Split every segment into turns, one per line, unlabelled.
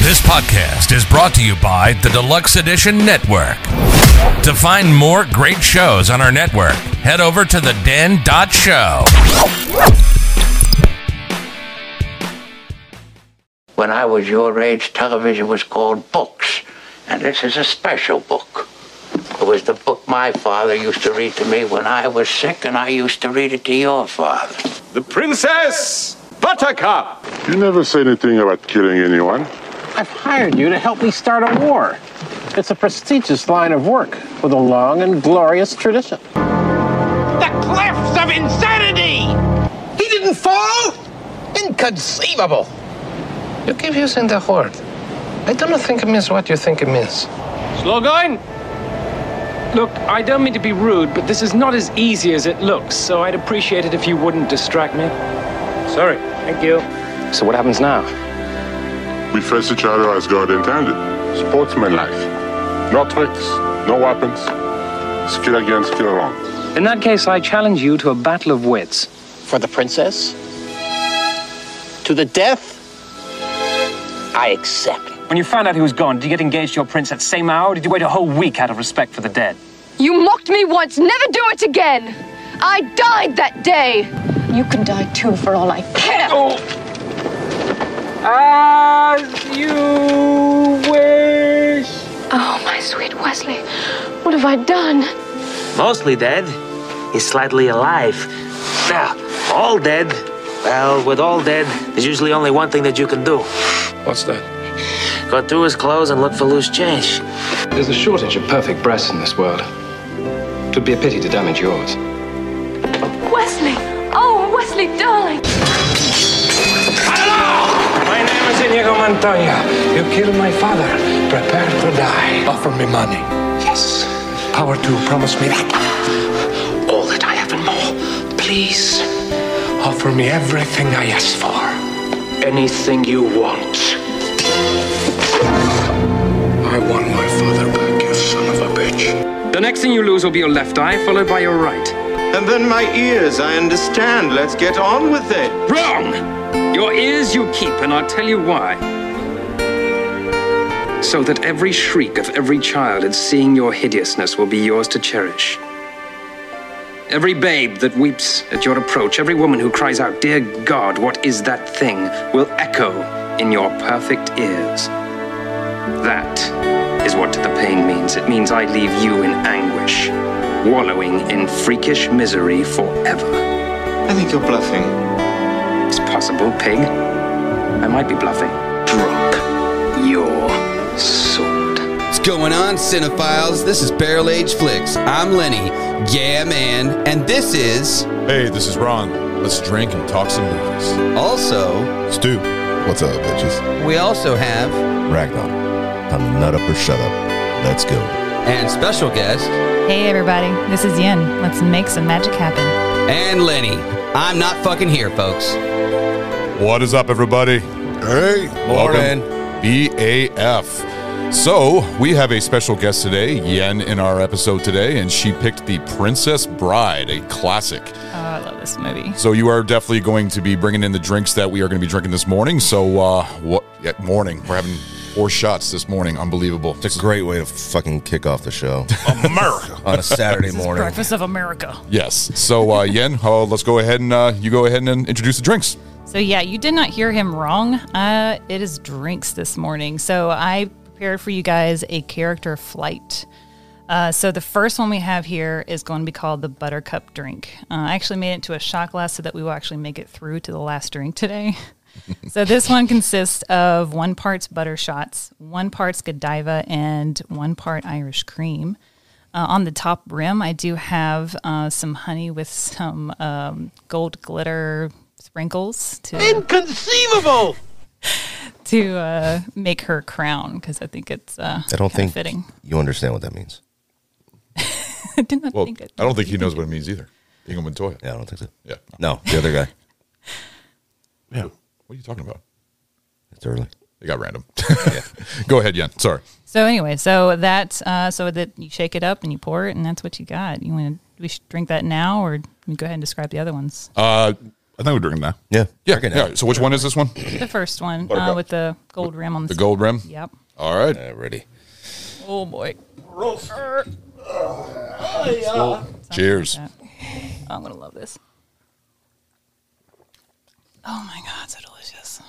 This podcast is brought to you by the Deluxe Edition Network. To find more great shows on our network, head over to the den dot show.
When I was your age, television was called books, and this is a special book. It was the book my father used to read to me when I was sick, and I used to read it to your father.
The Princess Buttercup.
You never say anything about killing anyone.
I've hired you to help me start a war. It's a prestigious line of work with a long and glorious tradition.
the cliffs of insanity! He didn't fall? Inconceivable!
You keep using the word. I do not think it means what you think it means.
Slogan? Look, I don't mean to be rude, but this is not as easy as it looks, so I'd appreciate it if you wouldn't distract me. Sorry. Thank you.
So what happens now?
We face each other as God intended. Sportsman life. No tricks, no weapons. Skill against skill alone.
In that case, I challenge you to a battle of wits.
For the princess? To the death? I accept.
When you found out he was gone, did you get engaged to your prince that same hour, or did you wait a whole week out of respect for the dead?
You mocked me once. Never do it again. I died that day. You can die too, for all I care.
As you wish.
Oh, my sweet Wesley, what have I done?
Mostly dead. He's slightly alive. Now, all dead. Well, with all dead, there's usually only one thing that you can do.
What's that?
Go through his clothes and look for loose change.
There's a shortage of perfect breasts in this world. It would be a pity to damage yours.
Wesley, oh, Wesley, darling.
My name is Inigo Montoya. You killed my father. Prepare to die. Offer me money. Yes. Power to promise me that. All that I have and more. Please. Offer me everything I ask for. Anything you want. I want my father back, you son of a bitch.
The next thing you lose will be your left eye, followed by your right.
And then my ears, I understand. Let's get on with it.
Wrong! Your ears you keep, and I'll tell you why. So that every shriek of every child at seeing your hideousness will be yours to cherish. Every babe that weeps at your approach, every woman who cries out, Dear God, what is that thing, will echo in your perfect ears. That is what the pain means. It means I leave you in anguish, wallowing in freakish misery forever.
I think you're bluffing.
It's possible, pig. I might be bluffing. Drop your sword.
What's going on, cinephiles? This is Barrel Age Flicks. I'm Lenny, yeah man, and this is
Hey, this is Ron. Let's drink and talk some movies.
also
Stu.
What's up, bitches?
we also have
Ragnar. Time to nut up or shut up. Let's go.
and special guest
Hey everybody, this is Yin. Let's make some magic happen.
and Lenny. I'm not fucking here, folks.
What is up, everybody?
Hey,
Welcome, BAF. So, we have a special guest today, Yen, in our episode today, and she picked The Princess Bride, a classic.
Oh, I love this movie.
So, you are definitely going to be bringing in the drinks that we are going to be drinking this morning. So, uh, what? Yeah, morning. We're having four shots this morning. Unbelievable.
It's a great way to fucking kick off the show
America.
on a Saturday morning.
Breakfast of America.
yes. So, uh, Yen, uh, let's go ahead and uh, you go ahead and introduce the drinks.
So yeah, you did not hear him wrong. Uh, it is drinks this morning. So I prepared for you guys a character flight. Uh, so the first one we have here is going to be called the Buttercup drink. Uh, I actually made it to a shot glass so that we will actually make it through to the last drink today. so this one consists of one part's butter shots, one part's Godiva, and one part Irish cream. Uh, on the top rim, I do have uh, some honey with some um, gold glitter sprinkles to
Inconceivable!
to uh, make her crown because I think it's uh,
I don't
kinda
think
fitting.
you understand what that means.
I did not
Well,
think it.
I don't think he knows what it means either. Ingo Montoya.
Yeah, I don't think so.
Yeah.
No, the other guy.
Yeah. What are you talking about?
It's early.
It got random. Go ahead, Yen. Sorry.
So anyway, so that uh, so that you shake it up and you pour it, and that's what you got. You want to we should drink that now, or we go ahead and describe the other ones.
Uh, I think we're drinking that.
Yeah.
Yeah. yeah. So which one is this one?
The first one uh,
Buttercup.
with the gold rim on the,
The gold rim?
Yep.
All right.
ready.
Oh boy. Er.
Cheers.
Oh, I'm gonna love this. Oh my god, so delicious.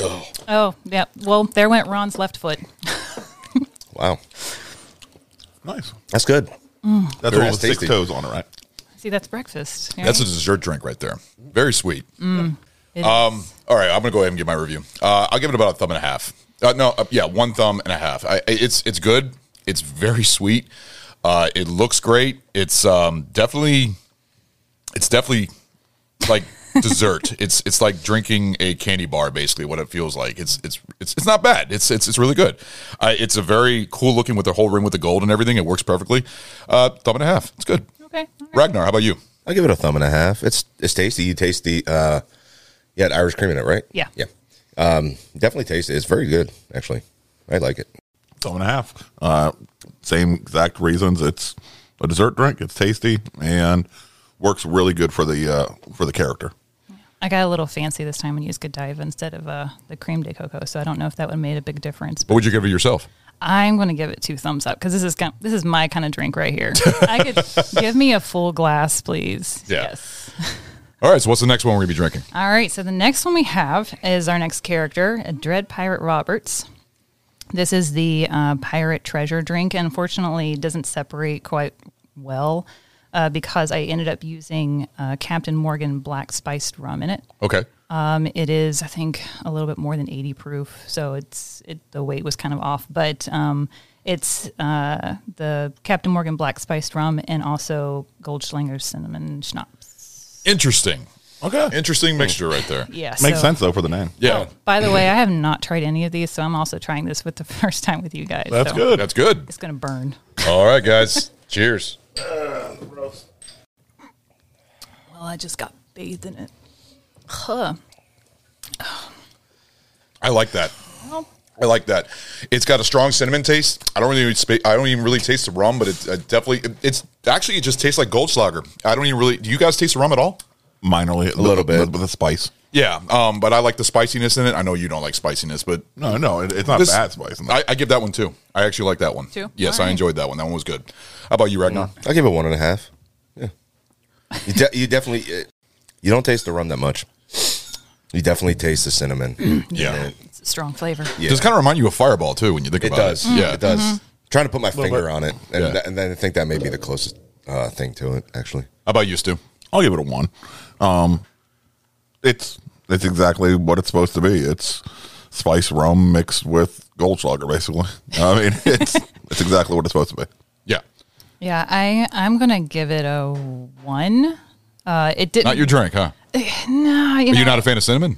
Oh.
Oh, yeah. Well, there went Ron's left foot.
Wow.
Nice.
That's good.
Mm.
That's the one with six toes on it, right?
See, that's breakfast. right?
That's a dessert drink right there. Very sweet.
Mm. It
Um, all right, I'm gonna go ahead and give my review. Uh, I'll give it about a thumb and a half. Uh, no, uh, yeah, one thumb and a half. I, I- it's it's good. It's very sweet. Uh, it looks great. It's um, definitely, it's definitely like dessert. It's it's like drinking a candy bar, basically. What it feels like. It's it's it's, it's not bad. It's it's it's really good. Uh, it's a very cool looking with the whole rim with the gold and everything. It works perfectly. Uh, thumb and a half. It's good.
Okay.
Ragnar, how about you?
I'll give it a thumb and a half. It's it's tasty. You taste the uh you had Irish cream in it, right?
Yeah.
Yeah. Um definitely taste it. It's very good, actually. I like it.
Thumb and a half. Uh, same exact reasons. It's a dessert drink. It's tasty and works really good for the uh, for the character.
I got a little fancy this time and used Godiva instead of uh, the cream de cocoa, so I don't know if that would have made a big difference.
What would you give it yourself?
I'm going to give it two thumbs up because this is kin- this is my kind of drink right here. I could give me a full glass, please.
Yes. All right. So what's the next one we're gonna be drinking?
All right, so the next one we have is our next character, a Dread Pirate Roberts. This is the uh, pirate treasure drink. and Unfortunately, it doesn't separate quite well uh, because I ended up using uh, Captain Morgan black spiced rum in it.
Okay.
Um, it is, I think, a little bit more than 80 proof, so it's it, the weight was kind of off, but um, it's uh, the Captain Morgan black spiced rum and also Goldschlanger cinnamon schnapps.
Interesting. Okay. Interesting mixture right there.
Yeah, Makes so- sense,
though for the name.
Yeah.
By the way, I have not tried any of these, so I'm also trying this with the first time with you guys.
That's
so
good. That's good.
It's gonna burn.
All right, guys. Cheers.
Well, I just got bathed in it. Huh.
I like that.
Well.
I like that. It's got a strong cinnamon taste. I don't really spa- I don't even really taste the rum, but it's uh, definitely it- it's actually it just tastes like Goldschlager. I don't even really. Do you guys taste the rum at all?
Minorly, a little bit with a spice.
Yeah, um, but I like the spiciness in it. I know you don't like spiciness, but
No, no, it- it's not
This-
bad spice.
I, I give that one too. I actually like that one.
Two?
Yes,
All
I
right.
enjoyed that one. That one was good. How about you, Ragnar?
I'll give it one and a half. Yeah. You, de- you definitely uh, you don't taste the rum that much. You definitely taste the cinnamon.
Yeah.
It's a strong flavor.
Yeah.
Does kind of remind you of Fireball too when you think
It
about
does.
it. Yeah,
It does.
Mhm.
Trying to put my
Little
finger
bit.
on it, and,
Yeah.
th- and then I think that may be the closest uh, thing to it, actually.
How about you, Stu?
I'll give it a one. Um, it's it's exactly what it's supposed to be. It's spice rum mixed with Goldschlager, basically. I mean, it's it's exactly what it's supposed to be.
Yeah,
Yeah, I I'm gonna give it a one. Uh, it didn't.
not your drink, huh?
Uh, No, you
Are
know, Uh,
you not a fan of cinnamon?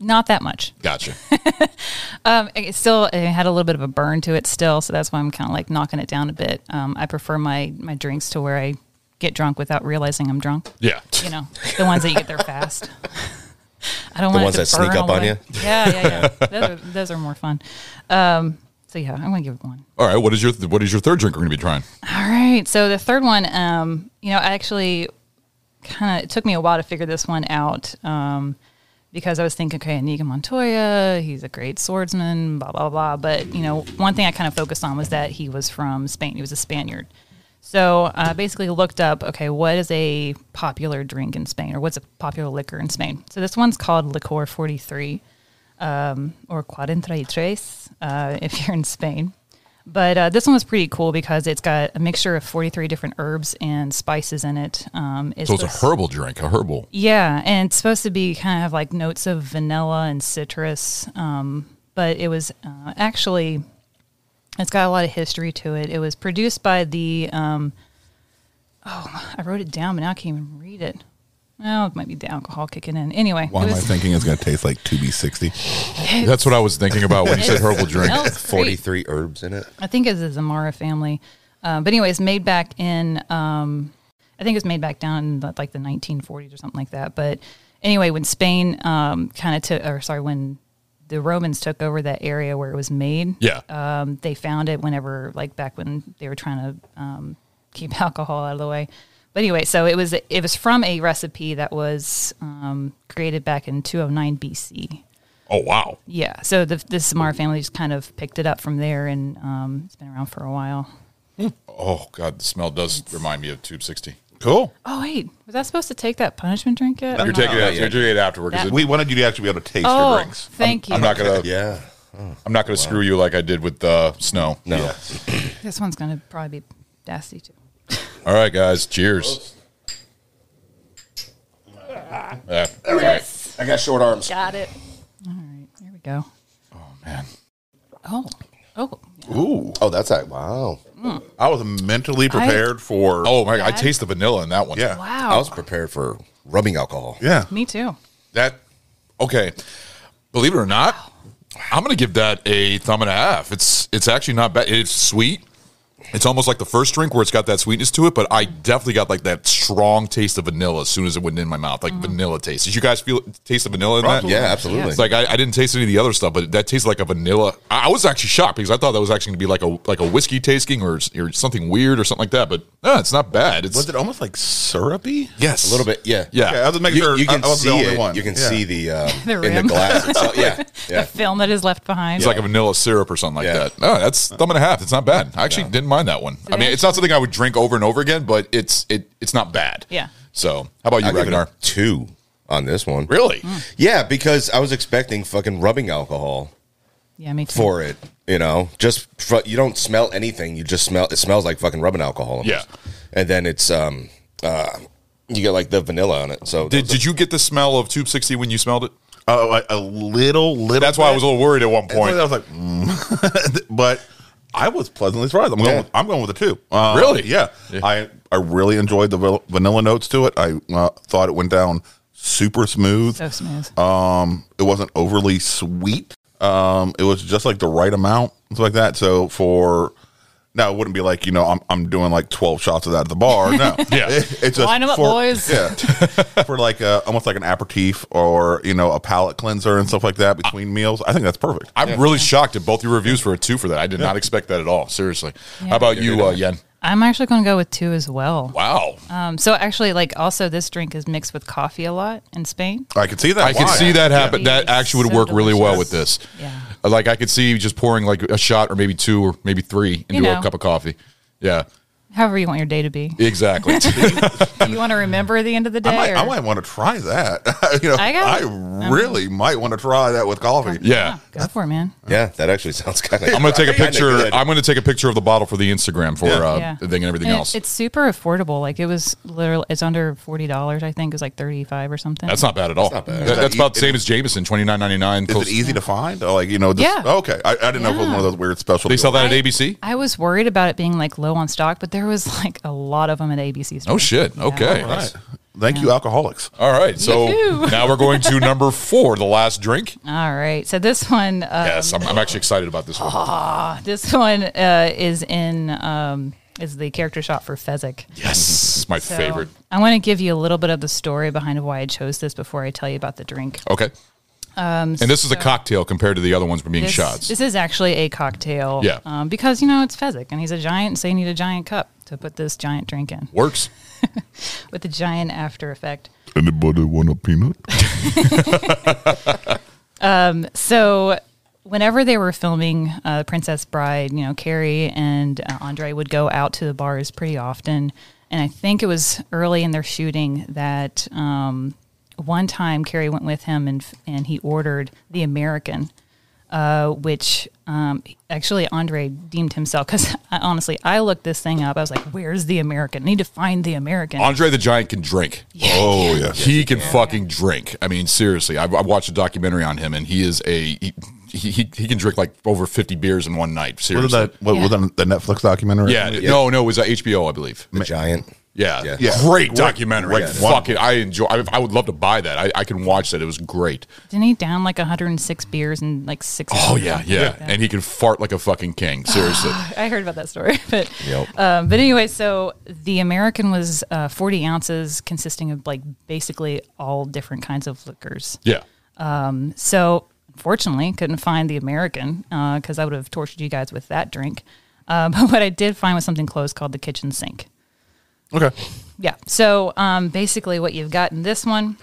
not that much.
Gotcha.
Um, it still it had a little bit of a burn to it still, so that's why I'm kind of like knocking it down a bit. Um, I prefer my my drinks to where I get drunk without realizing I'm drunk.
Yeah.
you know the ones that you get there fast. I don't
The
want
ones
it to
that sneak
burn
up on
away.
you?
Yeah, yeah, yeah. those, are, those are more fun. Um, so yeah, I'm gonna give it one.
All right. What is your What is your third drink we're going to be trying?
All right. So the third one, um, you know, I actually kind of it took me a while to figure this one out um, because I was thinking, okay, Inigo Montoya, he's a great swordsman, blah blah blah. But you know, one thing I kind of focused on was that he was from Spain. He was a Spaniard. So I basically looked up, okay, what is a popular drink in Spain, or what's a popular liquor in Spain? So this one's called Liqueur 43, um, or Cuarenta y Tres, uh, if you're in Spain. But uh, this one was pretty cool because it's got a mixture of 43 different herbs and spices in it. Um,
so it's a
supposed-
herbal drink, a herbal.
yeah, and it's supposed to be kind of like notes of vanilla and citrus, um, but it was uh, actually it's got a lot of history to it. It was produced by the um, oh, I wrote it down, but now I can't even read it. Well, it might be the alcohol kicking in. Anyway,
Why
it
am I
was,
thinking it's going to taste like 2B60?
That's what I was thinking about when you said herbal drink.
Smells great.
43 herbs in it.
I think it's the Zamora family. Uh, but anyways, made back in, um, I think it was made back down in the, like the 1940s or something like that. But anyway, when Spain um, kind of took, or sorry, when the Romans took over that area where it was made,
Yeah.
um, they found it whenever, like back when they were trying to um, keep alcohol out of the way. But anyway, so it was it was from a recipe that was um, created back in 209 BC.
Oh wow.
Yeah, so the, the Samara family just kind of picked it up from there, and um, it's been around for a while.
Oh god, the smell does remind me of Tube 60. Cool.
Oh wait, was I supposed to take that punishment drink yet?
You're taking it. You're doing it afterward because
That-
we wanted you to actually be able to taste
your Oh, drinks. thank
I'm,
you.
I'm not gonna.
yeah.
Oh,
I'm not gonna screw you like I did with uh, snow. No.
This one's gonna probably be nasty too.
All right, guys. Cheers. Yeah.
There we go. Yes.
I got short arms.
Got it. All right, there we go. Oh man. Oh,
Ooh.
Oh, that's like wow.
Mm.
I was mentally
I-
prepared for.
Oh my! God, I
That-
taste the vanilla in that one.
Yeah.
Wow.
I was prepared for rubbing alcohol.
Yeah.
me too.
That okay. Believe it or not, I'm gonna give that a thumb and a half. It's it's actually not bad. It's sweet. It's almost like the first drink where it's got that sweetness to it, but I definitely got like that strong taste of vanilla as soon as it went in my mouth, like vanilla taste. Did you guys feel taste the vanilla in that?
Absolutely. Yeah, absolutely.
It's like I, I didn't taste any of the other stuff, but that tasted like a vanilla. I, I was actually shocked because I thought that was actually going to be like a like a whiskey tasting or, or something weird or something like that. But no, it's not bad. It's
was it almost like syrupy?
Yes.
A little bit, yeah.
Yeah.
Okay, I was making
You,
sure
you can
I, I was
see
the only
it.
one.
You can
Yeah.
see the, um,
The
in the
rim.
glass. itself. yeah,
The film that is left behind.
It's like a vanilla syrup or something like that. No, that's thumb and a half. It's not bad. I actually didn't mind that one. I mean, it's not something I would drink over and over again, but it's it it's not bad.
yeah.
So, how about you,
I give it a
Ragnar?
two on this one.
Really?
Yeah, because I was expecting fucking rubbing alcohol
Yeah, me too.
for it. You know, just fr- you don't smell anything. You just smell. It smells like fucking rubbing alcohol. Almost.
Yeah.
and then it's um, uh, you get like the vanilla on it. So
Did did you get the smell of Tube 60 when you smelled it?
Oh, like a little, little.
That's why I was a little worried at one
At one
point.
point, I was like, mm. but I was pleasantly surprised. I'm going.
Yeah.
With, I'm going with the two. Uh,
Really?
Yeah. I I really enjoyed the vil- vanilla notes to it. I uh, thought it went down super smooth.
So smooth.
Um, it wasn't overly sweet. Um, it was just like the right amount, stuff like that. So for now, it wouldn't be like you know I'm I'm doing like twelve shots of that at the bar. No,
Yeah.
It- it's just
Line 'em up,
for-
boys.
Yeah, for like a, almost like an aperitif or you know a palate cleanser and stuff like that between meals. I think that's perfect.
I'm really shocked at both your reviews for a 2 for that. I did not expect that at all. Seriously. How about you, uh, Yen?
I'm actually going to go with two as well.
Wow.
Um, so actually, like, also this drink is mixed with coffee a lot in Spain.
I could see
I could see that happen. That actually would
So
work really well
delicious.
with this. Uh,
Yeah.
Like I could see just pouring like a shot or maybe two or maybe three into
You know.
a cup of coffee. Yeah.
However, you want your day to be.
Exactly.
Do you want to remember the end of the day?
I might,
or-
I might want to try that. you know,
I got
I,
it.
really might want to try that with coffee.
yeah.
go for it, man.
Yeah, that actually sounds kind of.
I'm going to take a picture. I'm going to take a picture of the bottle for the Instagram for uh,
Yeah.
the thing and everything
And it-
else.
It's super affordable. Like it was literally, it's under forty dollars. I think it was like thirty five or something.
That's not bad at all.
not
That-
bad.
That's, about the same as Jameson, twenty nine ninety nine.
Is it easy to find? Or like you know, just,
Yeah.
Okay, I, I didn't know if it was
Yeah.
one of those weird special.
They sell that at
I-
ABC.
I was worried about it being like low on stock, but there was like a lot of them at ABC.
Oh
Store.
shit.
Yeah.
Okay.
All right. Thank you, alcoholics.
All right. So
Yoo-hoo.
now we're going to number four, the last drink.
All right. So this one, uh,
yes, I'm, I'm actually excited about this one.
this one uh, is in um, is the character shot for Fezzik.
yes, this is my
So,
favorite.
I want to give you a little bit of the story behind why I chose this before I tell you about the drink.
Okay.
Um,
And this is a cocktail compared to the other ones we're being
this,
shots.
This is actually a cocktail.
Yeah.
Um, because, you know, it's Fezzik and he's a giant, so you need a giant cup to put this giant drink in
Works.
with a giant after effect.
Anybody want a peanut?
Um, so whenever they were filming uh, Princess Bride, you know, Carrie and uh, Andre would go out to the bars pretty often. And I think it was early in their shooting that um, one time Carrie went with him and, and he ordered the American. Uh, which um, actually Andre deemed himself because honestly I looked this thing up. I was like, "Where's the American? I need to find the American."
Andre the Giant can drink.
Oh yeah.
he can fucking drink. I mean, seriously, I've, i watched a documentary on him, and he is a he, he he can drink like over fifty beers in one night.
What was
Seriously,
that? What was that? The Netflix documentary?
yeah, no, no, it was uh, HBO, I believe.
The giant.
Yeah,
Yeah.
Yeah.
great
Great-
documentary.
great one.
Fucking, I enjoy. I, I would love to buy that. I, I can watch that. It was great.
Didn't he down like 106 beers and like six?
Oh yeah, yeah, and he can fart like a fucking king. Seriously,
I heard about that story, but
Yep.
um, but anyway, so the American was uh, forty ounces, consisting of like basically all different kinds of liquors.
yeah.
Um, so unfortunately, couldn't find the American because I would have Uh, tortured you guys with that drink. Uh, but what I did find was something close called the kitchen sink.
Okay.
Yeah. So um, basically, what you've got in this one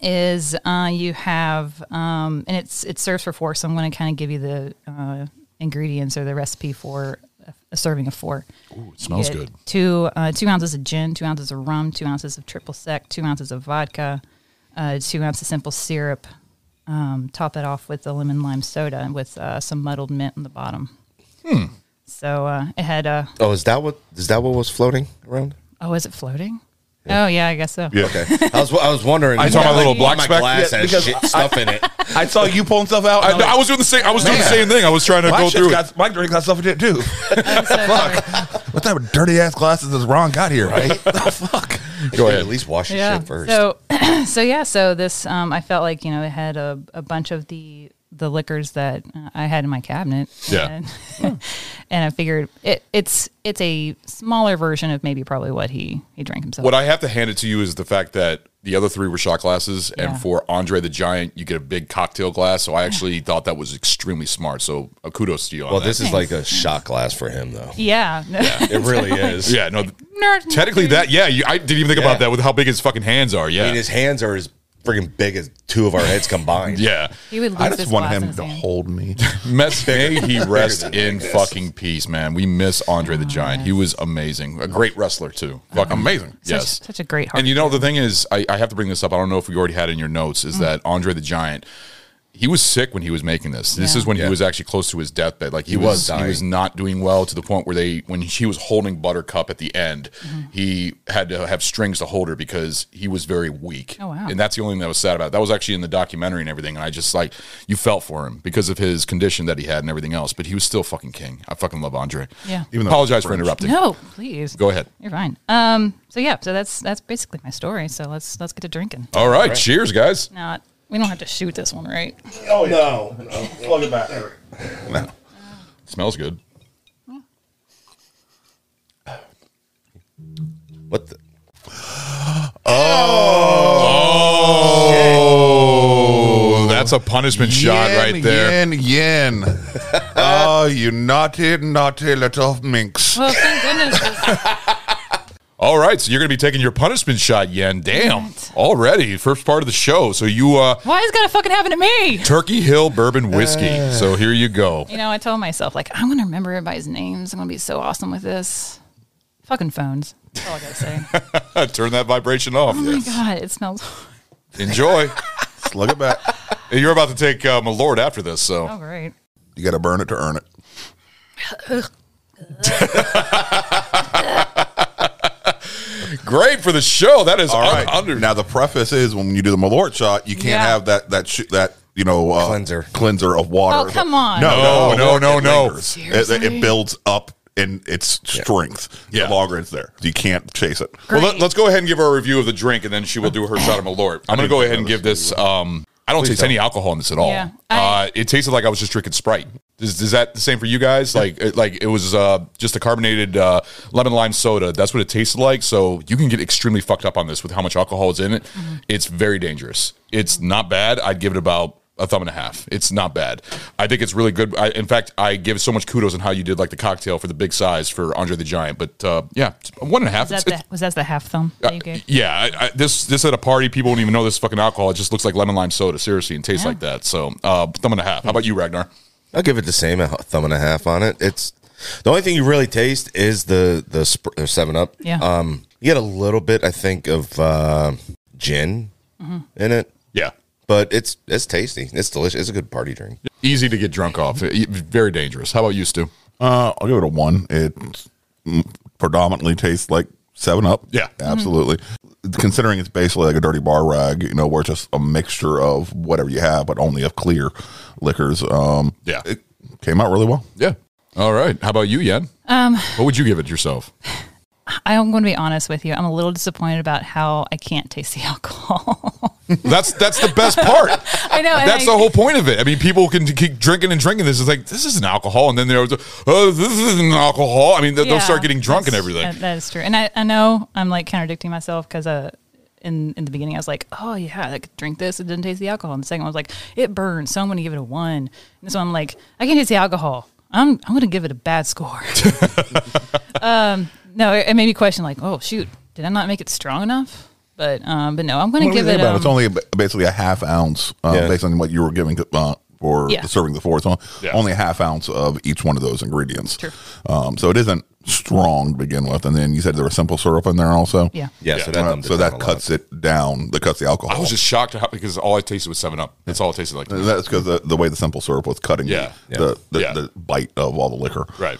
is uh, you have, um, and it's it serves for four. So I'm going to kind of give you the uh, ingredients or the recipe for a, a serving of four.
Ooh, it smells
You get
good.
Two uh, two ounces of gin, two ounces of rum, two ounces of triple sec, two ounces of vodka, uh, two ounces of simple syrup. Um, top it off with a lemon lime soda with uh, some muddled mint in the bottom.
Hmm.
So uh, it had uh,
Oh, is that what is that what was floating around?
Oh, is it floating? Oh, yeah, I guess so.
Okay. I was I was wondering.
I saw my
Like,
little black
my
speck.
glass
Yeah,
has
because
shit
I-
stuff in it.
I saw you pulling stuff out. I, I was doing the same. I was doing the
Man.
same thing. I was trying to
My
go
shit's
through.
got-
it. My drink got stuff in it too. Fuck. What type of dirty ass glasses does Ron got here? Right?
Go ahead. At least wash your
yeah.
shit first.
So, so yeah. So this, um, I felt like you know it had a, a bunch of the the liquors that uh, I had in my cabinet.
Yeah.
And, and I figured it, it's it's a smaller version of maybe probably what he he drank himself.
What I have to hand it to you is the fact that the other three were shot glasses,
Yeah.
and for Andre the Giant, you get a big cocktail glass. So I actually thought that was extremely smart. So a kudos to you. On
Well, this
that.
is like a shot glass for him, though.
yeah.
It really is.
Yeah, no.
Nerd.
Technically, that yeah, you, I didn't even think about that with how big his fucking hands are. Yeah,
I mean, his hands are as friggin' big as two of our heads combined.
yeah.
He would lose
I just
his
want
glass in
him
his
to
hand.
hold me.
Mess, may he rest
Bigger
in fucking peace, man. We miss Andre the Giant. He was amazing, a great wrestler too. Fucking amazing.
Such,
Yes,
Such a great heart.
And you know the thing is, I, I have to bring this up. I don't know if we already had it in your notes
Mm.
is that Andre the Giant, he was sick when he was making this. This
Yeah.
is when he was actually close to his deathbed. Like he,
He was
was, he
dying.
was not doing well to the point where they when she was holding Buttercup at the end,
Mm-hmm.
he had to have strings to hold her because he was very weak.
Oh, wow.
And that's the only thing that was sad about. It. That was actually in the documentary and everything. And I just like you felt for him because of his condition that he had and everything else. But he was still fucking king. I fucking love Andre.
Yeah.
Even though apologize for interrupting.
no, please.
Go ahead.
You're fine. Um. So yeah. So that's that's basically my story. So let's let's get to drinking.
All right. Cheers, guys.
Not. We don't have to shoot this one, right?
Oh no, plug it back.
No. Smells good.
What the?
Oh.
Oh, that's a punishment shot
Yen,
right there.
Yen, yen. oh, you naughty, naughty little minx.
Well, thank goodness.
All right, so you're going to be taking your punishment shot, Yen. Damn, already first part of the show. So you uh,
Why is gotta fucking happen to me?
Turkey Hill Bourbon Whiskey.
Uh.
so here you go.
You know, I told myself like I'm gonna remember everybody's names. I'm gonna be so awesome with this. Fucking phones. That's all I gotta say.
Turn that vibration off.
Oh my god, it smells.
Enjoy. Slug it back. You're about to take uh, my lord after this, so
Oh great.
you got to burn it to earn it. Great for the show. That is
all right. Now the preface is when you do the Malort shot, you can't
Yeah.
have that that sh- that you know uh, cleanser cleanser of water.
Oh, come on.
No, no, no,
No, no,
no.
no.
It, it,
Seriously?
builds up in its strength. The longer it's there, you can't chase it.
Well, let, us go ahead and give her a review of the drink, and then she will do her shot of Malort. I'm going to go ahead and give this. Um, I don't taste any alcohol in this at all.
Yeah,
uh, it tasted like I was just drinking Sprite. Is, is that the same for you guys? Like, it, like it was uh, just a carbonated uh, lemon lime soda. That's what it tasted like. So you can get extremely fucked up on this with how much alcohol is in it.
Mm-hmm.
It's very dangerous. It's not bad. I'd give it about a thumb and a half. It's not bad. I think it's really good. I, in fact, I give so much kudos on how you did like the cocktail for the big size for Andre the Giant. But uh, yeah, one and a half.
Was that,
It's-
the, was that the half thumb that you gave?
yeah, I, I, this this at a party, people don't even know this is fucking alcohol. It just looks like lemon lime soda, seriously, and tastes
Yeah.
like that. So, uh, thumb and a half. How about you, Ragnar?
I'll give it the same a thumb and a half on it. It's the only thing you really taste is the the sp- or seven up.
Yeah.
Um, you get a little bit, I think, of uh, gin
Mhm.
in it.
Yeah.
But it's it's tasty. It's delicious. It's a good party drink.
Easy to get drunk off. E- Very dangerous. How about you, Stu?
Uh, I'll give it a one. It predominantly tastes like Seven Up. Mm-hmm.
Yeah,
absolutely. Considering it's basically like a dirty bar rag, you know, where it's just a mixture of whatever you have, but only of clear liquors. Um,
yeah,
it came out really well.
Yeah. All right. How about you, Yen?
Um,
What would you give it yourself?
I'm going to be honest with you. I'm a little disappointed about how I can't taste the alcohol.
That's that's the best part.
I know. and
That's
I-
the whole point of it. I mean, people can keep drinking and drinking this. It's like this isn't alcohol, and then they're oh, this isn't alcohol. I mean, they'll they'll
Yeah,
start getting drunk and
that's-
everything.
that- that is true. And I, I know I'm like contradicting myself because uh, in in the beginning I was like, oh yeah, I could drink this. It didn't taste the alcohol. And the second one was like, it burns. So I'm going to give it a one. And so I'm like, I can't taste the alcohol. I'm I'm going to give it a bad score. um, No, it, it made me question like, oh shoot, did I not make it strong enough? But um, but no, I'm going
What do
to
we
give
think
it.
about
Um,
It's only ba- basically a half ounce uh,
Yeah.
based on what you were giving uh, for
Yeah.
the serving the four. It's on-
Yeah.
only a half ounce of each one of those ingredients. Um, so it isn't strong to begin with. And then you said there was simple syrup in there also. Uh,
Yeah.
Yeah, so that dumbed it
so
down a
that
lot.
cuts it down. That cuts the alcohol.
I was just shocked how, because all I tasted was Seven Up. That's all it tasted like. to me.
That's because the, the way the simple syrup was cutting
Yeah.
the, the,
Yeah.
the bite of all the liquor.
Right.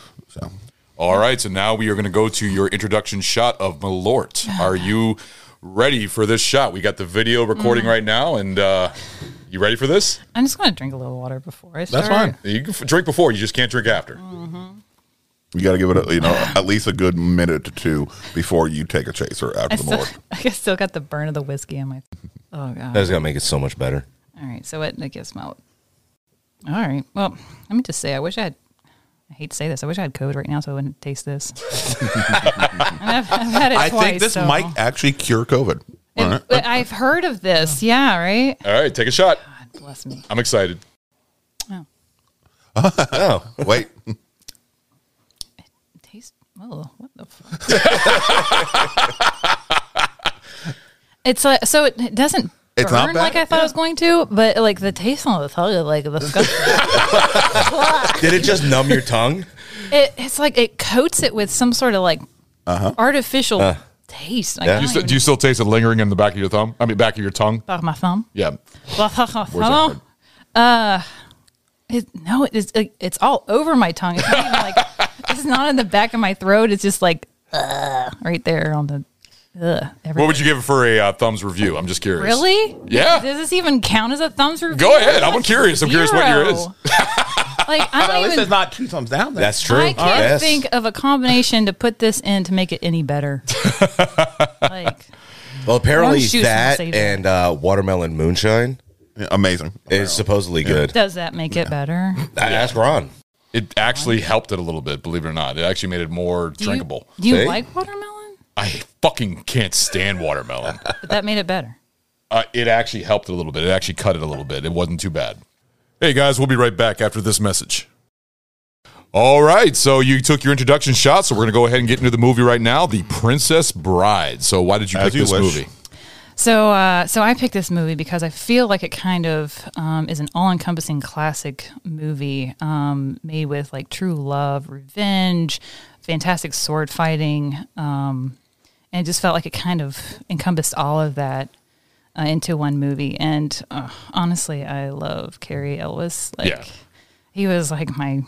All right. So now we are going to go to your introduction shot of Malort. Are you ready for this shot? We got the video recording
Mhm.
right now, and uh, you ready for this?
I'm just going to drink a little water before I start.
That's fine. You can f- drink before. You just can't drink after.
You got to give it, a, you know, at least a good minute to two before you take a chaser
I
after the
still,
more.
I guess still got the burn of the whiskey on my. Oh god.
That is gonna make it so much better.
All right, so it, it gives my. All right. Well, let me just say, I wish I had. I hate to say this. I wish I had COVID right now, so I wouldn't taste this. And I've, I've had it
I
twice.
think this Uh-huh.
so-
might actually cure COVID.
It-
All right.
but I've heard of
Oh.
this. Yeah. Right.
All right. Take a shot.
Bless me.
Um,
I'm excited.
oh, wait.
Taste. Oh, what the fuck. it's like so it doesn't.
It's not
burn
bad,
like I thought it was going to, but like the taste on the tongue, is, like disgusting.
Did it just numb your tongue?
it, it's like it coats it with some sort of like
Uh-huh.
artificial
Uh,
taste. I
Do, you
can't
still, do you still taste it lingering in the back of your thumb? I mean, back of your tongue?
Back of my thumb.
Yeah.
Blah, blah, blah, blah. uh, it, no, it is. It, it's all over my tongue. It's not even like it's not in the back of my throat. It's just like uh, right there on the. Uh,
What would you give it for a uh, thumbs review? I'm just curious.
really?
Yeah.
Does this even count as a thumbs review?
Go ahead. I'm
Like
curious. I'm curious what
zero.
yours is.
Like I don't even.
not two thumbs down. Then.
That's true.
I can't think of a combination to put this in to make it any better. like
Well, apparently
Orange juice
that
will save it.
and uh, watermelon moonshine,
amazing,
is supposedly good.
Does that make it better?
Ask Ron.
It actually helped it a little bit, believe it or not. It actually made it more
Do you-
drinkable.
Do you like watermelon?
I fucking can't stand watermelon.
But that made it better.
uh, it actually helped it a little bit. It actually cut it a little bit. It wasn't too bad. Hey guys, we'll be right back after this message. All right, so you took your introduction shot, so we're gonna go ahead and get into the movie right now, The Princess Bride. So why did you
As
pick
you
this
wish.
movie?
So, uh, so I picked this movie because I feel like it kind of um, is an all-encompassing classic movie um, made with like true love, revenge, fantastic sword fighting, um, and it just felt like it kind of encompassed all of that uh, into one movie. And uh, honestly, I love Carrie Elwes. Like,
Yeah.
he was like my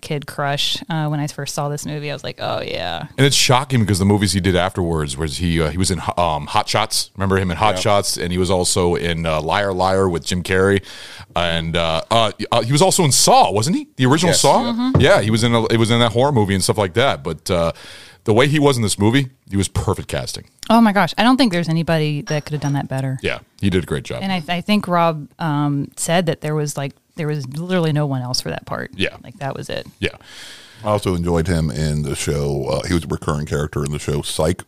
kid crush uh, when I first saw this movie. I was like, oh yeah,
And it's shocking because the movies he did afterwards was he uh, he was in um, Hot Shots. Remember him in Hot
Yeah.
Shots, and he was also in uh, Liar Liar with Jim Carrey, and uh, uh, uh, he was also in Saw, wasn't he? The original
Yes.
Saw. Mm-hmm.
Mhm.
Yeah, he was in a, it was in that horror movie and stuff like that. But uh, the way he was in this movie, he was perfect casting.
oh my gosh. I don't think there's anybody that could have done that better.
Yeah, he did a great job.
And I, I think Rob um, said that there was like there was literally no one else for that part.
Yeah.
like that was it.
Yeah.
I also enjoyed him in the show. Uh, he was a recurring character in the show Psych.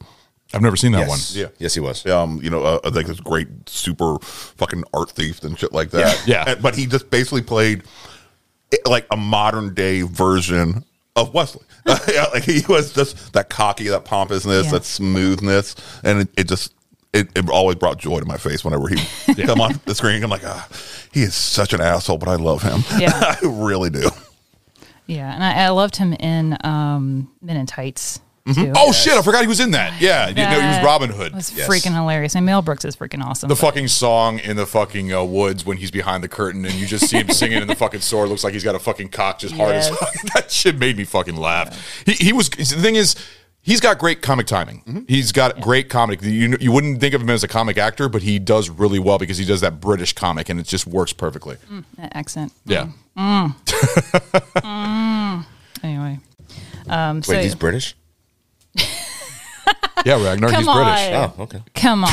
I've never seen
that Yes. one.
Yeah. Yes, he was. Um, you know, uh, I think this great super fucking art thief and shit like that.
Yeah. Yeah.
And- But he just basically played it- like a modern day version of Wesley. Yeah, like he was just that cocky, that pompousness,
Yeah.
that smoothness, and it, it just it, it always brought joy to my face whenever he would come on the screen. I'm like, ah, he is such an asshole, but I love him.
Yeah.
I really do.
Yeah, and I, I loved him in um, Men in Tights. Too.
Oh shit! I forgot he was in that. Yeah, you know, he was
That
Robin Hood.
was
Yes.
freaking hilarious, and Mel Brooks is freaking awesome.
The
but-
fucking song in the fucking uh, woods when he's behind the curtain and you just see him singing in the fucking sword. Looks like he's got a fucking cock just hard as
Yes.
fuck. That shit made me fucking laugh. He, he was, the thing is, he's got great comic timing.
Mm-hmm.
He's got great comic. You, you wouldn't think of him as a comic actor, but he does really well because he does that British comic and it just works perfectly.
Mm, that accent.
Yeah.
Mm. Mm. Anyway, um,
Wait,
so
he's British.
yeah, Ragnar,
Come
he's British.
on.
Oh, okay.
come on,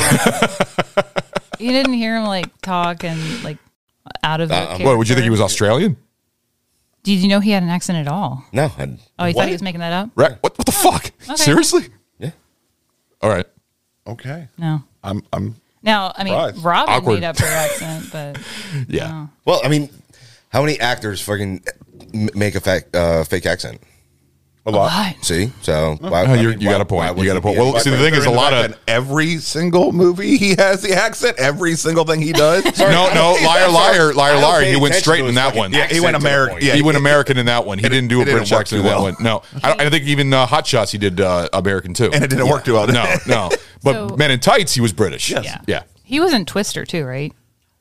you didn't hear him like talk and like out of.
Uh,
it.
what, would you think he was Australian?
Did you know he had an accent at all?
No.
Oh, you thought he was making that up?
Ra- what, what the fuck?
Okay.
Seriously?
Yeah.
All right.
Okay.
No.
I'm. I'm.
Now, I mean,
Surprise.
Robin
Awkward.
made up her accent, but
Yeah.
Well, I mean, how many actors fucking m- make a fac uh, fake accent? A lot. See, so
Oh. No, you're- you got a point. You got a point. Well, see, the thing is, a lot of-
every single movie he has the accent. Every single thing he does.
no, no, liar, liar, liar, liar. He went straight in that one.
Yeah, he went American.
he went American in that one. He didn't do a
it didn't
British
work
accent in
too
that
well.
one. No, I, don't, I think even uh, Hot Shots he did uh, American too,
And it didn't work too well, did
No,
it?
no. But
So-
Men in Tights, he was British.
Yes. Yeah.
yeah.
He was in Twister too, right?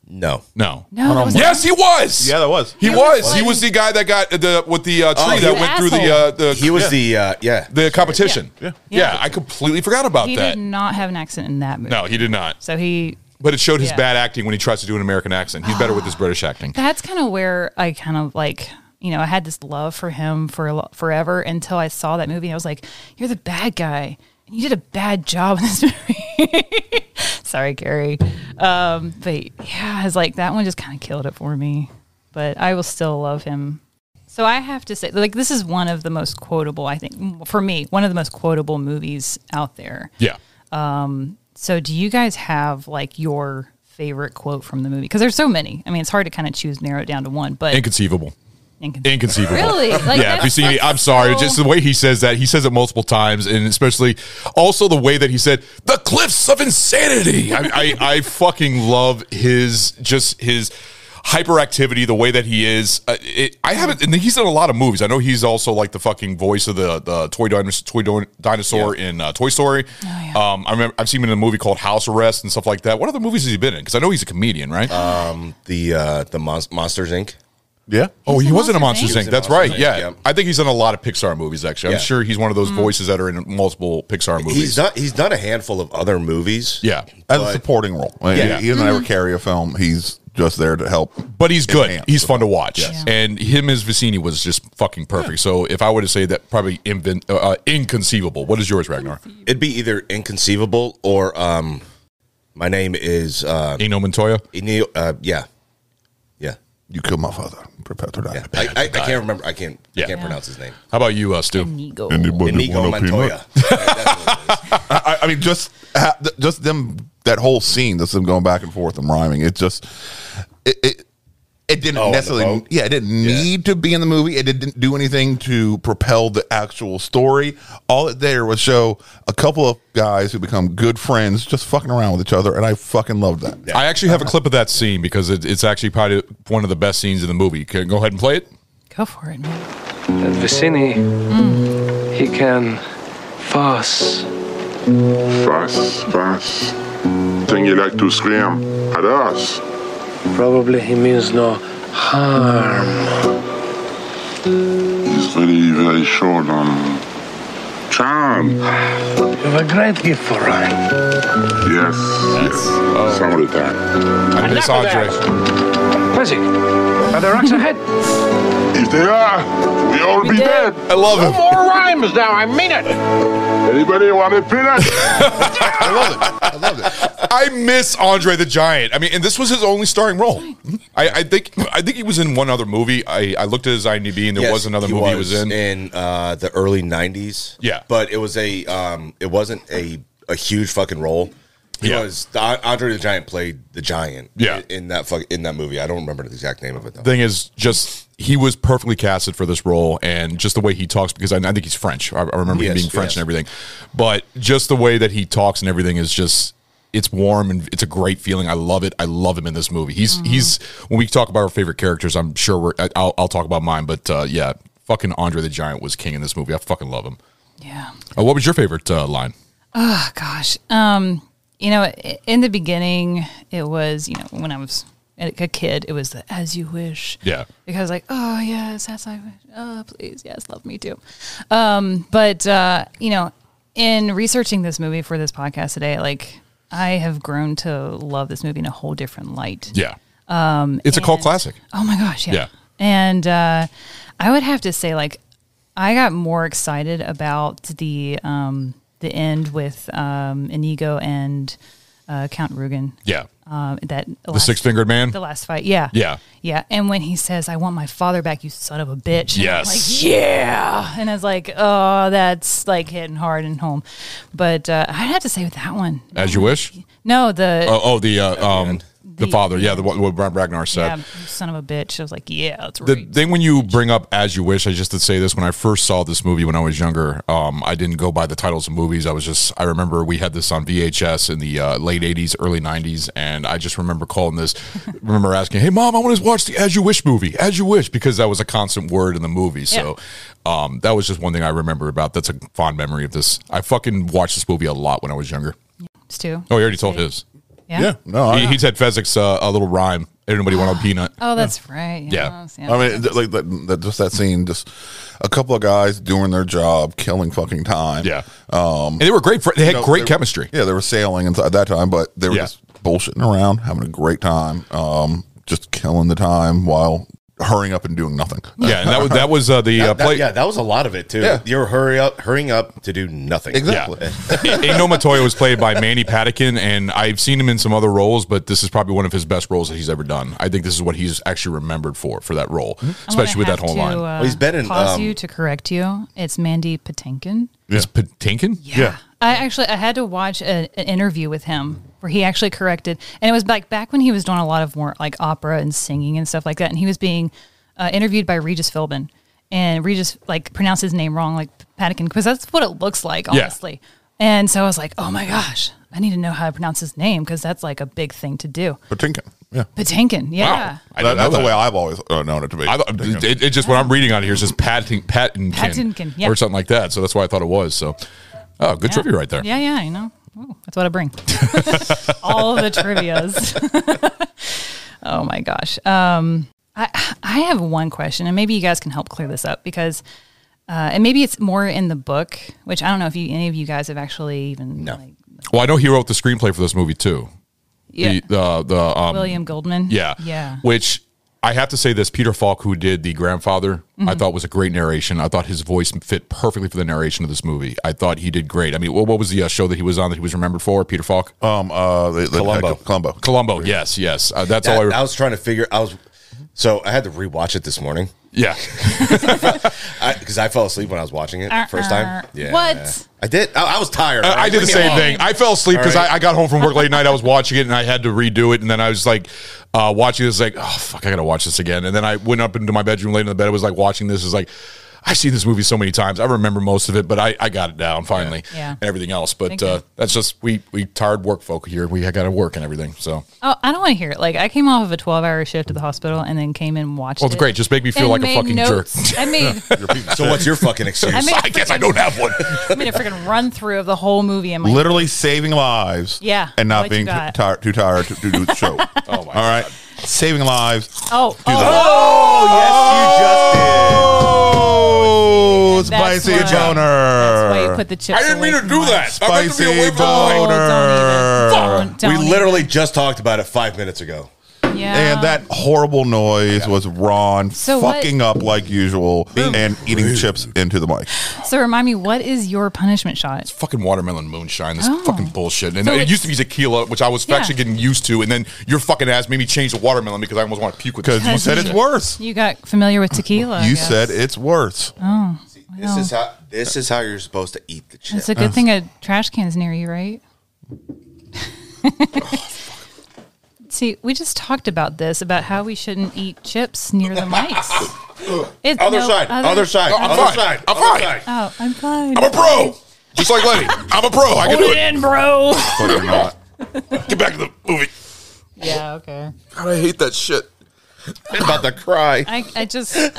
No,
no,
No, that was-
Yes, he was.
Yeah, that was.
He
He
was.
was.
He was the guy that got the with the uh, tree
Oh,
that
he-
went through the uh, the.
He was the uh, yeah
the competition. Yeah.
Yeah.
I completely forgot about
he
that.
did not have an accent in that movie.
No, he did not.
So he
But it showed his
Yeah.
bad acting when he tries to do an American accent. He's better with his British acting.
That's kind of where I kind of like, you know, I had this love for him for a lo- forever until I saw that movie. And I was like, you're the bad guy. And you did a bad job in this movie. Sorry, Gary. Um, but yeah, I was like, that one just kind of killed it for me. But I will still love him. So I have to say, like, this is one of the most quotable, I think, for me, one of the most quotable movies out there.
Yeah.
Um, so do you guys have like your favorite quote from the movie? Because there's so many. I mean, it's hard to kind of choose, narrow it down to one, but
Inconceivable.
Inconceivable.
Inconceivable.
Really? Like,
yeah. If you
that's-
see me, I'm sorry. Just the way he says that, he says it multiple times, and especially also the way that he said the cliffs of insanity. I, I, I fucking love his just his hyperactivity, the way that he is. Uh, it, I haven't, and he's in a lot of movies. I know he's also like the fucking voice of the the toy dinosaur, toy Dino- dinosaur in uh, Toy Story.
Oh,
um, I remember I've seen him in a movie called House Arrest and stuff like that. What other movies has he been in? Because I know he's a comedian, right?
Um, the uh, the Mon- Monsters Inc.
Yeah. Oh, he was in a Monsters
He was
Inc.
in
That's
Monsters,
right.
Inc.
Yeah.
Yep.
I think he's in a lot of Pixar movies. Actually,
Yeah.
I'm sure he's one of those voices that are in multiple Pixar movies.
He's done. He's done a handful of other movies.
Yeah,
But-
as a
supporting role.
Yeah.
Yeah.
He doesn't
Mhm.
ever carry a film.
He's just there to help.
But he's good.
Enhance
He's fun to watch.
Yes.
And him as Vicini was just fucking perfect. So if I were to say that, probably invent, uh, uh, inconceivable. What is yours, Ragnar?
It'd be either inconceivable or um, my name is uh,
Eno Montoya.
Eno, uh, yeah, yeah.
You killed my father, Perpetua. Yeah.
I, I, I can't remember. I can't.
Yeah.
I can't pronounce his name.
How about you, uh, Stu?
Inigo.
Inigo Montoya.
I,
I
mean,
just
ha-
th-
just
them
that
whole scene,
just
them
going
back
and
forth
and
rhyming.
It just
it it,
it
didn't
Oh,
on the
necessarily.
boat?
Yeah, it didn't
need
to be in the movie. It
didn't
do anything
to
propel
the
actual story.
All it there
was
show
a couple of
guys
who become good friends just fucking around with each other, and I fucking loved that.
I actually have a clip of that scene because it, it's actually probably one of the best scenes in the movie. Can go ahead and play it.
Go for it, man.
That Vicini, he can fuss.
Fuss, fuss. Thing you like to scream at us.
Probably he means no harm.
He's really very short on charm.
You have a great gift for rhyme.
Yes, yes. Oh. Some of the time.
I miss Enough of Andre. Percy, are there rocks ahead?
If they are, we all be dead.
I love
No more rhymes now, I mean it.
Anybody want a peanut? I
love it. I miss Andre the Giant. I mean, and this was his only starring role. I, I think I think he was in one other movie. I, I looked at his IMDb and there
Yes,
was another movie he was in.
in uh, the early '90s.
Yeah.
but it was a um, it wasn't a a huge fucking role. He
Yeah.
was the, Andre the Giant played the giant.
Yeah.
in that fuck, in that movie. I don't remember the exact name of it though.
Thing is, just he was perfectly casted for this role, and just the way he talks because I, I think he's French. I, I remember him
Yes,
being French
yes.
and everything, but just the way that he talks and everything is just. It's warm and it's a great feeling. I love it. I love him in this movie. He's he's when we talk about our favorite characters. I'm sure we're. I- I'll, I'll talk about mine, but uh, yeah, fucking Andre the Giant was king in this movie. I fucking love him.
Yeah.
Uh, what was your favorite uh, line?
Oh gosh. Um, you know, i- in the beginning, it was you know when I was a a kid, it was the "as you wish."
Yeah.
Because like, oh yes, as I wish. Oh please, yes, love me too. Um, but uh, you know, in researching this movie for this podcast today, like I have grown to love this movie in a whole different light.
Yeah.
Um,
It's a cult
and-
classic.
Oh my gosh, yeah.
Yeah.
And uh, I would have to say, like, I got more excited about the um, the end with um, Inigo and uh, Count Rugen.
Yeah.
Um, that
The six-fingered man?
The last fight. Yeah.
Yeah.
Yeah. And when he says, "I want my father back," you son of a bitch. And I'm
Yes.
like, yeah. And I was like, oh, that's like hitting hard and home. But uh, I'd have to say with that one,
As you wish.
no, the
Oh, oh the uh, um, The, father, yeah, the one what Ragnar said.
Yeah, you son of a bitch. I was like, yeah, that's
The
right.
thing when you bring up As You Wish, I just to say this when I first saw this movie when I was younger, um, I didn't go by the titles of movies. I was just, I remember we had this on VHS in the uh, late 80s, early 90s, and I just remember calling this, remember asking, hey, mom, I want to watch the As You Wish movie, As You Wish, because that was a constant word in the movie. So um, that was just one thing I remember about. That's a fond memory of this. I fucking watched this movie a lot when I was younger.
It's two.
Oh, he already told his.
Yeah? Yeah,
no,
Oh,
he, he said Fezzik's uh, a little rhyme. Everybody want a peanut.
Oh, that's right.
Yeah.
yes, yeah.
I mean, th- like that, that, just that scene, just a couple of guys doing their job, killing fucking time.
Yeah.
um,
they were great. fr- they had great
were-
chemistry.
Yeah, they were sailing inside that time, but they were
Yeah.
just bullshitting around, having a great time, um, just killing the time while hurrying up and doing nothing.
Yeah, and that was that was uh, the uh,
That- that-
play.
yeah, that was a lot of it too.
Yeah.
You're hurry up, hurrying up to do nothing.
Exactly.
Eno Matoya was played by Manny Patinkin, and I've seen him in some other roles, but this is probably one of his best roles that he's ever done. I think this is what he's actually remembered for for that role, especially with that whole line.
Well, uh, Pause you to correct you. It's Mandy Patinkin.
Is Patinkin? Yeah.
I actually I had to watch a, an interview with him where he actually corrected, and it was like back when he was doing a lot of more like opera and singing and stuff like that, and he was being uh, interviewed by Regis Philbin, and Regis like pronounced his name wrong, like Patinkin, because that's what it looks like,
Yeah.
honestly. And so I was like, oh my gosh, I need to know how to pronounce his name because that's like a big thing to do.
Patinkin. Yeah.
Patinkin, yeah.
I
That-
didn't know
that's the
that.
way I've always uh, known it to be.
I thought it, it just when I'm reading on here it says Patin, Patinkin,
Patinkin, yeah.
or something like that. So that's why I thought it was. So, oh, good
Yeah.
trivia right there.
Yeah, yeah, I know. Ooh, that's what I bring. All the trivias. oh my gosh. Um, I I have one question, and maybe you guys can help clear this up because, uh, and maybe it's more in the book, which I don't know if you, any of you guys have actually even. No. Like,
Well, I know he wrote the screenplay for this movie too.
Yeah.
The uh, the um,
William Goldman.
Yeah.
Yeah.
Which I have to say this Peter Falk, who did the grandfather, I
Mhm.
thought was a great narration. I thought his voice fit perfectly for the narration of this movie. I thought he did great. I mean, what, what was the uh, show that he was on that he was remembered for? Peter Falk.
Um. Uh. The,
Columbo.
Oh, Columbo.
Columbo. Yes. Yes. Uh, that's
That-
all I.
I was trying to figure. I was so I had to rewatch it this morning.
Yeah,
because I, fell asleep when I was watching it
Uh-uh.
first time. Yeah,
What?
I did. I, I was tired.
Uh,
all
I
right?
did the
Leave me
same
alone.
thing. I fell asleep because
All right.
I, I got home from work late night. I was watching it and I had to redo it. And then I was like, uh, watching this, like, oh, fuck, I got to watch this again. And then I went up into my bedroom late in the bed. I was like, watching this. is like, I've seen this movie so many times. I remember most of it, but I, I got it down finally
Yeah.
and everything else. But
Thank
uh,
you.
that's just, we we tired work folk here. We got to work and everything. So,
Oh, I don't want to hear it. Like I came off of a twelve-hour shift at the hospital, and then came and watched.
well, it's
it
great. Just make me feel
and
like a
made
fucking
notes.
jerk.
I made
So what's your fucking excuse?
I made-
I guess I don't have one.
I made a freaking run through of the whole movie. I'm like,
Literally saving lives.
Yeah,
And not
what you
being
got.
tired, too tired to, to do the show. oh my. All right. Saving lives.
Oh,
Do that.
Oh,
yes, you just did. Oh, spicy
That's why-
boner.
That's why you put the chips.
I didn't mean to
away from
do
mine.
that. I meant to be
Spicy
away from the mic.
Don't- don't
we
even.
literally just talked about it five minutes ago.
Yeah.
And that horrible noise was Ron
So what-
fucking up like usual and eating chips into the mic.
so remind me, what is your punishment shot?
fucking watermelon moonshine. This
Oh.
fucking bullshit. And
So
it
it's-
used to be tequila, which I was
Yeah.
actually getting used to. And then your fucking ass made me change the watermelon because I almost want to puke with this
Because you said it's
bullshit.
worse.
You got familiar with tequila. I
You
guess.
said it's worse.
Oh,
This is how this is how you're supposed to eat the chip.
it's a good thing a trash can's near you, right? See, we just talked about this about how we shouldn't eat chips near the mics. It's
Other
no
side, other side,
Oh, I'm
other
fine.
I'm fine.
side, other side.
Oh, I'm fine.
I'm a pro. Just like Lenny. I'm a pro. I can
Hold
do
it
it.
in, bro.
Fucking not.
Get back to the movie.
Yeah. Okay.
God, I hate that shit.
I'm about to cry.
I, I just I,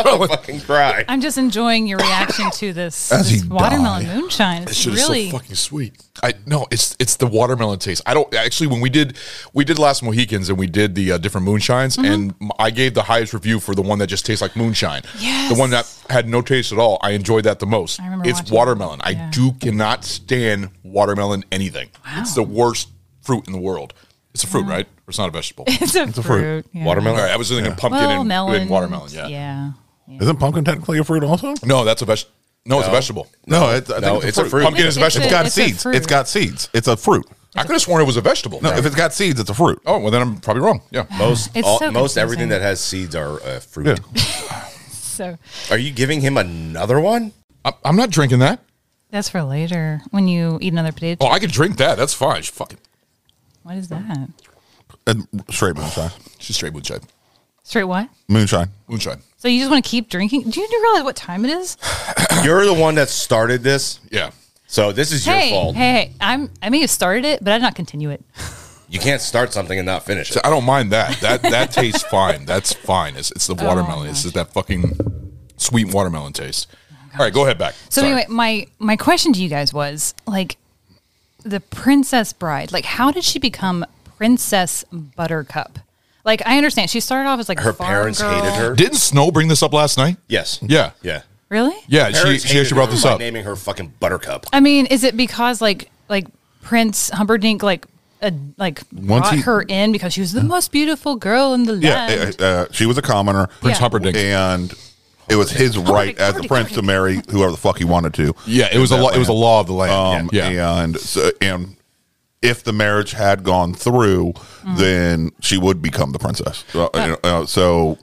About to fucking cry.
I'm just enjoying your reaction to this,
As
this
he
watermelon moonshine.
That
It's
shit
really
is so fucking sweet. I no, it's it's the watermelon taste. I don't actually when we did we did last Mohicans and we did the uh, different moonshines
Mm-hmm.
and m- I gave the highest review for the one that just tastes like moonshine.
Yes.
The one that had no taste at all. I enjoyed that the most.
I remember
it's
watching
watermelon.
that. Yeah.
I do cannot stand watermelon anything. It's the worst fruit in the world. It's a fruit, right? Or it's not a vegetable.
It's a It's a fruit, fruit. yeah. Watermelon?
All right, I was thinking
Yeah.
pumpkin and-
well, melon.
and watermelon. Yeah.
Yeah.
Isn't pumpkin technically a fruit also?
No, that's a vegetable. No, it's a
No.
vegetable.
No, it's, I
No,
think it's, a, fruit.
Pumpkin is a vegetable.
It's got seeds. It's got seeds. It's a fruit.
I could have sworn it was a vegetable.
No, if it's got seeds, it's a fruit.
Oh, well, then I'm probably wrong. Yeah.
Most
It's
all,
so
most
confusing.
everything that has seeds are uh, fruit.
So
Are you giving him another one?
I'm not drinking that.
that's for later when you eat another potato.
Oh, I could drink that. That's fine. Just fucking
What is that?
And straight moonshine.
She's straight moonshine.
Straight what?
Moonshine.
Moonshine.
So you just want to keep drinking? Do you realize what time it is?
You're the one that started this.
Yeah.
So this is
hey,
your fault.
hey, hey! I'm I may have started it, but I did not continue it.
You can't start something and not finish it.
I don't mind that. That that tastes fine. That's fine. It's, it's the
Oh,
watermelon. it's just that fucking sweet watermelon taste. All right, go ahead back.
Oh, So anyway, my my question to you guys was like, the Princess Bride. Like, how did she become Princess Buttercup? Like, I understand she started off as like a
Her
farm
parents
girl.
hated her.
Didn't Snow bring this up last night?
Yes.
Yeah.
Yeah.
Really?
Yeah, she,
Parents
she
hated
actually brought
her
this
by
up.
naming her fucking Buttercup.
I mean, is it because like like Prince Humperdinck like uh, like
Once
brought
he-
her in because she was the most beautiful girl in the land?
Yeah, uh, uh, she was a commoner,
Prince Yeah.
Humperdinck, and it was his right as the prince to marry whoever the fuck he wanted to.
Yeah, it was a
In that
law- it was a
land.
law of the land.
Um,
Yeah.
and so, and if the marriage had gone through, then she would become the princess. Uh, you know, uh, so.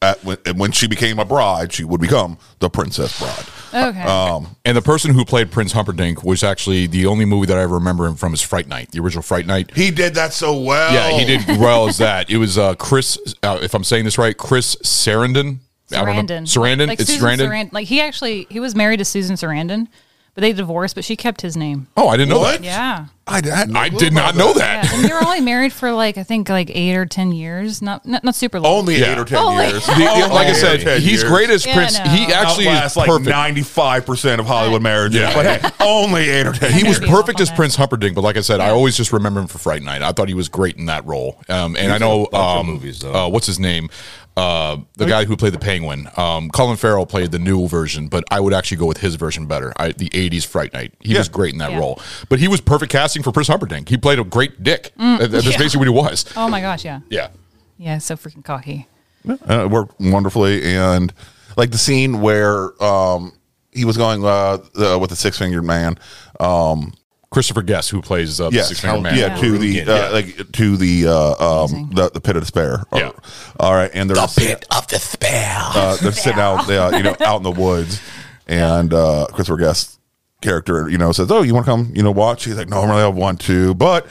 At, when, and when she became a bride, she would become the princess bride.
Okay.
Um, and the person who played Prince Humperdinck was actually the only movie that I remember him from is Fright Night, the original Fright Night.
He did that so well.
Yeah, he did well as that. It was uh, Chris, uh, if I'm saying this right, Chris Sarandon. I don't know.
Sarandon.
Sarandon.
Like
it's
Susan
Sarandon.
Sarand- Like he actually he was married to Susan Sarandon, but they divorced, but she kept his name.
Oh, I didn't know that.
Yeah.
I, had
I did not know that.
Yeah. And they were only married for like I think like eight or ten years. Not not, not super long.
Only eight or ten
Only-
years.
The- the- like I said, he's great as
Yeah,
Prince.
no.
He actually
Outlasts,
is perfect.
like ninety five percent of Hollywood marriages,
Yeah.
but hey, only eight or ten.
he
years.
was perfect as Prince Humperdinck, but like I said, I always just remember him for Fright Night. I thought he was great in that role. Um, and
He's
I know
in a bunch of
um,
movies, though.
uh, what's his name, uh, the guy who played the Penguin. Um, Colin Farrell played the new version, but I would actually go with his version better. I, the '80s Fright Night. He was great in that
Yeah.
role, but he was perfect casting for Prince Humperdinck. He played a great dick.
Mm,
That- That's
yeah.
basically what he was.
Oh my gosh, yeah.
Yeah.
Yeah, so freaking cocky.
Uh, it worked wonderfully, and like the scene where um, he was going uh, the, with the six fingered man, um,
Christopher Guest, who plays uh, the
yes,
Six-Fingered Man.
yeah, to the uh,
Yeah.
like to the uh, um, the, the pit of despair. Oh,
Yeah.
all right, and they're the pit of despair. Uh, they're sitting out, uh, you know, out in the woods, and uh, Christopher Guest character, you know, says, "Oh, you want to come, you know, watch?" He's like, "No, really, I want to, but."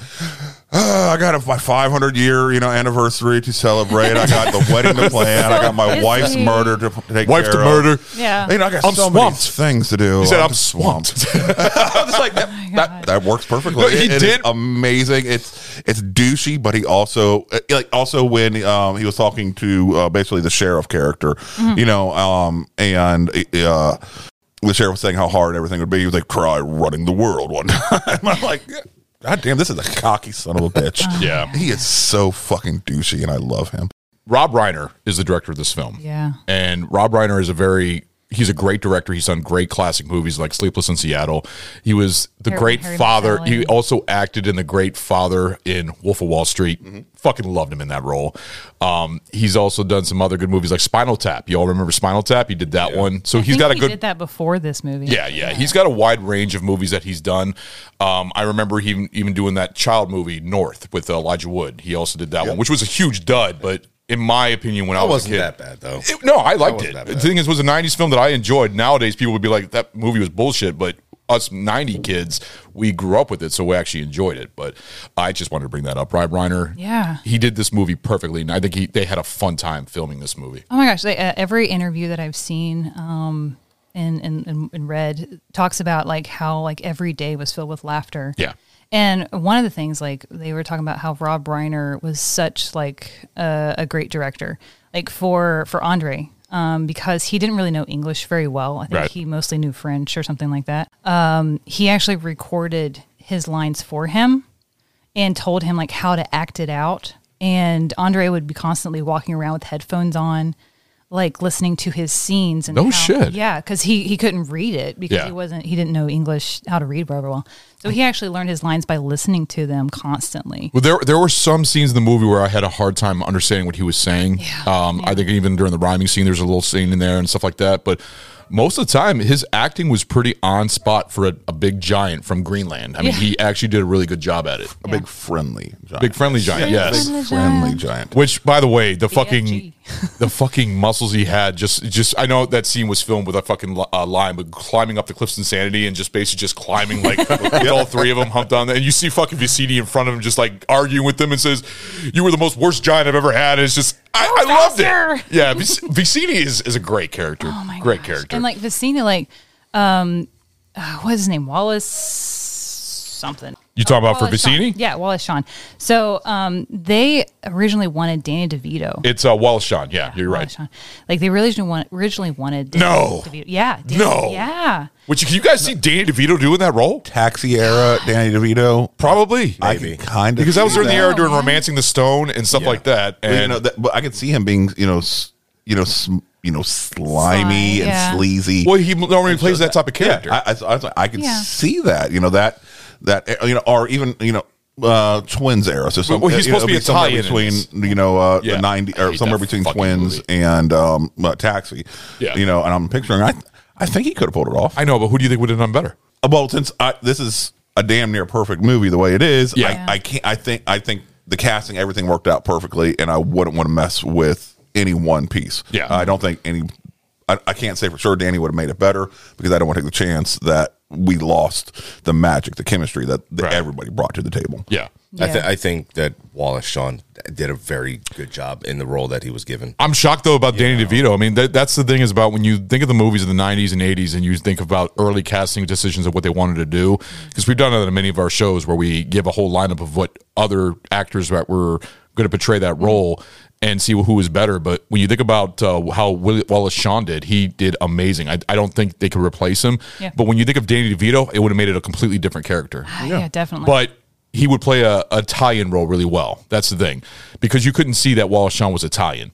Uh, I got a, my 500 year, you know, anniversary to celebrate. I got the wedding to plan. I got my
So
wife's
busy.
murder to p- take
Wife to
care of.
murder.
Yeah.
You know, I got
I'm
so
swamped.
many things to do.
He said, "I'm
swamped." I'm just like
Oh
that. that, that works perfectly.
No, he
It- it is
did-
amazing. It's it's douchey, but he also uh, like also when um, he was talking to uh, basically the sheriff character,
Mhm.
you know, um, and uh, the sheriff was saying how hard everything would be. He was like, "Try running the world one time." I'm like. God damn, this is a cocky son of a bitch.
Yeah.
He is so fucking douchey, and I love him.
Rob Reiner is the director of this film.
Yeah.
And Rob Reiner is a very he's a great director. He's done great classic movies like Sleepless in Seattle. He was the
Harry-
great
Harry
father.
Mackellen.
He also acted in The Great Father in Wolf of Wall Street. Fucking loved him in that role. Um, he's also done some other good movies like Spinal Tap. You all remember Spinal Tap? He did that one. So
I
he's
think
got a
he
good
did that before this movie.
yeah, yeah. He's got a wide range of movies that he's done. Um, I remember he even, even doing that child movie North with Elijah Wood. He also did that one, which was a huge dud, but in my opinion, when I
That
was
wasn't
a kid,
that bad, though.
It- no, I
That
liked
wasn't
it.
that
The
bad.
thing is, it was a '90s film that I enjoyed. Nowadays, people would be like, "That movie was bullshit," but us '90 kids, we grew up with it, so we actually enjoyed it. But I just wanted to bring that up. Rob Reiner,
Yeah.
he did this movie perfectly, and I think he they had a fun time filming this movie.
Oh my gosh! They, uh, every interview that I've seen um, and, and and and read talks about like how like every day was filled with laughter.
Yeah.
And one of the things like they were talking about how Rob Reiner was such like a a great director, like for for Andre, um, because he didn't really know English very well. I think
Right.
he mostly knew French or something like that. Um, he actually recorded his lines for him and told him like how to act it out. And Andre would be constantly walking around with headphones on, like listening to his scenes and
No
how-
shit.
yeah, because he he couldn't read it because
Yeah.
he wasn't he didn't know English how to read very well. So he actually learned his lines by listening to them constantly.
Well, there there were some scenes in the movie where I had a hard time understanding what he was saying. um, I think even during the rhyming scene, there's a little scene in there and stuff like that. But most of the time, his acting was pretty on spot for a, a big giant from Greenland. I mean,
Yeah.
he actually did a really good job at it.
A big friendly giant.
Big friendly giant, yes.
Big friendly giant.
Which, by the way, the fucking the fucking muscles he had just just i know that scene was filmed with a fucking li- uh, line but climbing up the cliffs insanity and just basically just climbing like with all three of them humped on there and you see fucking vicini in front of him just like arguing with them and says you were the most worst giant i've ever had and it's just i, I loved it yeah Vic- vicini is, is a great character great character
Oh And like Vicina, like, um, uh, what is his name? Wallace something.
You talking about Oh, for
Wallace
Vicini?
Shawn. Yeah, Wallace Shawn. So um, they originally wanted Danny DeVito.
it's uh wallace shawn yeah, you're right
Like they really want, originally wanted Danny
No.
DeVito. Yeah.
No.
Yeah.
Which can you guys see Danny DeVito doing that role?
Taxi era, Danny DeVito.
Probably.
I can kind of
because that was during the era during romancing the stone and stuff like that
Well,
and
you know, that, but I could see him being, you know, s- you know, sm, you know, slimy
Slime,
and
yeah.
sleazy.
Well, he normally plays that type of character.
I, I, I, I could
Yeah.
see that. You know that that uh, you know, or even you know. Uh, twins era. So some,
Well, he's
you know,
supposed to be
it'd somewhere
Italian in this.
between you know uh,
Yeah.
the ninety
I
or
hate
somewhere
that
between
fucking
twins and um, uh, taxi.
Yeah.
you know, and I'm picturing. I I think he could have pulled it off.
I know, but who do you think would have done better?
Well, since I, this is a damn near perfect movie the way it is, I, I can't. I think I think the casting, everything worked out perfectly, and I wouldn't want to mess with any one piece. Yeah, I don't think any. I, I can't say for sure Danny would have made it better because I don't want to take the chance that we lost the magic, the chemistry that, that everybody brought to the table.
Yeah.
I, th-
Yeah.
I think that Wallace Shawn did a very good job in the role that he was given.
I'm shocked though about Danny DeVito. I mean, that, that's the thing is about when you think of the movies of the '90s and '80s, and you think about early casting decisions of what they wanted to do. Because we've done that in many of our shows where we give a whole lineup of what other actors that were going to portray that role and see who was better. But when you think about uh, how Will Wallace Shawn did, he did amazing. I, I don't think they could replace him.
Yeah.
But when you think of Danny DeVito, it would have made it a completely different character.
Yeah, definitely.
But he would play a a Italian role really well. That's the thing, because you couldn't see that Wallace Shawn was Italian.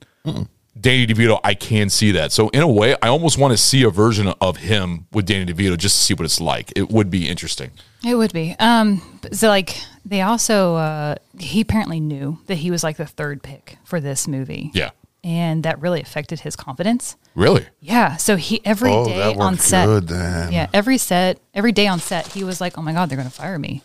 Danny DeVito, I can see that. So in a way, I almost want to see a version of him with Danny DeVito just to see what it's like. It would be interesting.
It would be. Um, but- so like they also uh, he apparently knew that he was like the third pick for this movie.
Yeah.
And that really affected his confidence.
Really?
Yeah. So he every day
Oh, that worked
on set.
good then.
Yeah. Every set, every day on set, he was like, "Oh my god, they're gonna fire me!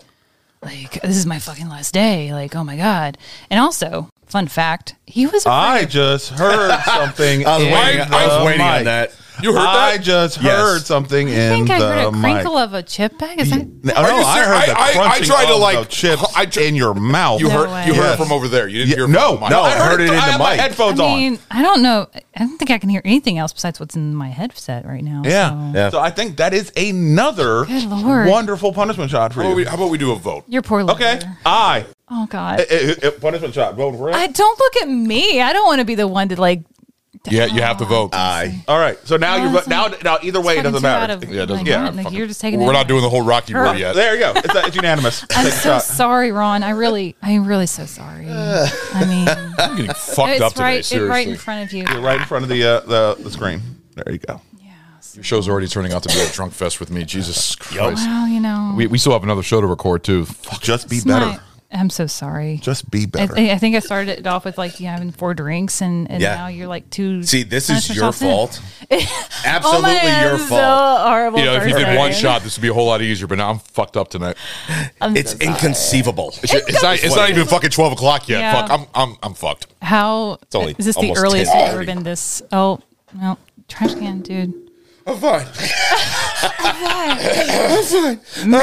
Like this is my fucking last day! Like oh my god!" And also, fun fact, he was a
I just heard something.
I was
in
waiting- I was
the
waiting on
mic.
that.
You heard
I
that?
just
Yes.
heard something
I
in
think I
the
heard a
mic.
crinkle of a chip bag. Is that
No, no, I heard the
I- I
crunching
tried to,
of
like,
the chips in your mouth.
You Oh, No heard- you way. heard it from over there. You didn't hear it
no,
from the mic.
No,
I
I
heard
heard
it
it
through-
in
I
the
have my
mic.
headphones
I mean, I don't know. I don't think I can hear anything else besides what's in my headset right now.
Yeah.
Yeah.
So I think that is another
Good Lord.
wonderful punishment shot for
How about, we,
you.
how about we do a vote?
Your poor lover.
Okay. I.
Oh God.
Eh, eh, eh, punishment shot. Vote for it.
I don't look at me. I don't want to be the one to like.
Yeah, you have to vote.
Aye. All right. So now
Oh,
you're vo-
it's
now
like-
now either way
it's
it doesn't
fucking two
matter.
out of- Yeah, it doesn't like, matter. like, you're just taking
We're
that-
not doing the whole Rocky
Her.
Road yet.
There you go. It's, uh, it's unanimous.
I'm
Take a
so
shot.
sorry, Ron. I really, I'm really so sorry. I mean,
I'm getting Uh. fucked
it's
up today,
right, it's right
seriously.
in front of you.
You're right in front of the uh, the, the screen. There you go.
Your show's already turning out to be a drunk fest with me. Jesus Christ.
Well, Oh, you know,
We, we still have another show to record too. Fuck.
Just be
it's my- I'm so sorry.
Just be
I, thi- I think I started it off with like you having four drinks, and, and
Yeah.
now you're like two.
See, this is
punishment
your
shots in.
fault.
Oh my
Absolutely
God,
your
I'm so
fault.
horrible
You know, if you did one
person.
shot, this would be a whole lot easier. But now I'm fucked up tonight.
I'm
it's inconceivable.
It's, it's not. It's not even fucking twelve o'clock yet.
Yeah.
Fuck. I'm. I'm. I'm fucked.
How
It's only
is this the
almost
earliest
10.
you've ever been this? Oh, no, trash can, dude.
I'm fine.
I'm
fine.
I'm fine.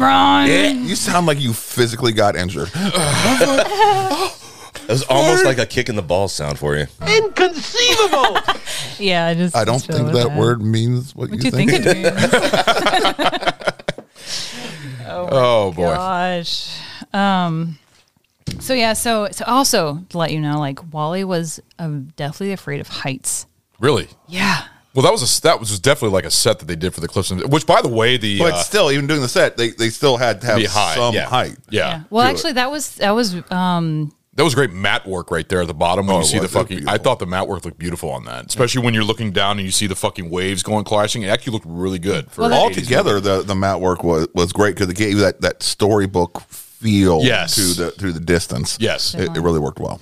Ron.
Yeah, Eh, You sound like you physically got injured.
It was almost like a kick in the ball sound for you.
Inconceivable!
Yeah, I just.
I don't
just feel
think
really
that
bad.
word means what,
What
you
you
think.
think it
Oh,
Oh, boy.
Gosh. Um. So yeah. So so also to let you know, like Wally was um, deathly afraid of heights.
Really.
Yeah.
Well, that was a that was definitely like a set that they did for the Cliffs, and- which by the way, the
But
uh,
still, even doing the set, they, they still had to have
Be high,
some
yeah.
height.
Yeah.
Well,
Do it.
actually, that was that was um
that was great mat work right there at the bottom when
Oh,
you
it
see the
was. It was
fucking. I thought the mat work looked beautiful on that, especially when you're looking down and you see the fucking waves going clashing. It actually looked really good. For
All
an
together,
80s
altogether, the the mat work was, was great because it gave that, that storybook feel
Yes.
to the to the distance.
Yes,
it, it really worked well.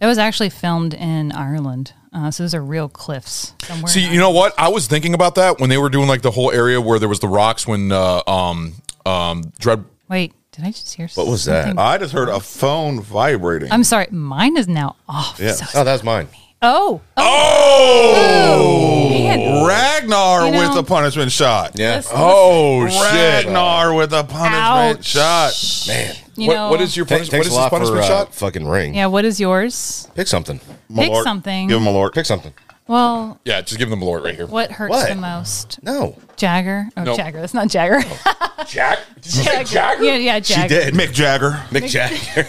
that was actually filmed in Ireland. Uh, so those are real cliffs somewhere.
See, you know what? I was thinking about that when they were doing like the whole area where there was the rocks when uh, um um dread.
Wait, did I just hear? something?
I just heard a phone vibrating.
I'm sorry, mine is now off.
yeah.
So
Oh, that was mine.
Oh.
Oh, Ragnar with a punishment shot.
Yeah. This-
Oh
this-
shit. Ragnar with a punishment
Ouch.
shot.
Man.
You What- know- what is your
Takes-
punish-
takes
what is
a
his
lot for,
punishment
uh,
shot?
Fucking ring.
Yeah, what is yours?
Pick something.
Pick Malort. something. Give
him a lord. Pick something.
Well,
Yeah, just give him the lord right here.
what hurts
What?
the most?
No.
Jagger? Oh,
Nope.
Jagger. That's not Jagger.
Oh,
Jack?
Did you say Jagger. Jagger? Yeah, yeah, Jagger.
She did. Mick Jagger.
Mick Jagger.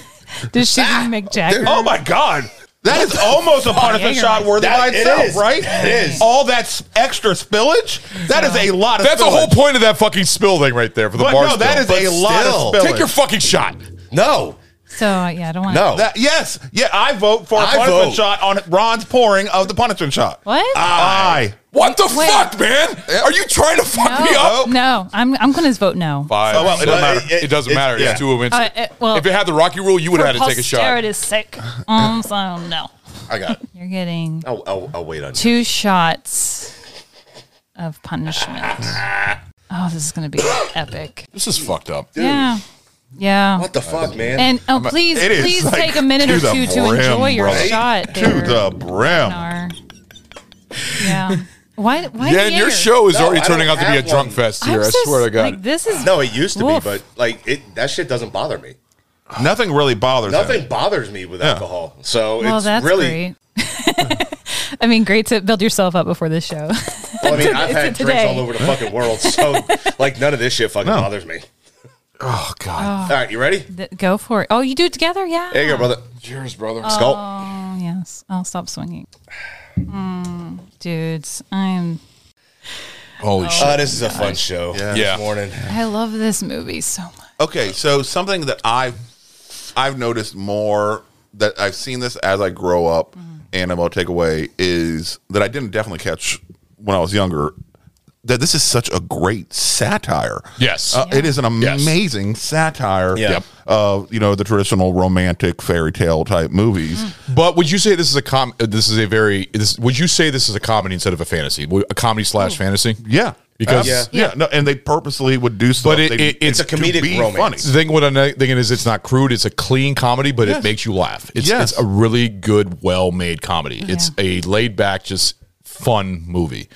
Did she make Jagger?
Oh my god. That is almost a punishment
Jagger.
shot worthy
That-
by
it
itself,
is.
right?
It is.
All that s- extra spillage? That is a lot of
That's
spillage.
the whole point of that fucking spill thing right there for the
But
bar.
no, that
spill.
is a
But
lot of
still.
spillage.
Take your fucking shot.
No.
So, uh, yeah, I don't want
Oh.
to.
That- yes. Yeah, I vote for a
I
punishment
vote.
shot on Ron's pouring of the punishment shot.
What?
Uh,
I.
What the
Wait.
fuck, man? Are you trying to fuck me up?
No, I'm, I'm going to vote no.
Five.
Oh, well, it
it
doesn't
doesn't
matter.
matter. It, doesn't
it-
matter.
yeah.
It's two wins.
Uh, it- well,
if it had the Rocky rule, you would have had to take a shot.
is sick. Um, so no.
I got it.
You're getting
I'll, I'll, I'll wait on
two shots of punishment. Oh, this is going to be epic.
This is fucked up.
Yeah. Yeah.
What the fuck, man?
And oh,
I'm a-
please,
It is,
please
like,
take a minute
to
or
the
two to
brim,
enjoy your
right?
shot.
To
There,
uh,
the brim.
Nar. Yeah. Why? Why?
yeah, and your
beer?
show is
No,
already
I
turning
don't
out to be a
have
drunk
one.
fest here. I swear to God.
like, this is
no. It used to
Woof.
be, but like it, that shit doesn't bother me.
Nothing really bothers
Nothing
him.
bothers me with
Yeah.
alcohol, so
Well,
it's
that's
really.
great. I mean, great to build yourself up before this show.
Well, I mean,
To-
I've
to
had drinks
today.
all over the fucking world, so like none of this shit fucking bothers me.
Oh God!
All right, you ready?
Th- go for it. Oh, you do it together? Yeah.
There you go, brother.
Cheers, brother.
Skull.
Oh, yes. I'll stop swinging. Mm, dudes, I'm.
Holy
shit! Uh, this is a fun show. Yeah.
Yeah.
This morning.
I love this movie so much.
Okay, so something that I've I've noticed more that I've seen this as I grow up
Mm-hmm.
and I'm gonna take away is that I didn't definitely catch when I was younger that this is such a great satire.
Yes.
Uh, it is an
Yes.
amazing satire
Yeah. Yep.
of you know the traditional romantic fairy tale type movies.
But would you say this is a com? uh, This is a very. This, would you say this is a comedy instead of a fantasy? Would- A comedy slash fantasy?
Yeah,
because
yeah, yeah. No, and they purposely would do stuff.
But it,
they-
it- it's,
to be funny.
The thing what I'm thinking is it's not crude. It's a clean comedy, but
Yes.
it makes you laugh. It's,
Yes.
it's a really good, well made comedy. It's a laid back, just fun movie.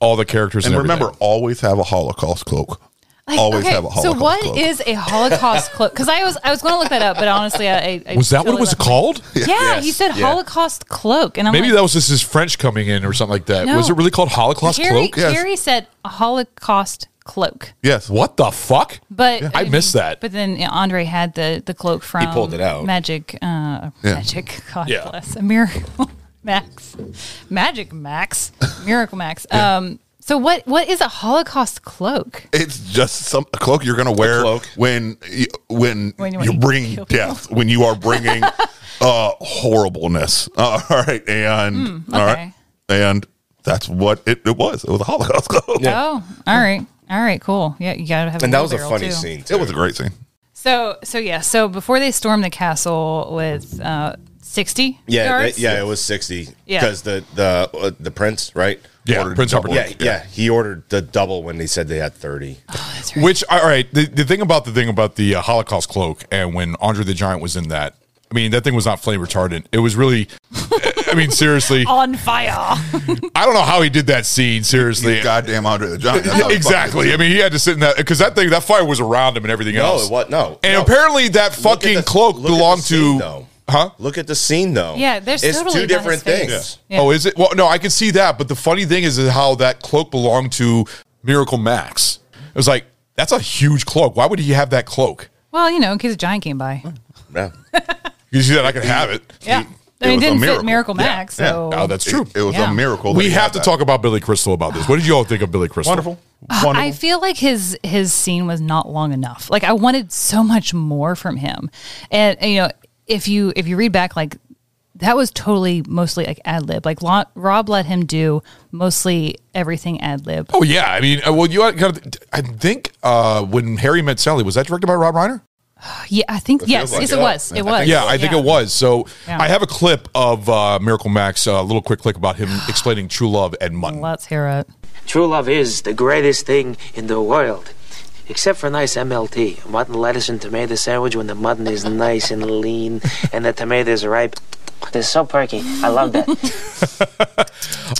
All the characters
And
and,
remember,
everything.
always have a Holocaust cloak.
Like,
always
okay,
have a Holocaust
So, what is
cloak.
a Holocaust cloak? Because I was I was going to look that up, but honestly, I, I- I
was that what
totally
it was
left-
called?
Yeah, he said Holocaust cloak, and I'm
Maybe
like,
that was just his French coming in or something like that.
No.
Was it really called Holocaust
Carrie,
cloak?
Carrie said Holocaust cloak,
Yes.
What the fuck?
but
I missed
mean,
that.
But then you know, Andre had the the cloak from
pulled it out.
Magic,
Yeah.
uh, Magic. God
Yeah.
bless a miracle, Max, Magic Max, Miracle Max. Um, so what what is a Holocaust cloak?
It's just some a cloak you're going to wear when y- when,
When you-
when
when
you're
you
bringing death, when you are bringing uh horribleness. Uh, all right, and
Hmm,
all
okay.
right, and that's what it, it was. It was a Holocaust cloak.
Oh, all right, all right, cool. Yeah, you gotta have. wheelbarrow, too.
It was a great scene.
So so yeah. So before they storm the castle with uh, sixty
Yeah,
yards.
it- yeah, it was sixty
Yeah.
because the the uh, the prince, right?
Yeah,
Ordered
Prince
double.
Albert.
Oh, Yeah, yeah, he ordered the double when they said they had thirty.
Which all right, the, the thing about the thing about the uh, Holocaust cloak and when Andre the Giant was in that, I mean that thing was not flame retardant. It was really, I mean seriously,
on fire.
I don't know how he did that scene. Seriously,
goddamn Andre the Giant. That's how he
exactly. I mean he had to sit in that because that thing that fire was around him and everything
No,
else.
it wa- no,
and
no.
apparently that
Look at
fucking
the-
cloak
look at the
belonged
scene,
to
though.
huh?
Look at the scene though.
Yeah, there's
it's
totally
two
about his
different things.
face. Yeah.
Oh, is it? Well, no, I can see that, but the funny thing is how that cloak belonged to Miracle Max. It was like that's a huge cloak. Why would he have that cloak?
Well, you know, in case a giant came by.
Yeah.
You see that I can have it.
Yeah. I mean, it didn't fit Miracle Max, so
Oh, that's true.
It, it was
Yeah.
a miracle. that
we
he
have
had
to
that.
talk about Billy Crystal about this. What did you all think of Billy Crystal?
Wonderful.
I feel like his his scene was not long enough. Like I wanted so much more from him. And you know, if you if you read back like that was totally mostly like ad lib. Like Lo- Rob let him do mostly everything ad lib.
Oh yeah, I mean, uh, well, you got. I think uh, when Harry Met Sally was that directed by Rob Reiner?
Yeah, I think yes, yes, it was. It was.
Yeah, I think it was. So
Yeah.
I have a clip of uh, Miracle Max, a little quick clip about him explaining true love and money.
Let's hear it.
True love is the greatest thing in the world. Except for nice MLT, mutton, lettuce, and tomato sandwich when the mutton is nice and lean and the tomatoes are ripe. They're so perky. I love that.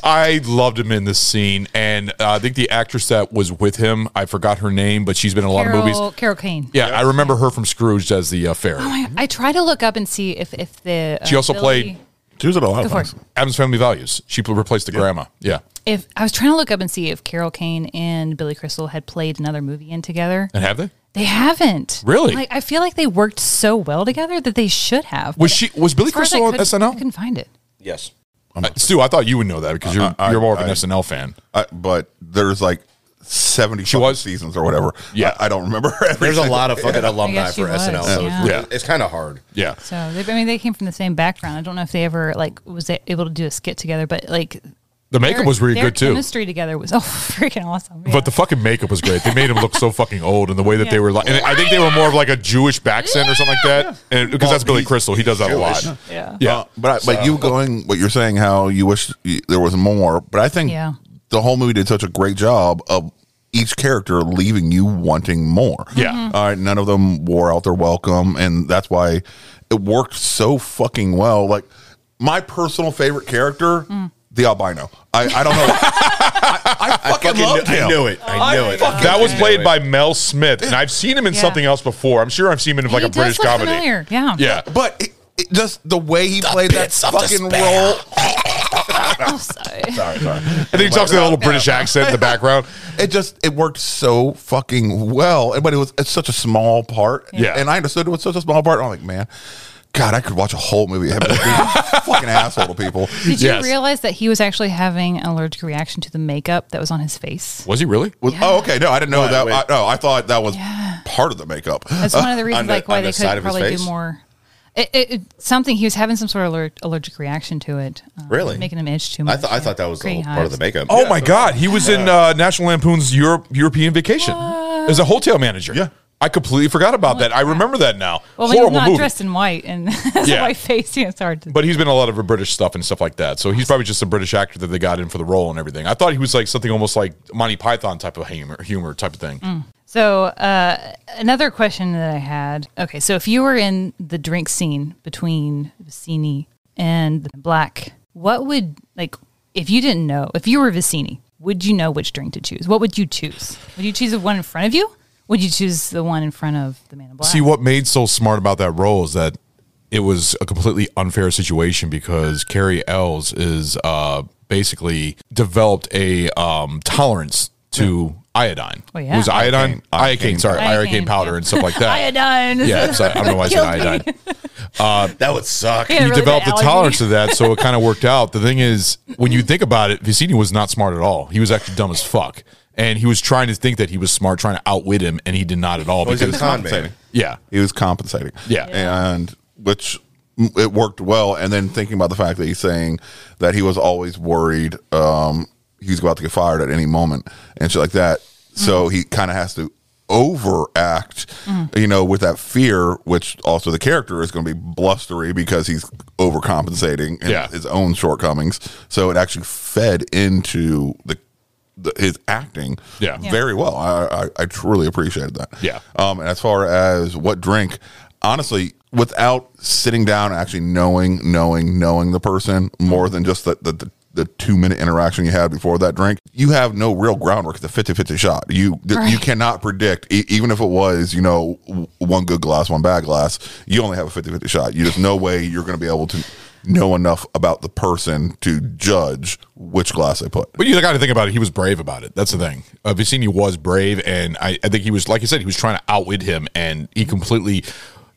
I loved him in this scene, and uh, I think the actress that was with him, I forgot her name, but she's been in a lot
Carol,
of movies.
Carol Kane.
Yeah, I remember her from Scrooge as the uh, fairy.
Oh my, I try to look up and see if if the uh,
she also
ability-
played. She was in a lot
of Go for things.
Adam's Family Values. She pl- replaced the grandma. Yeah,
If I was trying to look up and see if Carol Kane and Billy Crystal had played another movie in together,
and have they?
they haven't.
Really?
Like I feel like they worked so well together that they should have.
Was
But
she- was Billy
as far as I
Crystal on
couldn't-
SNL?
I couldn't find it.
Yes.
Uh, Stu, I thought you would know that because you're
I-
you're more of
I-
an SNL fan.
I, but there's like 70 she seasons or whatever. Yeah. I, I don't remember. every
There's a
single-
lot of fucking
Yeah.
alumni
guess she
for
was,
SNL, so it's,
yeah.
it's kind of hard.
Yeah.
So they, I mean, they came from the same background. I don't know if they ever like was they able to do a skit together, but like
The makeup
their-
was really
their
good, too.
Chemistry together was oh freaking awesome.
But the fucking makeup was great. They made him look so fucking old, and the way that they were like, and I think they were more of like a Jewish accent or something like that, and because that's Billy Crystal, he does that a lot.
Yeah.
yeah.
Uh, but I, but
So-
you going what you're saying how you wish y- there was more, but I think
Yeah.
the whole movie did such a great job of each character leaving you wanting more.
Yeah. Mhm.
All right, none of them wore out their welcome and that's why it worked so fucking well. Like my personal favorite character, the albino. I, I don't know. I, I fucking,
fucking
loved
knew- I
him.
knew it. I
knew
That was played by Mel Smith, and I've seen him in
Yeah.
something else before. I'm sure I've seen him in like
He
a
does
British
look
comedy.
familiar. Yeah.
Yeah,
but it, it just the way he played that fucking role.
Oh, sorry.
Sorry, sorry.
And then he talks with a little British accent in the background.
It just it worked so fucking well, And- but it was it's such a small part.
Yeah.
and I understood it was such a small part. and I'm like, man, God, I could watch a whole movie. I'd be a fucking asshole to people.
Did you realize that he was actually having an allergic reaction to the makeup that was on his face?
Was he really?
Was, Oh, okay. No, I didn't know that. I, uh, no, I thought that was part of the makeup.
That's one of the reasons,
On the-
like, why
on
they
the side
could
of his
probably do
face?
more. It, it, it, something he was having some sort of aller- allergic reaction to it. um,
Really?
making him itch too
I
much.
thought I thought that was the whole part of the makeup.
Oh my God, he was in uh, National Lampoon's Europe, European Vacation as a hotel manager. Yeah, I completely forgot about that. I remember that now.
Well, when he's
Horrible
not
movie.
dressed in white and has
Yeah.
a white face, yeah, it's hard to.
But he's been in a lot of British stuff and stuff like that. So he's probably just a British actor that they got in for the role and everything. I thought he was like something almost like Monty Python type of humor, humor type of thing.
Mm. So uh, another question that I had. Okay, so if you were in the drink scene between Vicini and Black, what would like if you didn't know if you were Vicini, would you know which drink to choose? What would you choose? Would you choose the one in front of you? Would you choose the one in front of the man in black?
See what made so smart about that role is that it was a completely unfair situation because Carrie Ells is uh, basically developed a um, tolerance to iodine.
Well, yeah.
It was iodine, iocane,
Iocane.
sorry, iocane,
Iocane,
powder
yeah.
and stuff like that.
Iodine.
Yeah, so I don't know why I said
Killed me.
iodine. Uh,
that would suck.
Yeah,
you
really
developed
bad
a
allergy.
tolerance to that, so it kind of worked out. The thing is, when you think about it, Vicini was not smart at all. He was actually dumb as fuck, and he was trying to think that he was smart, trying to outwit him, and he did not at all.
Well, Oh, he's a con man.
Yeah,
he was compensating.
Yeah.
and which m- it worked well. And then thinking about the fact that he's saying that he was always worried um, he's about to get fired at any moment and shit like that. So he kind of has to overact,
Mm.
you know, with that fear, which also the character is going to be blustery because he's overcompensating and
Yeah.
his own shortcomings. So it actually fed into the. the his acting,
Yeah. Yeah.
very well. I, I I truly appreciated that.
Yeah.
Um, and as far as what drink, honestly, without sitting down and actually knowing, knowing, knowing the person more than just the, the, the, the two minute interaction you had before that drink, you have no real groundwork. It's a 50 50 shot. You th- you
Right.
cannot predict, e- even if it was, you know, w- one good glass, one bad glass, you only have a 50 50 shot. You just no way you're going to be able to know enough about the person to judge which glass they put.
But you got to think about it. He was brave about it. That's the thing. Uh, Vicini was brave, and I, I think he was, like you said, he was trying to outwit him, and he completely.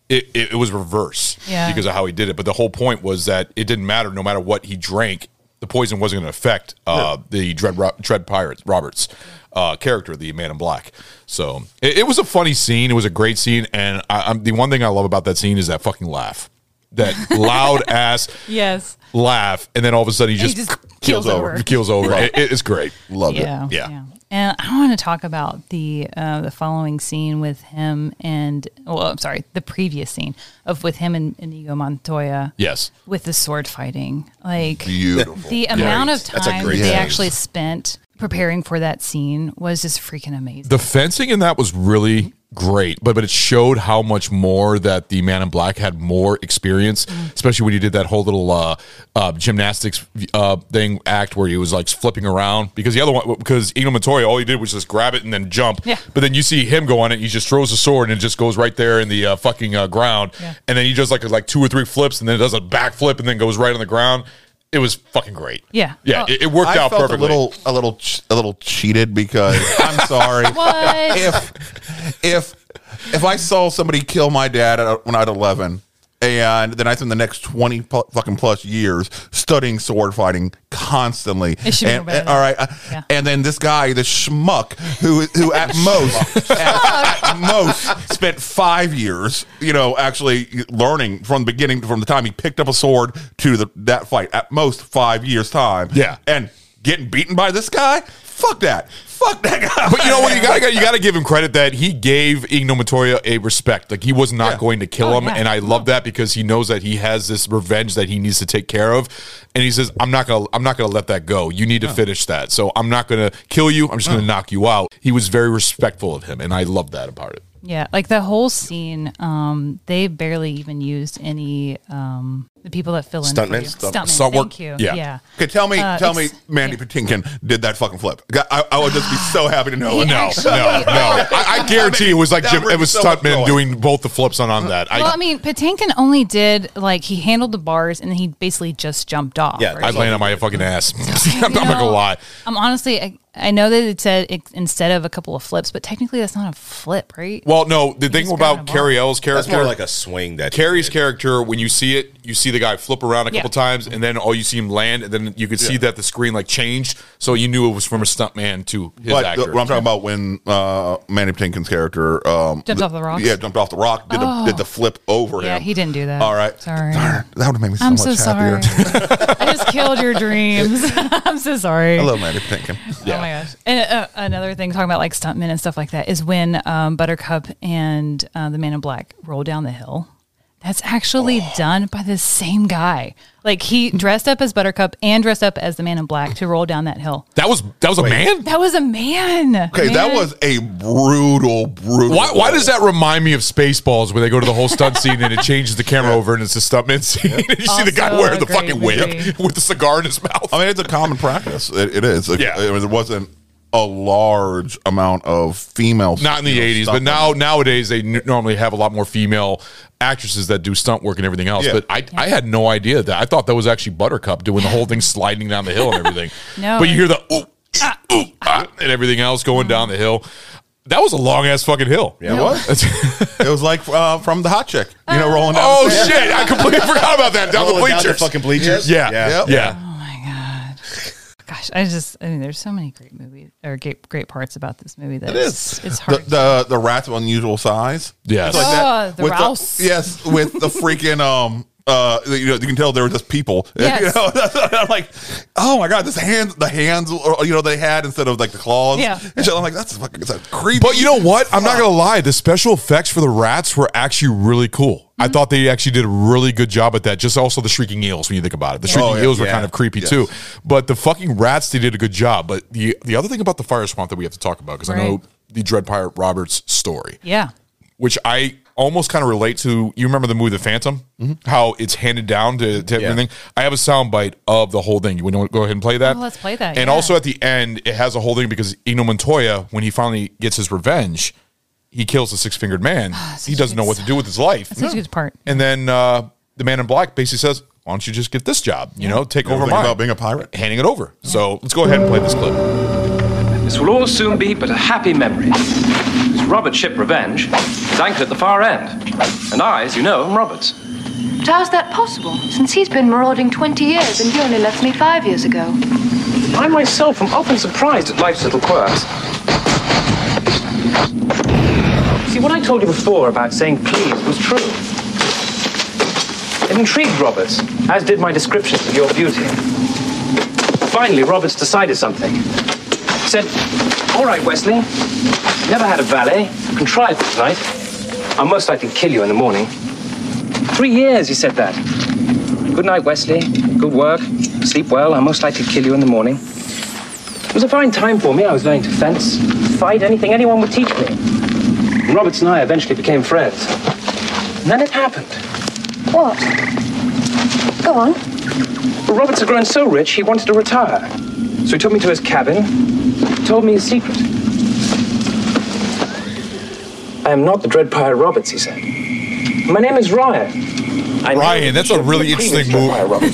It, it, it was reverse
Yeah.
because of how he did it. But the whole point was that it didn't matter. No matter what he drank, the poison wasn't going to affect uh, the Dread, Ro- Dread Pirates, Roberts' uh, character, the man in black. So it, it was a funny scene. It was a great scene. And I, I'm, the one thing I love about that scene is that fucking laugh. That loud ass
Yes.
laugh. And then all of a sudden he
He
just,
just keels over.
Keels over.
Love
It- it- it's great. Loved
it. Yeah.
Yeah.
And I want to talk about the uh, the following scene with him and well, I'm sorry, the previous scene of with him and Inigo Montoya.
Yes.
with the sword fighting, like
Beautiful.
the
Great.
amount of
That's a
time
great
they
scene.
actually spent preparing for that scene was just freaking amazing.
The fencing in that was really great, but but it showed how much more that the Man in Black had more experience, especially when he did that whole little uh, uh, gymnastics uh, thing act where he was like flipping around because the other one because Eno Montoya all he did was just grab it and then jump.
Yeah.
But then you see him go on it, he just throws the sword and it just goes right there in the uh, fucking uh, ground,
Yeah.
and then he does like like two or three flips and then does a backflip and then goes right on the ground. It was fucking great.
Yeah.
Yeah,
Well-
it, it worked
I
out
felt
perfectly.
A little, a little, ch- a little cheated because I'm sorry.
What?
If, if, if I saw somebody kill my dad at, when I was 11, and then I spent the next 20 pu- fucking plus years studying sword fighting constantly.
It should be
and,
better
and- all right, uh, and then this guy, this schmuck, who who at most, at, at most, spent five years, you know, actually learning from the beginning, from the time he picked up a sword to the that fight. At most, five years time. Yeah, and getting beaten by this guy. Fuck that. Fuck that guy.
But you know what? You gotta you gotta give him credit that he gave Igno Matoya a respect. Like he was not going to kill
Oh,
him,
yeah.
and I love that because he knows that he has this revenge that he needs to take care of, and he says, "I'm not gonna I'm not gonna let that go. You need to finish that. So I'm not gonna kill you. I'm just gonna knock you out." He was very respectful of him, and I love that about it.
Yeah, like the whole scene, um, they barely even used any um, the people that fill in for you. stuntmen. Thank you. Yeah.
Okay, tell me,
Uh,
tell me,
it's-
Mandy Patinkin did that fucking flip. God, I, I would just be so happy to know.
He
it.
No, actually- no, no.
I, I guarantee it was like
That
Jim.
would
It
be
was
so much
Stuntman
joy.
doing both the flips on on that.
well, I mean, Patinkin only did like he handled the bars and he basically just jumped off.
yeah,
or
I land on my fucking ass. I'm not gonna lie.
I'm honestly, I, I know that it said it, instead of a couple of flips, but technically that's not a flip, right?
Well, no, the thing
just
about
grabbed a
Carrie L's character,
That's more like a swing that
Carrie's character, when you see it, you see the guy flip around a
Yeah.
couple times, and then all you see him land, and then you could see that the screen like changed, so you knew it was from a stuntman to his
but
actor.
the- what I'm talking about when uh, Manny Patinkin's character um,
Jumped off the rocks?
Yeah, jumped off the rock. Did,
Oh.
the, did the flip over
yeah,
him.
he didn't do that.
All right.
sorry.
That would have made me so
I'm
much
so
happier.
sorry. I just killed your dreams. I'm so sorry.
I love Manny Patinkin.
Oh my gosh! And uh, another thing, talking about like stuntmen and stuff like that, is when um, Buttercup and uh, the Man in Black roll down the hill. That's actually
Oh.
done by the same guy. Like he dressed up as Buttercup and dressed up as the Man in Black to roll down that hill.
that was that was a man.
That was a man.
Okay, that
Man.
was a brutal, brutal.
Why, why does that remind me of Spaceballs, where they go to the whole stunt scene and it changes the camera over and it's the stuntman scene? you see the guy
Also
wearing
a
the
great
fucking wig with the cigar in his mouth.
I mean, it's a common practice. It, it is. It, yeah. It, wasn't a large amount of female.
Not in the
you know,
'80s,
stuff
but now nowadays they n- normally have a lot more female actresses that do stunt work and everything else.
Yeah.
But I, I had no idea that. I thought that was actually Buttercup doing the whole thing, sliding down the hill and everything.
No.
but you hear the ooh, ah, ooh, ah, and everything else going down the hill. That was a long ass fucking hill.
Yeah, it was. it was like uh, from the hot chick, you
Uh,
know, rolling down.
Oh
the stairs.
shit! I completely forgot about that. Down the
Oh,
Rolling down
bleachers,
the fucking bleachers?
Yeah, yeah,
Yeah.
yeah.
Yep.
Oh Gosh, I just I mean, there's so many great movies or great great parts about this movie that
It
it's,
is.
it's hard.
The, the the rats of unusual size.
Yes.
It's that.
Oh, the
with
Rouse.
yes, with the freaking um. Uh, you know, you can tell they were just people.
Yes.
You know, I'm like, oh my god, this hands, the hands, uh, you know, they had instead of like the claws.
Yeah.
And shit. I'm like, that's fucking, that's creepy.
But you know what? I'm not gonna lie. The special effects for the rats were actually really cool.
Mm-hmm.
I thought they actually did a really good job at that. Just also the shrieking eels when you think about it. The
Yeah.
shrieking
Oh, yeah.
eels were
Yeah.
kind of creepy
Yes.
too. But the fucking rats, they did a good job. But the the other thing about the fire swamp that we have to talk about because I know
Right.
the Dread Pirate Roberts story,
yeah.
which I almost kind of relate to. You remember the movie The Phantom?
Mm-hmm.
How it's handed down to, to everything. I have a soundbite of the whole thing. You want to go ahead and play that?
Oh, let's play that.
And
yeah.
also at the end, it has a whole thing because Eno Montoya, when he finally gets his revenge, he kills the six fingered man. he doesn't know what to do with his life.
that's such a good part.
And then uh, the man in black basically says, "Why don't you just get this job? You know, take over
Everything
mine."
about being a pirate,
handing it over. So let's go ahead and play this clip.
This will all soon be but a happy memory. This Robert Ship Revenge is anchored at the far end. And I, as you know, am Roberts.
But how's that possible? Since he's been marauding 20 years and you only left me five years ago.
I myself am often surprised at life's little quirks. See, what I told you before about saying please was true. It intrigued Roberts, as did my descriptions of your beauty. Finally, Roberts decided something. He said, All right, Wesley, never had a valet, contrived it tonight. I'll most likely kill you in the morning. Three years, he said that. Good night, Wesley. Good work. Sleep well. I'll most likely kill you in the morning.
was a fine time for me. I was learning to fence, fight, anything anyone would teach me. And Roberts and I eventually became friends. And then it happened.
What? Go on.
But Roberts had grown so rich, he wanted to retire. So he took me to his cabin, told me his secret. I am not the Dread Pirate Roberts, he said. My name is Ryan. I
Ryan, that's a really interesting move,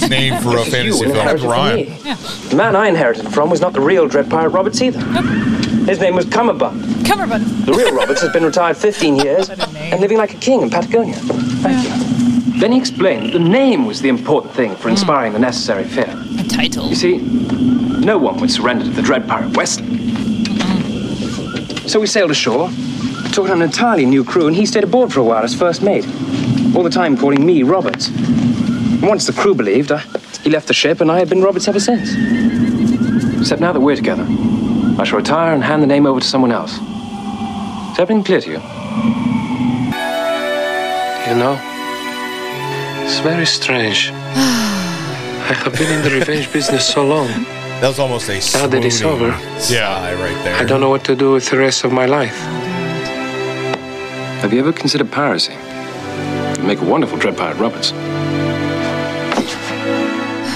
name for a
This is you
fantasy film.
inherited from me. The man I inherited from was not the real Dread Pirate Roberts either. His name was Cummerbund.
Cummerbund.
The real Roberts has been retired 15 years and living like a king in Patagonia. Thank you. Then he explained that the name was the important thing for inspiring the necessary fear.
A title.
You see, no one would surrender to the Dread Pirate Wesley. So we sailed ashore, took on an entirely new crew, and he stayed aboard for a while as first mate, all the time calling me Roberts. And once the crew believed, I, he left the ship, and I have been Roberts ever since. Except now that we're together, I shall retire and hand the name over to someone else. Is everything clear to you?
You know, it's very strange. I have been in the revenge business so long. That was almost a now that it's over.
swooning
Yeah, right there. I don't know what to do with the rest of my life.
Have you ever considered piracy? You'd make a wonderful Dread Pirate Roberts.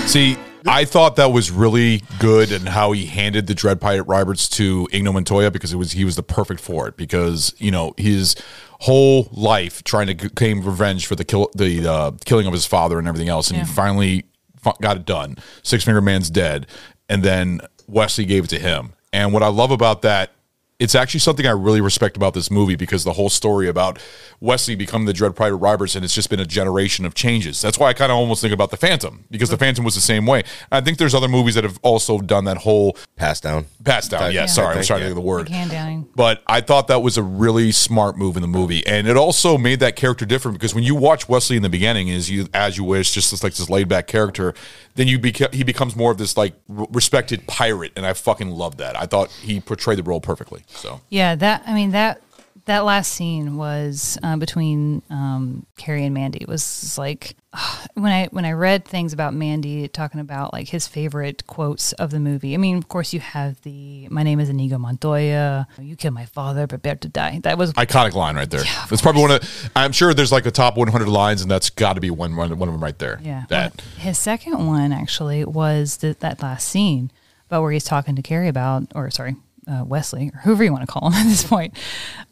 See, I thought that was really good and how he handed the Dread Pirate Roberts to Igno Montoya because it was he was the perfect for it because you know his whole life trying to claim revenge for the kill the uh, killing of his father and everything else and he finally fi- got it done. Six Finger Man's dead, and then Wesley gave it to him. And what I love about that it's actually something I really respect about this movie because the whole story about Wesley becoming the Dread Pirate Roberts and it's just been a generation of changes. That's why I kind of almost think about the Phantom because the Phantom was the same way. I think there's other movies that have also done that whole
pass down,
pass down. Yeah,
Yeah.
sorry, I
Thank
was trying
you.
to think of the word.
Hand down.
But I thought that was a really smart move in the movie, and it also made that character different because when you watch Wesley in the beginning, is you as you wish, just this, like this laid back character, then you beca- he becomes more of this like r- respected pirate, and I fucking love that. I thought he portrayed the role perfectly. So
Yeah, that I mean that that last scene was uh, between um, Carrie and Mandy It was like when I when I read things about Mandy talking about like his favorite quotes of the movie. I mean, of course, you have the "My name is Inigo Montoya," "You killed my father, prepare to die." That was
iconic line right there. it's probably one of I'm sure there's like a top 100 lines, and that's got to be one one one of them right there.
Yeah.
that
His second one actually was th- that last scene about where he's talking to Carrie about, or sorry, uh, Wesley, or whoever you want to call him at this point,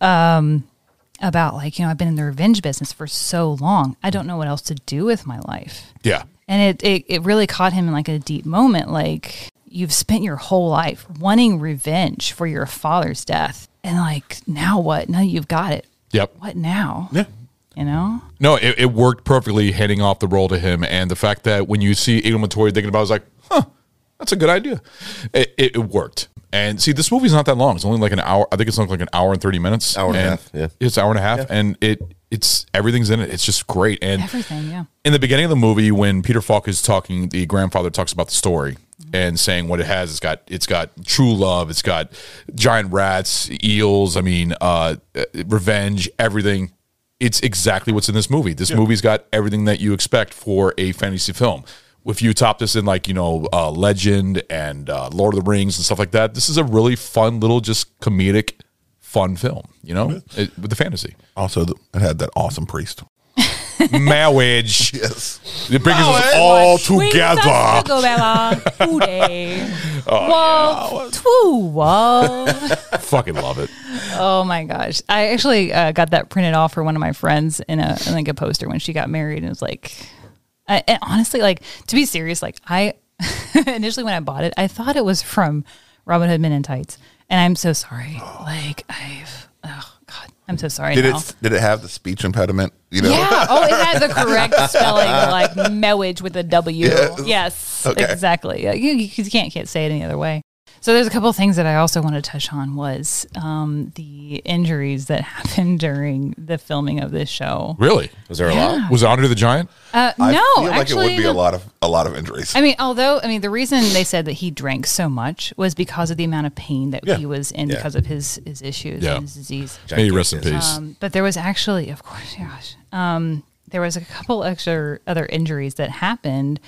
um, about like, you know, I've been in the revenge business for so long. I don't know what else to do with my life.
yeah.
And it, it, it really caught him in like a deep moment. Like, you've spent your whole life wanting revenge for your father's death. And like, now what? Now you've got it.
Yep.
What now?
Yeah.
You know?
No, it, it worked perfectly handing off the role to him, and the fact that when you see Eagle Montoya thinking about, it, I was like, huh, that's a good idea. It, it, it worked. And see, this movie's not that long. It's only like an hour. I think it's like an hour and thirty minutes.
Hour and a half,
Yeah, it's hour and a half, and it it's everything's in it. It's just great. And
Everything, yeah.
in the beginning of the movie when Peter Falk is talking, the grandfather talks about the story and saying what it has. It's got it's got true love. It's got giant rats, eels. I mean, uh, uh, revenge. Everything. It's exactly what's in this movie. This movie's got everything that you expect for a fantasy film. If you top this in like you know uh, Legend and uh, Lord of the Rings and stuff like that, this is a really fun little just comedic, fun film. You know, it, with the fantasy.
Also, th- it had that awesome priest.
marriage. Yes. It brings us all together.
uh,
Oh,
Whoa, two, whoa.
Fucking love it.
Oh my gosh! I actually uh, got that printed off for one of my friends in a in like a poster when she got married, and it was like, I, and honestly, like to be serious, like I initially when I bought it, I thought it was from Robin Hood Men in Tights, and I'm so sorry.
Oh.
Like I've, oh god, I'm so sorry.
did
now.
it did it have the speech impediment? You know,
Yeah. Oh, it had the correct spelling, like marriage with a W.
Yes.
Yes,
Okay.
exactly. Yeah, You, you can't can't say it any other way. So there's a couple of things that I also want to touch on was um, the injuries that happened during the filming of this show.
Really?
Was there
a lot? Yeah.
Was it Andre the Giant?
Uh,
I
no,
feel like
actually,
it would be a
the-
lot of a lot of injuries.
I mean, although I mean, the reason they said that he drank so much was because of the amount of pain that
Yeah.
he was in
Yeah.
because of his his issues
Yeah.
and his disease.
May he rest in peace.
Um, but there was actually, of course, gosh, um, there was a couple extra other injuries that happened.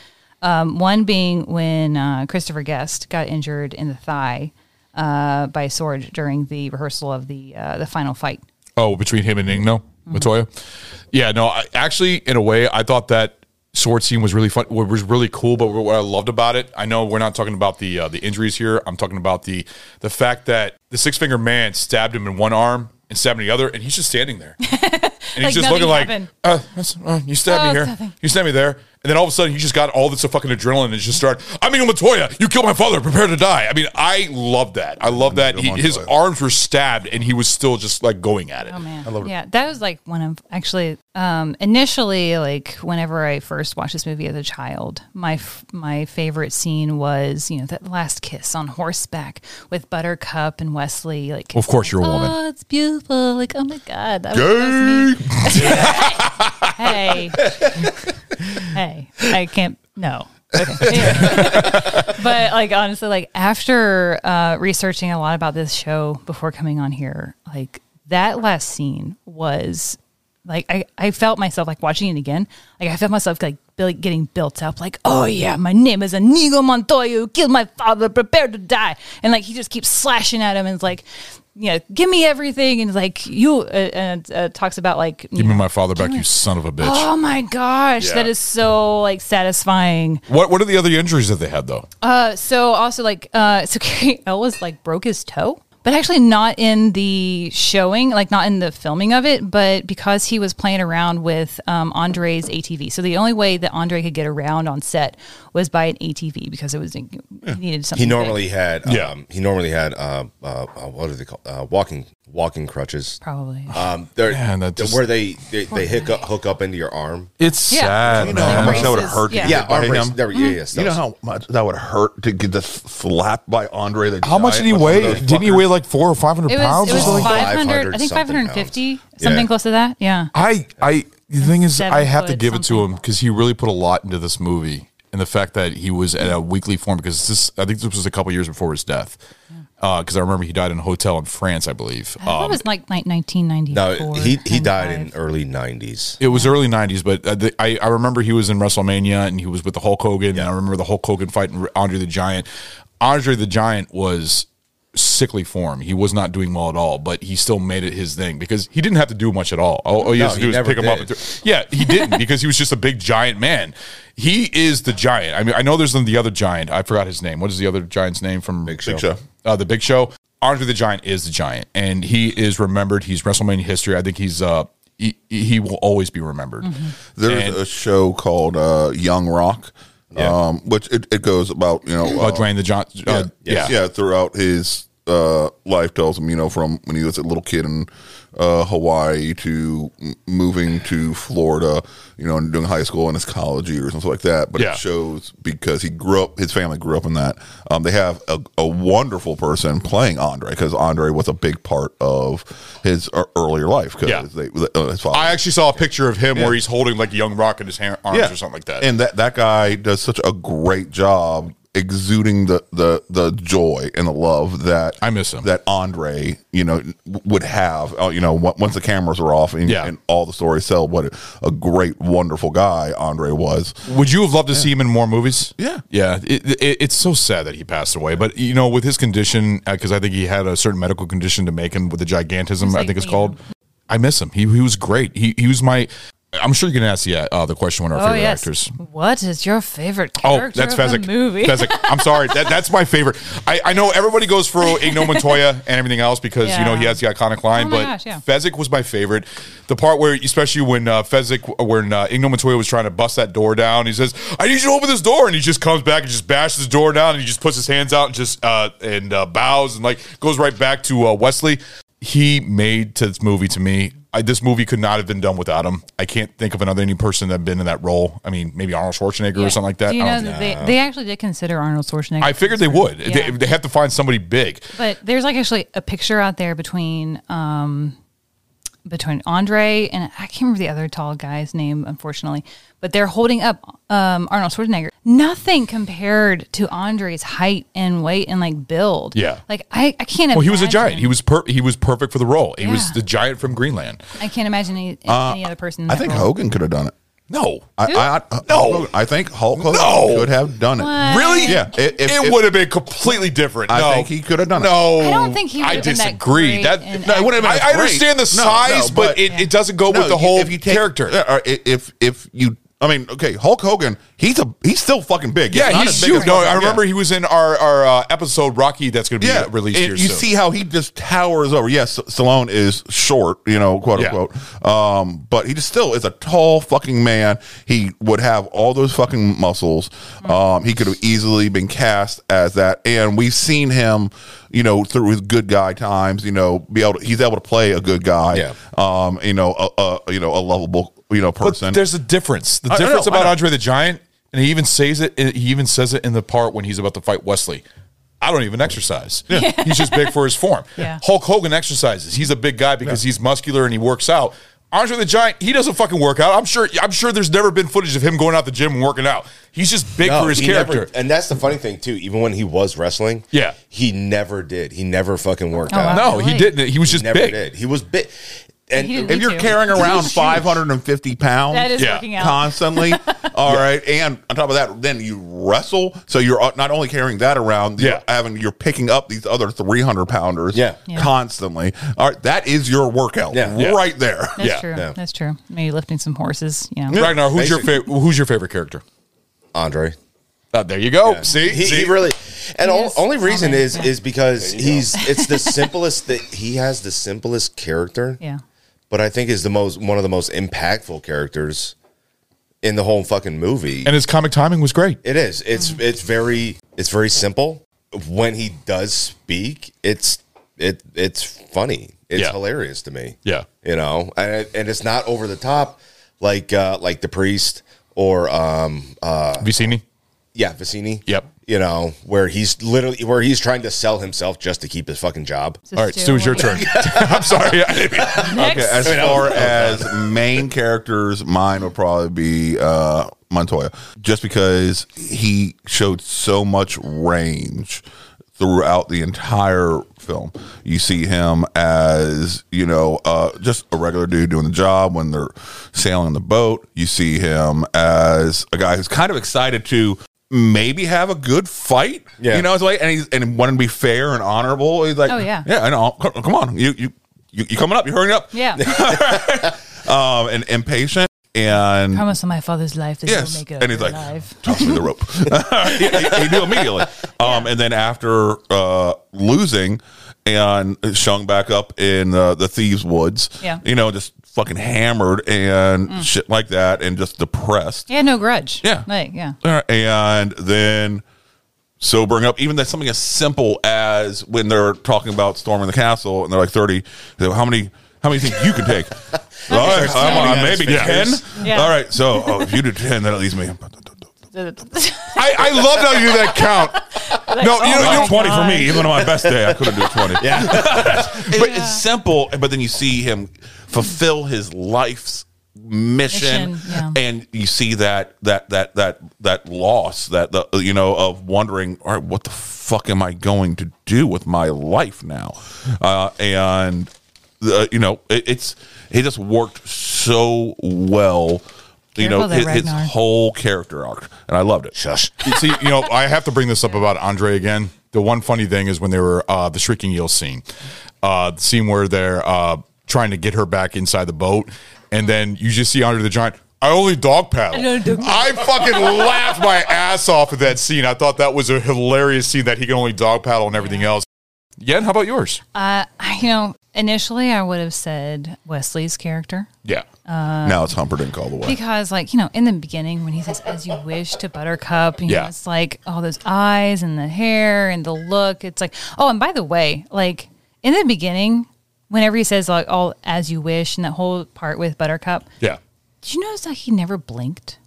Um, one being when uh, Christopher Guest got injured in the thigh uh, by a sword during the rehearsal of the uh, the final fight.
Oh, between him and Nino
Mm-hmm.
Matoya. Yeah, no, I, actually, in a way, I thought that sword scene was really fun. What was really cool, but what I loved about it, I know we're not talking about the uh, the injuries here. I'm talking about the the fact that the six finger man stabbed him in one arm and stabbed him in the other, and he's just standing there, and he's
Like
just
nothing
looking
happened.
like, uh, that's- uh, "You stabbed
Oh,
me
it's
here,
nothing.
you stabbed me there." And then all of a sudden, you just got all this fucking adrenaline and just started. I mean, Matoya, you killed my father. Prepare to die. I mean, I love that. I love that he, his arms were stabbed and he was still just like going at it.
Oh man,
I love it.
yeah, that was like one of actually um, initially like whenever I first watched this movie as a child, my f- my favorite scene was you know that last kiss on horseback with Buttercup and Wesley. Like,
Of course you're a woman.
Oh, it's beautiful. Like, oh my god, that was, that was me. hey, hey, I can't. No, but like honestly, like after uh, researching a lot about this show before coming on here, like that last scene was like I, I felt myself like watching it again. Like I felt myself like, be- like getting built up. Like oh yeah, my name is Inigo Montoya. who Killed my father. Prepare to die. And like he just keeps slashing at him and is like. You know, give me everything, and like you, uh, and uh, talks about like
Give me my father back, you son of a bitch.
Oh my gosh,
Yeah.
that is so like satisfying.
What What are the other injuries that they had though?
Uh, so also like uh, so Carrie Ellis like broke his toe, but actually not in the showing, like not in the filming of it, but because he was playing around with um, Andre's ATV. So the only way that Andre could get around on set was by an ATV because it was he needed something.
he normally
big.
had um,
Yeah.
he normally had uh, uh, uh, what are they called uh, walking walking crutches
Probably.
um they're,
Man, that just-
where they they,
Poor
they hook up hook up into your arm
It's
Yeah.
sad,
You
man.
know
How much that would
braces,
have hurt
yeah.
to get
Yeah, arm
by
brace,
him.
there we- yeah, yeah,
you know
stuff.
how much that would hurt to get the slapped by Andre. The
How much did
Giant
he
with some
weigh?
of those
Didn't he
fuckers?
weigh like four or five hundred
It
pounds
was, it
or
was
something?
500, I think 550, something
Yeah.
close to that. Yeah.
I, I, the thing is,
Seven
I have to
foot
give it to him because he really put a lot into this movie, and the fact that he was at a weekly form because this, I think this was a couple years before his death, because I remember he died in a hotel in France, I believe.
I thought it was like, like 1994.
Um, he died in early nineties.
It was early nineties, but uh, the, I, I remember he was in WrestleMania and he was with the Hulk Hogan, and I remember the Hulk Hogan fight and Andre the Giant. Andre the Giant was sickly form. He was not doing well at all, but he still made it his thing because he didn't have to do much at all. All, all he
No,
has to
he
do is
never
pick him up.
did.
And throw- yeah, he didn't because he was just a big giant man. He is the giant. I mean, I know there's the other giant. I forgot his name. What is the other giant's name from Big
Show.
Uh, the Big Show. Andre the Giant is the giant, and he is remembered. He's WrestleMania history. I think he's uh he, he will always be remembered.
There's
And-
a show called uh, Young Rock, um, which it, it goes about you know
About Dwayne the John-
yeah,
uh,
yeah,
yeah.
throughout his uh, life tells him you know from when he was a little kid in uh, Hawaii to m- moving to Florida, you know, and doing high school and his college years and stuff like that. But
Yeah.
it shows because he grew up, his family grew up in that. Um, they have a, a wonderful person playing Andre because Andre was a big part of his uh, earlier life because
Yeah.
they uh, his father
I actually saw a picture of him
Yeah.
where he's holding like Young Rock in his hand, arms or something like that.
And that that guy does such a great job exuding the the the joy and the love that I
miss him
that Andre you know w- would have uh, you know on- once the cameras were off and,
Yeah.
and all the stories tell what a great wonderful guy Andre was.
Would you have loved to see him in more movies?
Yeah.
Yeah. It, it, it's so sad that he passed away. But, you know, with his condition, because I think he had a certain medical condition to make him with the gigantism, I think it's called. I miss him. He, he was great. He, he was my. I'm sure you can ask the, uh, the question one of our
Oh,
favorite
yes.
actors.
What is your favorite
Oh,
character
that's
of the
Fezzik.
movie?
Fezzik. I'm sorry. That, that's my favorite. I, I know everybody goes for Igno Montoya and everything else because, you know,
Yeah.
he has the iconic line,
Oh my
but
gosh, yeah.
Fezzik was my favorite. The part where, especially when uh, Fezzik, when uh, Igno Montoya was trying to bust that door down, he says, I need you to open this door. And he just comes back and just bashes the door down and he just puts his hands out and just, uh, and uh, bows and like goes right back to uh, Wesley. He made to this movie to me. I, this movie could not have been done without him. I can't think of another any person that been in that role. I mean, maybe Arnold Schwarzenegger or something like that.
Do you
I
know
don't
that
think-
they, they actually did consider Arnold Schwarzenegger?
I figured they would.
Yeah.
They, they have to find somebody big.
But there's like actually a picture out there between um between Andre and I can't remember the other tall guy's name, unfortunately. But they're holding up um Arnold Schwarzenegger. Nothing compared to Andre's height and weight and like build.
Yeah.
Like I, I can't
well, he was a
imagine-
giant. He was per- he was perfect for the role. He was
Yeah.
the giant from Greenland.
I can't imagine any,
Uh,
any other person. in
I
that
think
role.
Hogan could have done it.
No.
I, I, I, no. I think Hulk Hogan
No.
could have done it.
What?
Really?
Yeah.
It would have been completely different.
I
No.
think he could have done it.
No,
I don't think he would
I
have been that
disagree.
great
That,
in
no, it wouldn't have been.
I
I understand the size, but, it, it doesn't go
No,
with the
you-
whole
if you take-
character.
Yeah, or i- if if you, I mean, okay, Hulk Hogan, he's a he's still fucking big.
Yeah,
not
he's
as big
huge.
as
No,
Hulk-
I
yeah.
remember he was in our our uh, episode Rocky that's going to be uh, released
and
here
You
soon.
see how he just towers over. Yes, Stallone is short, you know, quote
Yeah.
unquote. Um, but he just still is a tall fucking man. He would have all those fucking muscles.
Mm-hmm.
Um, he could have easily been cast as that. And we've seen him, you know, through his good guy times, you know, be able to, he's able to play a good guy.
Yeah.
Um, you know, a, a you know, a lovable, you know, person.
But there's a difference. The
I- I know,
difference
I
about
know.
Andre the Giant, and he even says it. He even says it in the part when he's about to fight Wesley. I don't even exercise. he's just big for his form.
Yeah.
Hulk Hogan exercises. He's a big guy because he's muscular and he works out. Andre the Giant, he doesn't fucking work out. I'm sure. I'm sure there's never been footage of him going out the gym and working out. He's just big
No,
for his
he never-
character.
and that's the funny thing too. Even when he was wrestling,
Yeah.
he never did. He never fucking worked
Oh,
out.
wow, No, he really? didn't. He was just
never
big.
Did. He was big. And
He didn't
if
need
you're
to.
carrying
He
around
was huge.
550 pounds
That is Yeah. working out.
constantly all right and on top of that then you wrestle so you're not only carrying that around you're having you're picking up these other 300 pounders yeah. constantly all right that is your workout
Yeah.
right there
That's true. That's true. Maybe lifting some horses. You know.
Ragnar, who's your fa- who's your favorite character?
Andre.
Oh, there you go. See,
he,
See?
he really. And
He
all,
is
only reason
funny,
is
yeah.
is because
There you go.
he's it's the simplest that he has the simplest character.
Yeah.
But I think is the most one of the most impactful characters in the whole fucking movie.
and his comic timing was great.
It is. It's
Mm.
it's very it's very simple. When he does speak, it's it it's funny. It's
Yeah.
hilarious to me.
Yeah.
you know, and it- and it's not over the top like uh like the priest or um uh
Vicini.
Yeah, Vicini.
Yep.
You know where he's literally where he's trying to sell himself just to keep his fucking job.
All right, Stu, it's your turn. I'm sorry.
okay as
I mean, I
far
was-
as main characters mine would probably be uh montoya just because he showed so much range throughout the entire film you see him as you know uh just a regular dude doing the job when they're sailing the boat you see him as a guy who's kind of excited to maybe have a good fight
Yeah.
you know it's like and he's and wanting to be fair and honorable he's like
Oh, yeah.
yeah i know come come on you you you, you coming up you're hurrying up
Yeah.
um, and impatient. And
Promise on my father's life that
yes,
you'll make it
and he's like,
alive.
toss me the rope. he, he- he knew immediately. Um, and then after uh, losing and shung back up in uh, the thieves' woods,
Yeah. Mm.
you know, just fucking hammered and shit like that, and just depressed.
He had no grudge.
Yeah.
Like, yeah.
All right, And then sobering up, even that's something as simple as when they're talking about storming the castle and they're like 30, they're like, how many, how many do you think you can take? All right,
Starts
I'm on
counting.
maybe
Yeah.
10.
Yeah.
All right. So oh, if you do 10, that leaves me.
I, I loved how you did that count.
oh
No, you know,
my
20 for
God.
me. Even on my best day, I couldn't do 20.
Yeah.
but it's simple. But then you see him fulfill his life's mission,
Mission, yeah.
and you see that that that that that loss that the you know of wondering, all right, what the fuck am I going to do with my life now? Uh, and uh, you know, it, it's he just worked so well. You know
Careful there,
his, his
Ragnar.
whole character arc, and I loved it.
Shush.
You see, you know, I have to bring this up about Andre again. The one funny thing is when they were uh, the shrieking eel scene, uh, the scene where they're uh, trying to get her back inside the boat, and then you just see Andre the Giant. I only dog paddle.
I only dog paddle."
I fucking laughed my ass off at that scene. I thought that was a hilarious scene that he can only dog paddle and everything else. Yen, how about yours?
Uh, I- you know, initially I would have said Wesley's character.
Yeah.
Uh,
now it's Humperdinck all the way.
Because, like, you know, in the beginning when he says, as you wish to Buttercup, and you
Yeah.
know, it's like all those eyes and the hair and the look. It's like, oh, and by the way, like in the beginning, whenever he says, like, all as you wish and that whole part with Buttercup,
Yeah.
did you notice that he never blinked?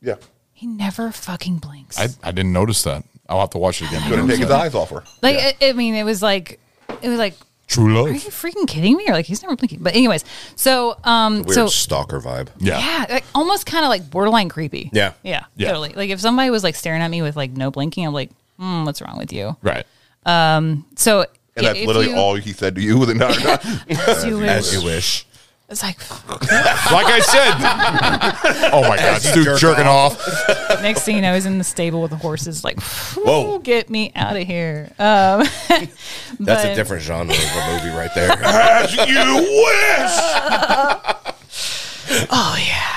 Yeah.
He never fucking blinked.
I, I didn't notice that. I'll have to watch it again.
Couldn't take his eyes off her.
Like, I, I mean, it was like, it was like,
True
are
love.
you freaking kidding me? Or like, he's never blinking. But, anyways, so, um,
Weird
so
stalker vibe.
Yeah, like almost kind of like borderline creepy.
Yeah.
yeah,
Yeah.
totally. Like if somebody was like staring at me with like no blinking, I'm like, hmm, what's wrong with you?
Right.
Um. So
And that's
if
literally
you-
all he said to you the entire time.
As you wish.
wish.
It's like
Like I said. oh my God,
As you
dude,
jerk
jerking off.
next thing you know, he's in the stable with the horses. Like,
Whoa.
"Whoo, get me out of here. Um,
That's a
but-
different genre of a movie right there.
As
you
oh yeah.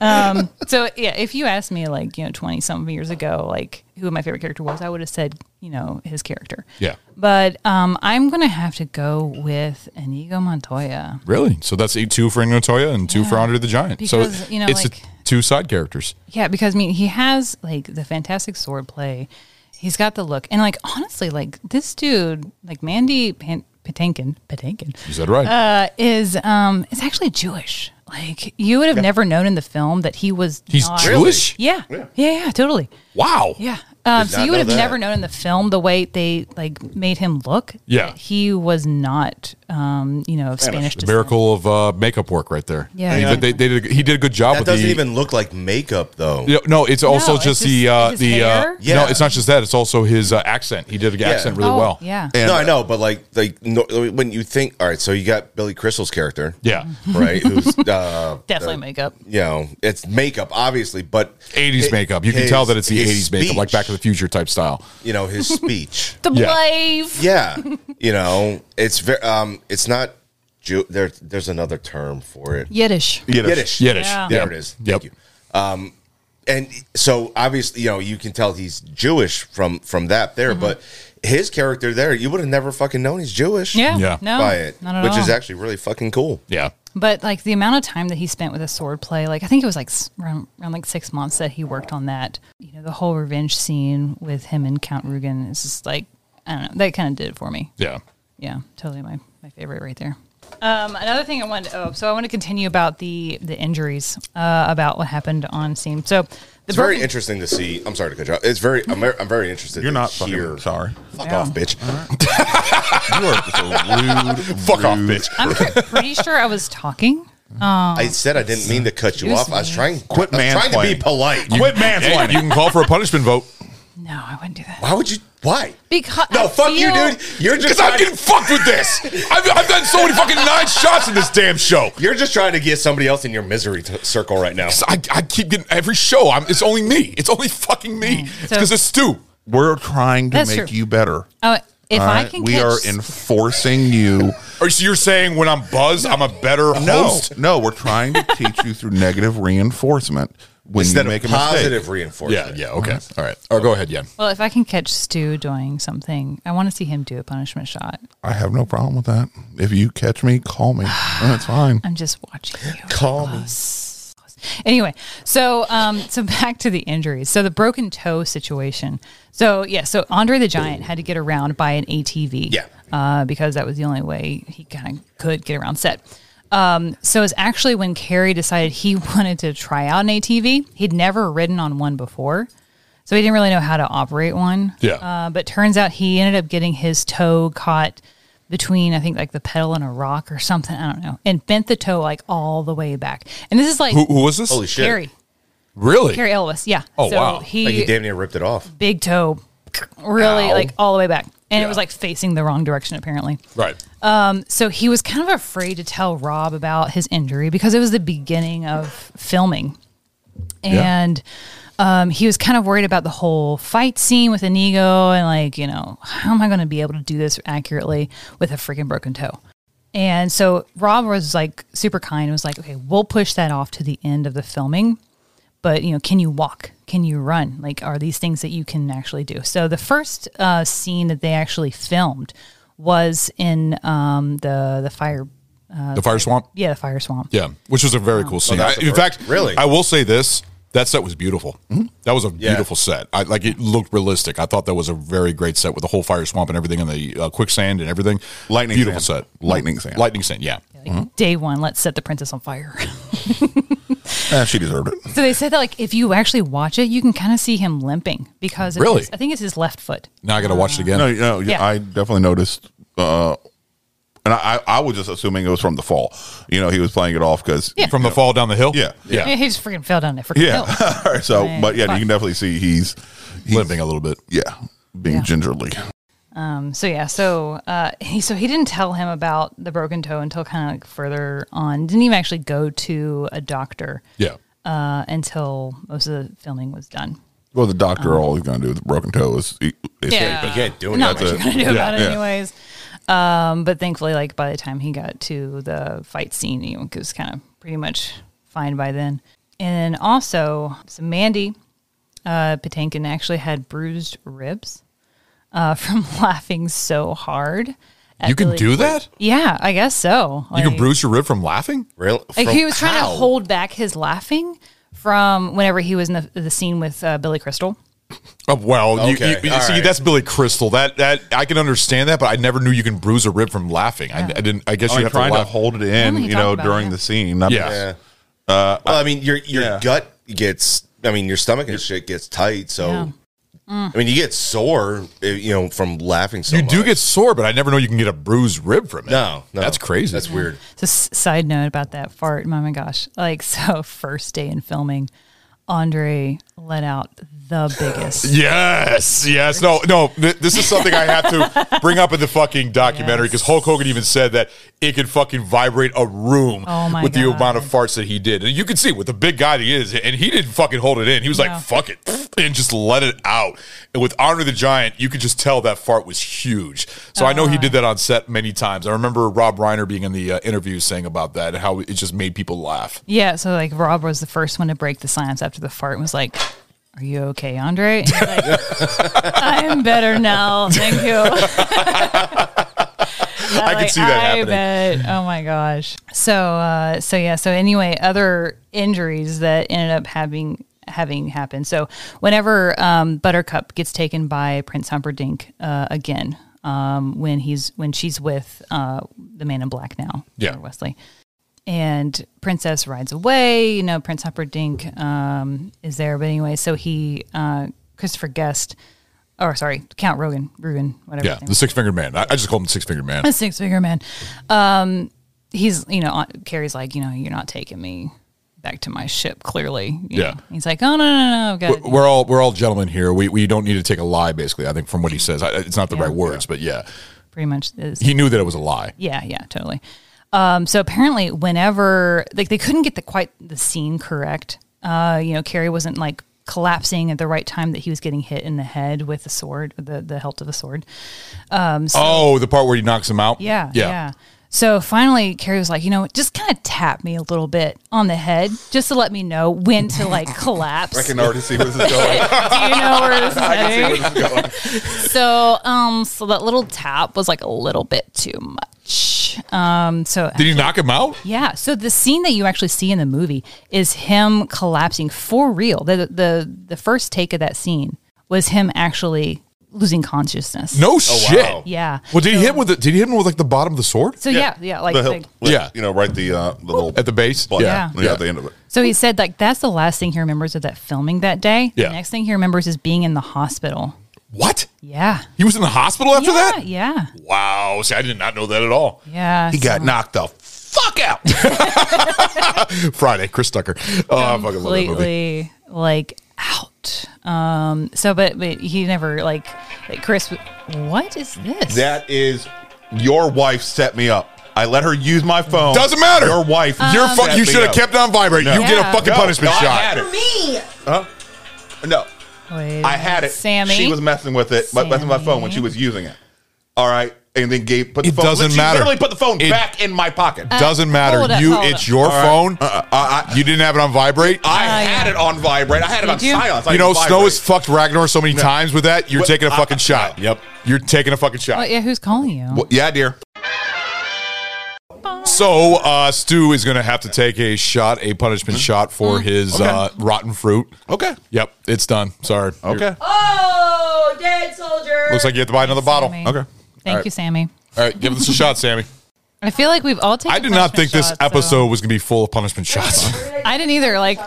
Um, so yeah, if you asked me like you know twenty some years ago, like who my favorite character was, I would have said you know his character.
Yeah.
But um, I'm gonna have to go with Inigo Montoya.
Really? So that's eight two for Ingotoya and two for Andre the Giant. so
Because, you know,
it's
like-
a- two side characters.
Yeah, because I mean he has like the fantastic sword play. He's got the look, and like honestly, like this dude, like Mandy Pan- Patinkin, Patinkin,
You said right.
uh, is um is actually Jewish. Like you would have
Yeah.
never known in the film that he was.
He's
not-
Jewish?
Yeah. yeah, yeah, totally.
Wow.
Yeah. Um,
Did
so
not
you would
know
have
that.
never known in the film the way they like made him look.
Yeah.
he was not, um, you know, of Spanish
The
descent.
miracle of uh, makeup work right there.
Yeah.
He,
Yeah.
did- they, they did a, he did a good job
That
with
doesn't
the,
even look like makeup though.
Yeah, no, it's also
it's
just,
just
the uh,
his
the uh,
hair? Yeah.
no, it's not just that. It's also his uh, accent. He did an accent really
Oh,
well.
no, I know, but like, like no, when you think, all right, so you got Billy Crystal's character,
Yeah.
right? Who's uh,
Definitely
the-
makeup.
You know, it's makeup, obviously, but
eighties
it-
makeup. You can
his-
tell that it's the
his
eighties makeup, like Back to the Future type style.
speech, you know, his speech.
The
yeah.
blave.
yeah, you know, it's very, um, it's not. Jew- there, there's another term for it.
Yiddish.
Yiddish.
Yiddish. Yeah.
There
Yep.
it is. Thank you. Um, and so obviously, you know, you can tell he's Jewish from from that there,
Mm-hmm.
but his character there, you would have never fucking known he's Jewish.
Yeah. Yeah. No,
by it,
not at
which is
all.
actually really fucking cool.
Yeah.
But like the amount of time that he spent with a sword play, like I think it was like s- around, around like six months that he worked on that. You know, the whole revenge scene with him and Count Rugen is just like I don't know. That kind of did it for me.
Yeah.
Yeah, totally my my favorite right there. Um, another thing I wanted. Oh, so I want to continue about the the injuries uh, about what happened on scene. So the
It's very
broken-
interesting to see. I'm sorry to cut you off. It's very. I'm, ver- I'm very interested. You're not here.
sorry.
Fuck
Yeah.
off, bitch.
you are just a rude.
Fuck off, bitch.
I'm pre- pretty sure I was talking. Um,
I said I didn't mean to cut you
Excuse
off. I was
me.
trying. Quit I was trying to
mansplaining.
be polite.
You- Hey, You can call for a punishment vote.
no, I wouldn't do that
Why would you? Why?
because
No,
I
fuck you,
feel-
dude. You're just.
Because I'm getting fucked with this. I've, I've done so many fucking nine shots in this damn show.
You're just trying to get somebody else in your misery t- circle right now.
I, I keep getting every show. I'm, it's only me. It's only fucking me. It's because it's Stu.
We're trying to
Mm. That's
make
true.
you better.
Oh, if
All
I
right?
can,
we
catch
are enforcing you.
Or so you're saying when I'm buzzed, I'm a better
No,
host?
no, we're trying to teach you through negative reinforcement when
Instead
you
of
make a
positive
mistake. Uh-huh.
reinforcement.
Yeah, yeah, okay. All right. Oh, go ahead, Yen.
Well, if I can catch Stu doing something, I want to see him do a punishment shot.
I have no problem with that. If you catch me, call me. That's fine.
I'm just watching you.
Call me.
Anyway, so um, so back to the injuries. So the broken toe situation. So yeah, so Andre the Giant had to get around by an ATV. Yeah, uh, because that was the only way he kind of could get around set. Um, so it's actually when Carrie decided he wanted to try out an ATV. He'd never ridden on one before, so he didn't really know how to operate one.
Yeah.
Uh, but turns out he ended up getting his toe caught between I think like the pedal and a rock or something. I don't know, and bent the toe like all the way back. And this is like
Who- who was this? Holy shit.
Carrie.
Really?
Carrie Ellis. Yeah.
Oh,
so
wow.
He,
Like, he damn near ripped it off.
big toe, really
Ow.
like all the way back, and it was like facing the wrong direction apparently.
Right.
Um, so he was kind of afraid to tell Rob about his injury because it was the beginning of filming.
Yeah.
And um, he was kind of worried about the whole fight scene with Inigo and, like, you know, how am I going to be able to do this accurately with a freaking broken toe? And so Rob was like super kind and was like, okay, we'll push that off to the end of the filming. But, you know, can you walk? Can you run? Like, are these things that you can actually do? So the first uh, scene that they actually filmed was in um, the, the fire. Uh,
The fire swamp?
Yeah, the fire swamp.
Yeah, which was a very cool scene.
that's
I-
the
in
first.
fact,
Really?
I will say this: that set was beautiful. That was a beautiful set. I like it looked realistic. I thought that was a very great set with the whole fire swamp and everything, and the uh, quicksand and everything.
Lightning
beautiful
sand.
set.
Lightning sand.
Lightning sand. Yeah.
Day one, let's set the princess on fire.
Ah,
Eh, she deserved it.
So they said that like if you actually watch it, you can kind of see him limping because it's
Really?
his- I think it's his left foot.
Now I got to watch it again.
No, no, yeah.
Yeah.
I definitely noticed. Uh, and I, I I was just assuming it was from the fall. You know, he was playing it off because
Yeah. From
the fall down the hill.
Yeah,
Yeah, he just freaking fell down that freaking
yeah.
hill.
All right, so,
Oh. Right,
but yeah,
fine.
you can definitely see he's, he's
limping a little bit.
Yeah, being
Yeah.
gingerly.
Um, so yeah, so uh, he so he didn't tell him about the broken toe until kind of like further on. Didn't even actually go to a doctor.
Yeah.
Uh, until most of the filming was done.
Well, the doctor, all he's going to do with the broken toe is he, he
Yeah.
can't-
Not much you're gonna do about it
Yeah.
anyways. Um, but thankfully, like by the time he got to the fight scene, he was kind of pretty much fine by then. And then also, so Mandy uh, Patinkin actually had bruised ribs uh, from laughing so hard. at
You can
Billy-
do that?
Yeah, I guess so.
you can
Like-
bruise your rib from laughing?
Really?
like he was trying to hold back his laughing from whenever he was in the, the scene with uh, Billy Crystal.
Oh, well, you-
Okay,
you,
all
see,
right.
that's Billy Crystal. That that I can understand that, but I never knew you can bruise a rib from laughing. I, I didn't. I guess
Oh,
you
you're
have
trying
to,
to
laugh.
hold it in, Only you know, talk about during it. the scene, not
yeah.
because-
Uh, well, I mean, your your gut gets. I mean, your stomach and shit gets tight. So,
Yeah. Mm.
I mean, you get sore. eh, You know, from laughing so
you
much.
do get sore, but I never know you can get a bruised rib from it.
No, no.
that's crazy.
That's weird.
So, s- side note about that fart. Oh my gosh! Like so, first day in filming, Andre let out the biggest.
Yes, yes. No, no. th- This is something I have to bring up in the fucking documentary because Hulk Hogan even said that it could fucking vibrate a room
Oh my
with the amount of farts that he did. And you can see with the big guy that he is, and he didn't fucking hold it in. He was
No.
like, fuck it, and just let it out. And with Honor the Giant, you could just tell that fart was huge. So I know
Oh.
he did that on set many times. I remember Rob Reiner being in the uh, interview saying about that and how it just made people laugh.
Yeah. So like Rob was the first one to break the silence after the fart and was like. Are you okay, Andre? And he's like, I'm better now. Thank you.
I can see that happening.
bet. Oh my gosh. So uh, so yeah. So anyway, other injuries that ended up having having happened. So whenever um, Buttercup gets taken by Prince Humperdinck uh, again, um, when he's when she's with uh, the Man in Black now,
Yeah.
or Wesley. And Princess rides away. You know, Prince Humperdinck um, is there, but anyway, so he uh, Christopher Guest, or sorry, Count Rogan, Rugen, whatever. his
Yeah,
name
the six fingered man. I, I just call him the six fingered man.
a six figure man. Um, he's you know on- Carrie's like you know you're not taking me back to my ship clearly. you
Yeah.
know. he's like oh no no no I've got
We're- We're all we're all gentlemen here. We we don't need to take a lie. Basically, I think from what he says, I, it's not the right words, but yeah,
pretty much this.
he knew that it was a lie.
Yeah, yeah, totally. Um, so apparently, whenever like they couldn't get the quite the scene correct, uh, you know, Carrie wasn't like collapsing at the right time that he was getting hit in the head with the sword, the the hilt of a sword. Um, so-
oh, the part where he knocks him out.
Yeah, yeah. So finally, Carrie was like, you know, what, just kind of tap me a little bit on the head, just to let me know when to like collapse.
I can already see where this is going.
Do you know where this is
I can see where
heading?
this is going.
So, um, so that little tap was like a little bit too much. Um, so
Did he knock him out?
yeah. So the scene that you actually see in the movie is him collapsing for real. The the the first take of that scene was him actually losing consciousness.
No shit.
Yeah.
Well, did he hit him with the, did he hit him with like the bottom of the sword?
So yeah, yeah, like,
The hilt-
like
yeah,
you know, right the uh, the little
at the base.
Yeah.
yeah, at the end of it.
So he said, like, that's the last thing he remembers of that filming that day.
Yeah.
The next thing he remembers is being in the hospital.
What?
Yeah.
He was in the hospital after that.
Yeah.
Wow. See, I did not know that at all.
Yeah.
He got knocked the fuck out. Friday, Chris Tucker. Oh, I fucking love that movie.
Completely, like, out. Um, so, but, but he never, like, like, Chris, what is this?
That is your wife set me up. I let her use my phone.
Doesn't matter.
Your wife.
Your fu- you should have kept on vibrate. You get a fucking punishment
I
shot.
had it.
Me.
Huh? No,
Wait
I had it.
Sammy.
She was messing with it, but messing with my phone when she was using it. All right, and then gave put the
It
phone.
doesn't
she
matter.
Literally put the phone
It-
back in my pocket.
Doesn't matter.
Uh, hold up,
you,
hold
it's
up.
your
All right. Uh,
phone. you didn't have it on vibrate.
I had it on vibrate. I had it on silence. I
you know,
didn't
Snow
vibrate.
has fucked Ragnar so many times with that. You're
But
taking a
I-
fucking shot. Yep. You're taking a fucking
Oh,
shot.
yeah, who's calling you?
Well, yeah, dear. So uh, Stu is going to have to take a shot, a punishment shot for his
Mm-hmm. Okay.
uh, rotten fruit. Okay. Yep, it's done. Sorry. Okay.
Oh, dead soldier.
Looks like you have to buy another bottle.
Sammy.
Okay.
Thank you, Sammy.
All right, give this a shot, Sammy.
I feel like we've all taken
I did not think
punishment
this
shots, so-
episode was going to be full of punishment shots,
I didn't either. Like,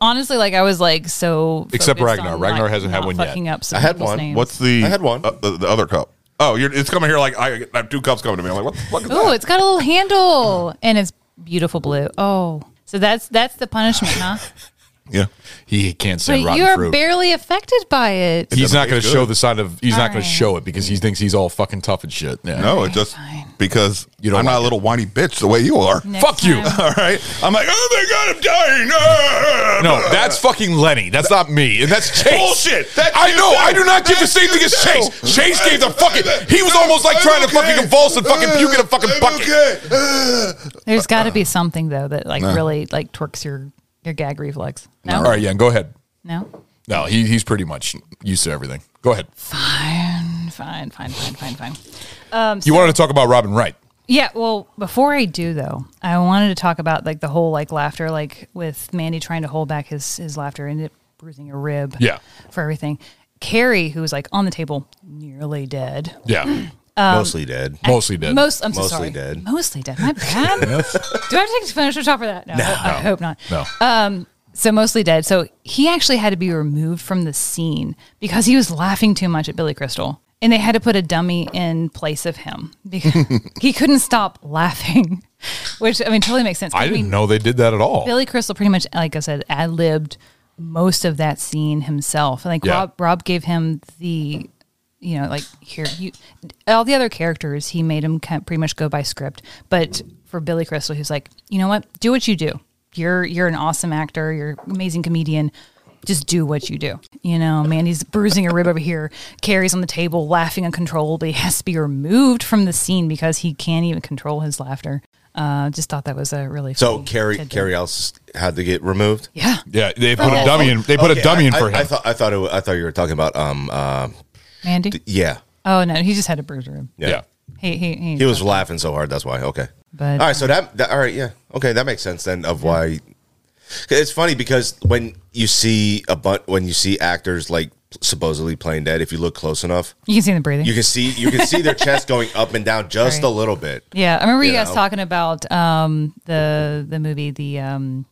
honestly, like, I was, like, so.
except
focused
Ragnar.
on,
Ragnar
like,
hasn't had
not
one yet.
fucking Up some people's names.
What's the?
I
had one. Uh, the, the other cup. Oh, you're, it's coming here like I, I have two cups coming to me. I'm like, what the fuck is that?
Oh, it's got a little handle and it's beautiful blue. Oh, so that's that's the punishment, huh?
Yeah,
he can't say
But
rotten
you are
fruit.
barely affected by it.
he's not going to
taste
show
good.
the side of. He's not going
Alright.
to show it because he thinks he's all fucking tough and shit. Yeah.
No, it just because you I'm not a little whiny bitch the way you are.
Next Fuck you. time.
All right. I'm like, oh my god, I'm dying. Ah!
No, that's fucking Lenny. That's not me, and that's Chase.
Bullshit. That's
I
you
know.
too.
I do not give the same thing as Chase. Chase gave the fucking. He was almost like trying to fucking convulse and fucking puke in a fucking bucket.
There's got
uh,
to be something though that like
No.
really like twerks your your gag reflex. No,
All right, yeah, go ahead.
no,
No, he, he's pretty much used to everything. Go ahead.
fine, fine, fine, fine, fine, fine. Um,
You wanted to talk about Robin Wright.
Yeah, well, before I do though, I wanted to talk about like the whole like laughter, like with Mandy trying to hold back his his laughter and it bruising a rib.
Yeah.
for everything. Carrie, who was like on the table, nearly dead.
Yeah.
Um,
Mostly dead.
I- Most, I'm so
Mostly
sorry.
dead.
Mostly dead. My bad. Do I have to take the finisher top for that? No,
No.
I, I hope not.
No.
Um, so mostly dead. So he actually had to be removed from the scene because he was laughing too much at Billy Crystal, and they had to put a dummy in place of him because he couldn't stop laughing. Which I mean, totally makes sense.
I
I
didn't
mean,
know they did that at all.
Billy Crystal pretty much, like I said, ad libbed most of that scene himself. And like
Yeah.
Rob, Rob gave him the, you know, like here you, all the other characters he made him kind pretty much go by script. But for Billy Crystal, he's like, you know what, do what you do. You're you're an awesome actor. You're an amazing comedian. Just do what you do. You know, Mandy's bruising a rib over here. Carrie's on the table laughing uncontrollably. Has to be removed from the scene because he can't even control his laughter. Uh, just thought that was a really
So
funny
Carrie
tidbit.
Carrie else had to get removed.
Yeah.
Yeah, they
put a dummy
in- they put a dummy in
I-
for
I, I
him.
thought I thought it, wa- I thought you were talking about um uh,
Mandy.
d- yeah,
Oh no, he just had a bruise rib.
yeah
He he he,
He was laughing so hard that's why. Okay.
But-
all right, so that, that all right, yeah. Okay, that makes sense then of why 'Cause it's funny because when you see a but when you see actors like supposedly playing dead if you look close enough,
You can see the breathing.
you can see you can see their chest going up and down just a little bit.
Yeah, I remember you,
You
guys
know.
talking about um the the movie the um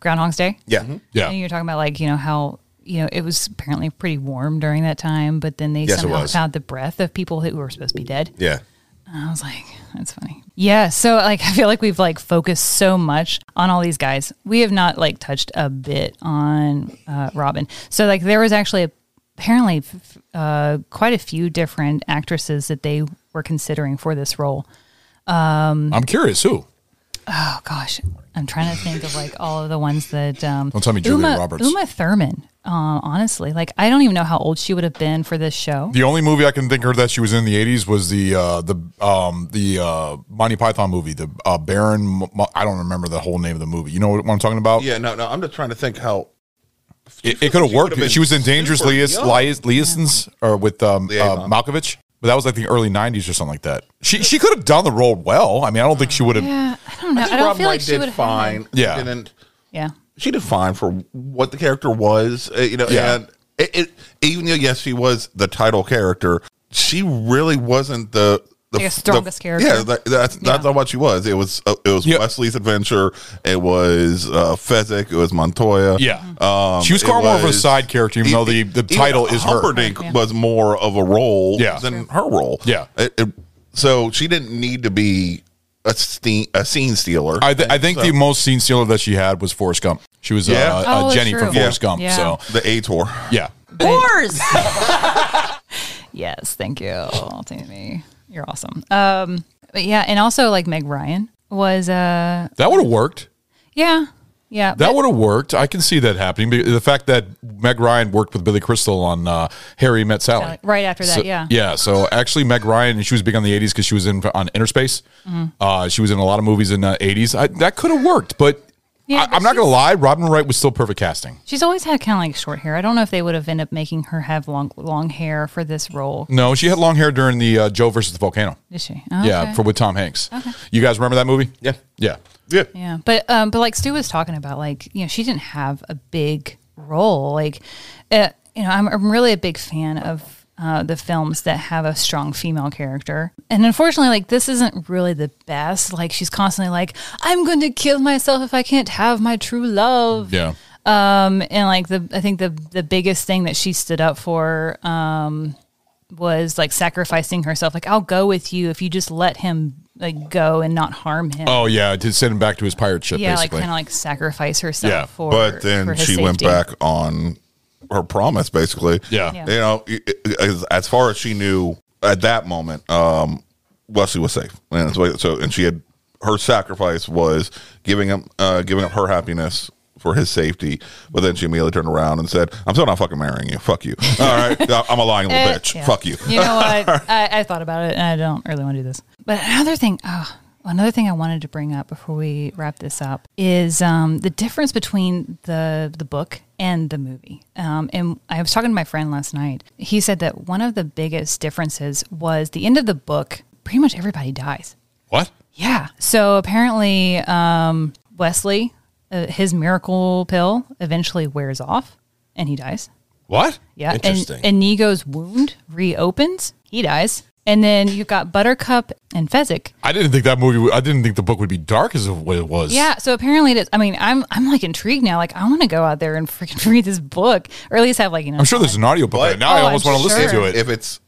Groundhog's Day.
Yeah.
Mm-hmm.
Yeah.
And you were talking about like you know how you know it was apparently pretty warm during that time, but then they
Yes, it
somehow
was.
found the breath of people who were supposed to be dead.
Yeah.
And I was like, that's funny. Yeah, so like I feel like we've like focused so much on all these guys. We have not like touched a bit on uh, Robin. So like there was actually apparently f- uh, quite a few different actresses that they were considering for this role. Um,
I'm curious who.
Oh gosh, I'm trying to think of like all of the ones that. Um,
Don't tell me Julia
Uma-
Roberts.
Uma Thurman. Uh, honestly, like I don't even know how old she would have been for this show.
The only movie I can think of that she was in the '80s was the uh, the um, the uh, Monty Python movie, the uh, Baron. M- I don't remember the whole name of the movie. You know what I'm talking about?
Yeah, no, no. I'm just trying to think how
It, it could have worked.
been
She was in Dangerous
super
Lias-
young.
Lias- Liaisons or with um, uh, Malkovich, but that was like the early '90s or something like that. She she could have done the role well. I mean, I don't think she would have.
Yeah, I don't know. I,
think
don't
Robin
feel
Wright
like she
did
would have.
fine.
Yeah.
and then
Yeah.
she did fine for what the character was. uh, you know,
Yeah.
and it, it even though yes, she was the title character, she really wasn't the. The,
Like a
f- the-
strongest character.
Yeah, that, that's that's not what she was. It was uh, it was Wesley's adventure. It was uh, Fezzik. It was Montoya.
Yeah.
um,
She was
it
far more of a
was-
side character, even though the- the
even
title is her.
Humperdinck
Yeah.
was more of a role
Yeah.
than her role.
Yeah.
It- it- so she didn't need to be a, ste- a scene stealer.
I, th- I think
So-
the most scene stealer that she had was Forrest Gump. She was
Yeah.
uh, uh,
Oh,
Jenny
true.
from Forrest
Yeah.
Gump.
Yeah.
So
the A tour.
Yeah.
Wars. yes, thank you, Tammy. You're awesome. Um, but yeah, and also like Meg Ryan was uh,
That would have worked.
yeah, yeah.
That would have worked. I can see that happening. Be- The fact that Meg Ryan worked with Billy Crystal on uh, Harry Met Sally.
uh, Right after that,
So-
yeah.
Yeah. So actually, Meg Ryan, she was big on the 80s because she was in on Interspace.
Mhm.
Uh, she was in a lot of movies in the 80s. I, that could have worked, but
Yeah,
I, I'm not going to lie. Robin Wright was still perfect casting.
She's always had kind of like short hair. I don't know if they would have ended up making her have long long hair for this role.
No, she had long hair during the uh, Joe versus the Volcano.
Did she?
Yeah,
Okay.
for with Tom Hanks.
Okay.
You guys remember that movie?
Yeah.
Yeah.
Yeah.
Yeah, but um, but like Stu was talking about, like you know, she didn't have a big role. Like, uh, you know, I'm I'm really a big fan of. Uh, the films that have a strong female character, and unfortunately, like this isn't really the best. Like she's constantly like, "I'm going to kill myself if I can't have my true love."
Yeah.
Um, and like the I think the the biggest thing that she stood up for um was like sacrificing herself. Like I'll go with you if you just let him like go and not harm him.
Oh yeah, to send him back to his pirate ship.
yeah, like
basically.
kind of like sacrifice herself.
Yeah,
for,
but then
for
she
his
went
safety.
back on her promise, basically.
Yeah.
Yeah.
You know, i- i- as, as far as she knew at that moment, um, Wesley was safe, and so, so and she had her sacrifice was giving him uh, giving up her happiness for his safety, but then she immediately turned around and said, "I'm still not fucking marrying you. Fuck you. All right, I'm a lying little
Eh,
"Oh, bitch.
yeah.
Fuck you.
You know what? I, I thought about it and I don't really want to do this. But another thing, oh, another thing I wanted to bring up before we wrap this up is um, the difference between the the book and the movie. Um, and I was talking to my friend last night. He said that one of the biggest differences was the end of the book. Pretty much everybody dies.
What?
Yeah. So apparently, um, Wesley, uh, his miracle pill eventually wears off and he dies.
What?
Yeah. and-
Interesting.
And, Inigo's wound reopens. He dies. And then you've got Buttercup and Fezzik.
I didn't think that movie. would- I didn't think the book would be dark as of what it was.
Yeah. So apparently it is. I mean, I'm I'm like intrigued now. Like I want to go out there and freaking read this book, or at least have like you know.
I'm sure there's an audio book. Now
Oh,
I almost
I'm
want to listen
sure.
to it.
If it's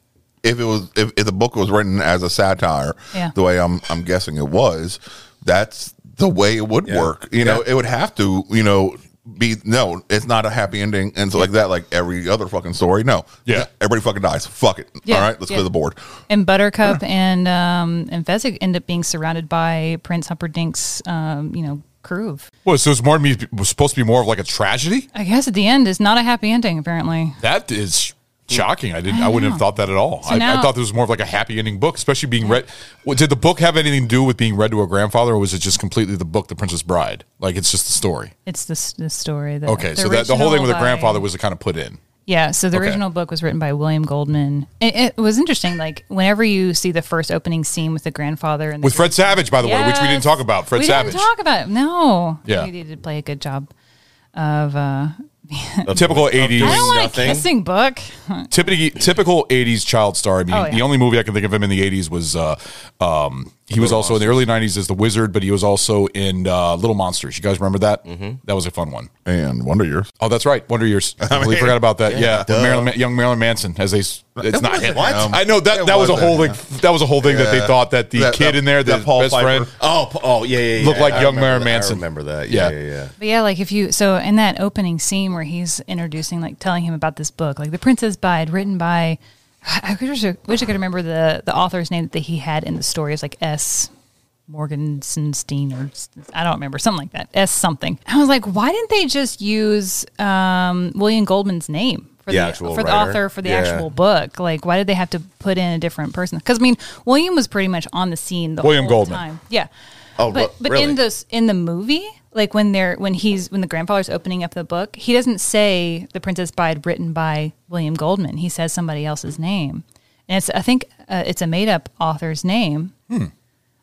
if it was if, if the book was written as a satire,
Yeah.
the way I'm I'm guessing it was, that's the way it would work. You know, it would have to, you know, be no, it's not a happy ending and so like that, like every other fucking story. No. Yeah. Everybody fucking dies. Fuck it.
Yeah,
All right, let's
yeah.
clear the board.
And Buttercup and um and Fezzik end up being surrounded by Prince Humperdink's um you know crew.
What? So it's more me was supposed to be more of like a tragedy.
I guess at the end it's not a happy ending apparently.
That is shocking. I didn't. I, wouldn't have
know.
thought that at all.
So
I, I
now-
thought this was more of like a happy ending book, especially being read. Well, Did the book have anything to do with being read to a grandfather, or was it just completely the book, The Princess Bride? Like it's just the story.
It's this the story that
okay, so that the whole thing with the grandfather was kind of put in.
Yeah, so the
Okay.
original book was written by William Goldman. It, it was interesting. Like whenever you see the first opening scene with the grandfather and the
With Fred Savage, by the way, which we didn't
Yes.
talk about. Fred
we
Savage.
didn't talk about it. No,
Yeah.
we did play a good job of. uh
Typical
I
eighties.
don't want a kissing book.
Typical, typical 80s child star. I mean,
Oh, yeah.
the only movie I can think of him in the 80s was uh, um, he was also in the early 90s as The Wizard, but he was also in uh, Little Monsters. You guys remember that? That was a fun one.
And Wonder Years.
Oh, that's right. Wonder Years. I completely
mean,
forgot about that.
yeah,
Yeah, with
duh.
Marilyn, Ma- young Marilyn Manson. As they, s- it's
It
not
wasn't
him.
What? him.
I know that
It
that was a
wasn't
whole thing.
him.
That was a whole thing that they
Yeah.
thought that the
That-
kid
that-
in there, the
that Paul
best
Piper.
friend.
Oh, p- oh yeah, yeah, yeah.
Looked like
I
young
remember
Marilyn
that.
Manson.
I remember that. Yeah,
Yeah.
yeah, yeah.
But yeah, like if you so in that opening scene where he's introducing, like telling him about this book, like The Princess Bride, written by, I wish I, wish I could remember the the author's name that he had in the story. It's like S. Morgensenstein or s- I don't remember something like that. S something. I was like, why didn't they just use um, William Goldman's name for
The
the
actual
for the
writer?
author for the
Yeah.
actual book? Like, why did they have to put in a different person? Because I mean, William was pretty much on the scene the
William
whole
Goldman.
time. Yeah.
Oh,
but
re-
but
really?
in this in the movie, like when they're when he's when the grandfather's opening up the book, he doesn't say the Princess Bride written by William Goldman. He says somebody else's name, and it's I think uh, it's a made up author's name.
Hmm.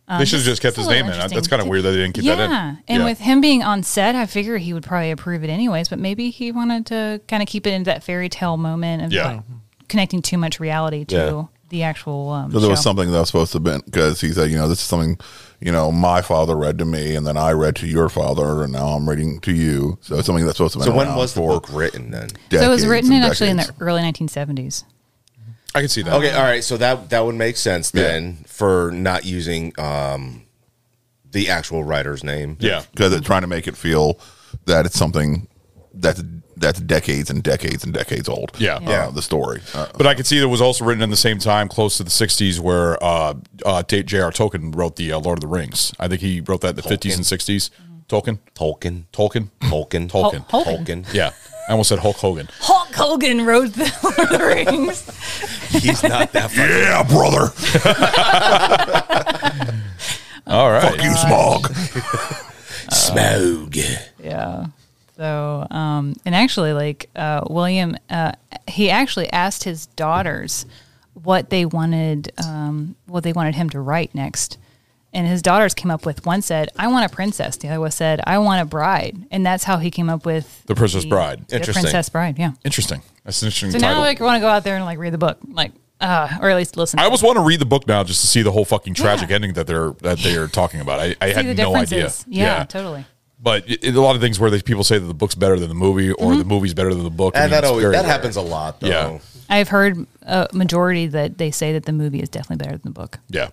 Um,
they should have
this-
just kept
this
his
is a little
name in.
interesting.
That's kind of weird that they didn't keep
yeah,
that in.
and
Yeah.
with him being on set, I figure he would probably approve it anyways. But maybe he wanted to kind of keep it into that fairy tale moment of
Yeah.
like, connecting too much reality to
Yeah.
the actual. Um,
So there was
show.
something that was supposed to have been because he said, you know, this is something, you know, my father read to me, and then I read to your father, and now I'm reading to you. So it's something that's supposed to. Have
So
been
when
around
was the
for
book written then?
so it was
decades
written in
and
actually in the
decades.
early 1970s.
I can see that.
Okay, all right. So that that would make sense then for not using um the actual writer's name.
because they're trying to make it feel that it's something that's that's decades and decades and decades old.
Yeah. Yeah.
uh, the story. Uh,
But I could see that it was also written in the same time, close to the '60s, where uh, uh, J- J.R. Tolkien wrote the uh, Lord of the Rings. I think he wrote that in the '50s and '60s. Tolkien,
Tolkien,
Tolkien,
Tolkien,
Tolkien,
Hol- Tolkien.
Yeah, I almost said Hulk Hogan.
Hulk Hogan wrote the Lord of the Rings.
He's not that. Fucking
yeah, brother.
All right, fuck
you, Smog.
Smog.
Yeah. So, um, and actually, like uh, William, uh, he actually asked his daughters what they wanted, um, what they wanted him to write next. And his daughters came up with one said, "I want a princess." The other one said, "I want a bride." And that's how he came up with
The Princess Bride.
The Princess Bride. Yeah.
Interesting. That's an interesting
So
title.
now, like, I want to go out there and like read the book, like, uh, or at least listen.
I
to
almost
it.
want to read the book now just to see the whole fucking tragic ending that they're that they are talking about. I, I
See
had
the
no idea.
differences. Yeah, totally.
But it, it- a lot of things where they, people say that the
Mm-hmm.
book's better than the movie, or the movie's better than the book. I
And
mean,
Ah, that
it's
always
very
that
rare.
happens a lot though.
Yeah.
I've heard uh, majority that they say that the movie is definitely better than the book.
Yeah.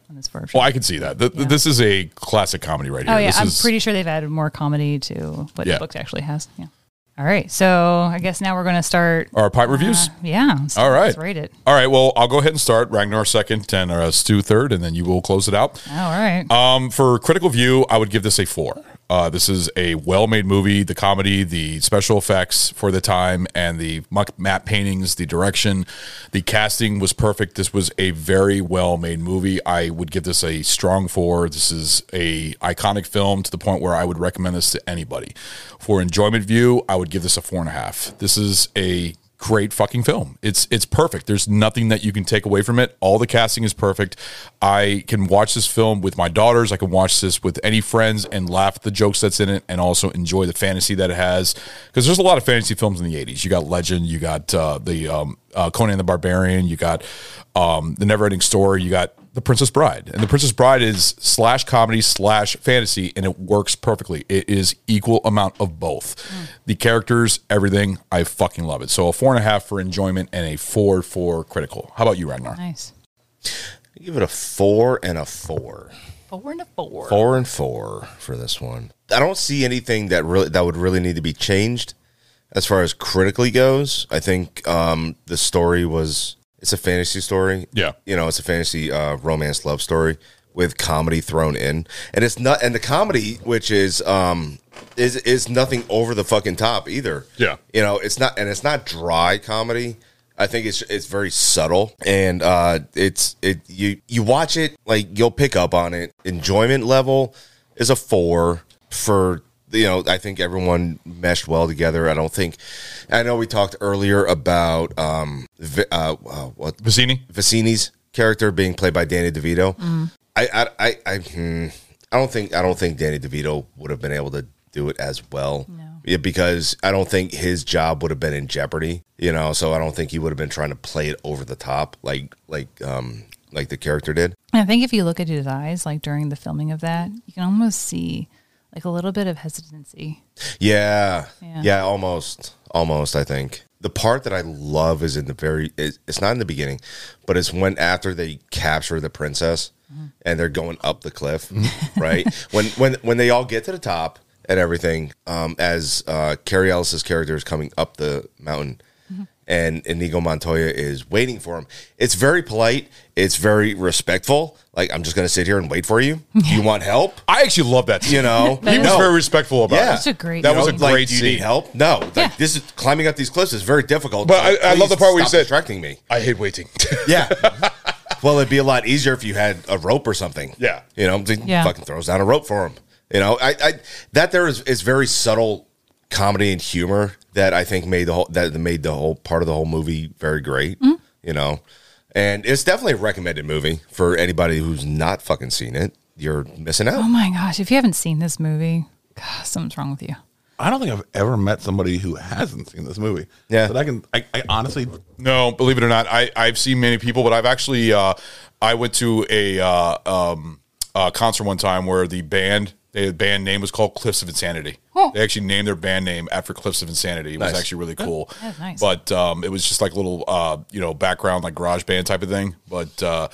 Well, I can see that. Th- th- This is a classic comedy right here.
oh yeah,
This
I'm
is-
pretty sure they've added more comedy to what
Yeah.
the book actually has. Yeah. All right, so I guess now we're going to start.
Our pipe reviews?
yeah. let's-
All right.
Uh, Let's rate it.
All right. Well, I'll go ahead and start. Ragnar second and uh, Stu third, and then you will close it out.
All right.
Um, for critical view, I would give this a four. Uh, this is a well-made movie. The comedy, the special effects for the time, and the muck- map paintings, the direction, the casting was perfect. This was a very well-made movie. I would give this a strong four. This is a iconic film to the point where I would recommend this to anybody. For enjoyment view, I would give this a four and a half. This is a great fucking film. It's it's perfect. There's nothing that you can take away from it. All the casting is perfect. I can watch this film with my daughters. I can watch this with any friends and laugh at the jokes that's in it and also enjoy the fantasy that it has because there's a lot of fantasy films in the 80s. You got Legend, you got uh, the um, uh, Conan the Barbarian, you got um, the Neverending Story, you got the Princess Bride. And The Princess Bride is slash comedy slash fantasy, and it works perfectly. It is equal amount of both. The characters, everything, I fucking love it. So a four and a half for enjoyment and a four for critical. How about you, Ragnar?
Nice.
Give it a four and a four.
Four and a four.
Four and four for this one. I don't see anything that really that would really need to be changed as far as critically goes. I think um, the story was it's a fantasy story.
Yeah,
you know, it's a fantasy uh, romance love story with comedy thrown in, and it's not and the comedy which is um is is nothing over the fucking top either.
Yeah.
you know, it's not and it's not dry comedy. I think it's it's very subtle and uh, it's it you you watch it like you'll pick up on it. Enjoyment level is a four for you know I think everyone meshed well together. I don't think I know we talked earlier about um Vi- uh, uh, what
Vicini
Vicini's character being played by Danny DeVito.
Mm.
I I I I, hmm, I don't think I don't think Danny DeVito would have been able to do it as well. Yeah, because I don't think his job would have been in jeopardy. You know, so I don't think he would have been trying to play it over the top like like um like the character did.
And I think if you look at his eyes, like during the filming of that, you can almost see like a little bit of hesitancy.
Yeah.
Yeah.
Yeah, almost. Almost, I think. The part that I love is in the very it- it's not in the beginning, but it's when after they capture the princess and they're going up the cliff, right? When when when they all get to the top and everything, um as uh Carrie Ellis's character is coming up the mountain and Inigo Montoya is waiting for him. It's very polite, it's very respectful. Like I'm just going to sit here and wait for you. You want help?
I actually love that.
You know,
He was very respectful about it. That's a great That was
You
a
know, like,
great
Do you need
scene.
help? No, like this is climbing up these cliffs is very difficult.
But I- I love the
please
part where he
stop
said,
distracting me.
I hate waiting.
yeah. Well, it'd be a lot easier if you had a rope or something.
Yeah.
You know, he
Yeah.
fucking throws down a rope for him. You know, I, I that there is is very subtle comedy and humor that I think made the whole that made the whole part of the whole movie very great.
Mm-hmm.
You know, and it's definitely a recommended movie for anybody who's not fucking seen it. You're missing out.
Oh my gosh, if you haven't seen this movie, gosh, something's wrong with you.
I don't think I've ever met somebody who hasn't seen this movie.
Yeah.
That I can, I, I honestly,
No, believe it or not, I, I've seen many people, but I've actually uh, I went to a uh, um, uh, concert one time where the band the band name was called Cliffs of Insanity.
Oh.
They actually named their band name after Cliffs of Insanity. It was
Nice.
actually really cool.
That's nice.
But um, it was just like little uh, you know background like garage band type of thing. But uh,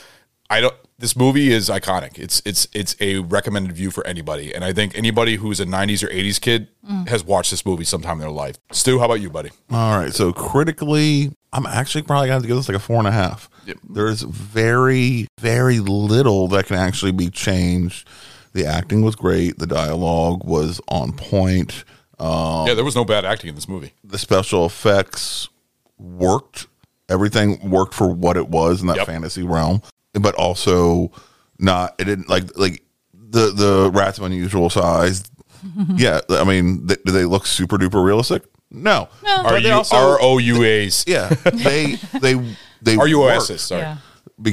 I don't. This movie is iconic. It's it's it's a recommended view for anybody, and I think anybody who's a '90s or '80s kid
Mm.
has watched this movie sometime in their life. Stu, how about you, buddy?
all right. So critically, I'm actually probably going to give this like a four and a half. There's very, very little that can actually be changed. The acting was great. The dialogue was on point. Um,
yeah, there was no bad acting in this movie.
the special effects worked. Everything worked for what it was in that fantasy realm, but also not. It didn't like like the the rats of unusual size. yeah, I mean, th- do they look super duper realistic? No.
No.
But they
RU
also-
ROUAs.
Yeah, they they they
RUAs,
worked
sorry. Yeah.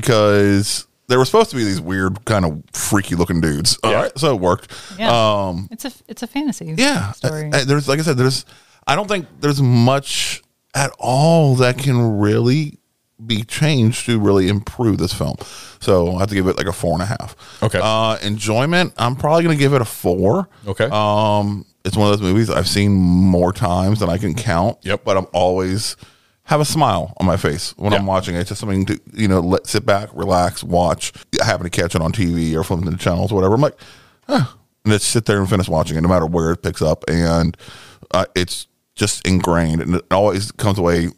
because they were supposed to be these weird kind of freaky looking dudes. All right, so it worked.
Yeah.
Um,
It's a it's a fantasy.
yeah,
story.
uh, there's like I said, there's I don't think there's much at all that can really be changed to really improve this film. So I have to give it like a four and a half.
Okay.
Uh, enjoyment, I'm probably gonna give it a four.
Okay.
Um, it's one of those movies I've seen more times than I can count. Yep. But I'm always have a smile on my face when I'm watching it. It's just something to you know, let sit back, relax, watch. I happen to catch it on TV or flipping the channels, or whatever. I'm like, huh. and just sit there and finish watching it, no matter where it picks up. And uh, it's just ingrained, and it always comes away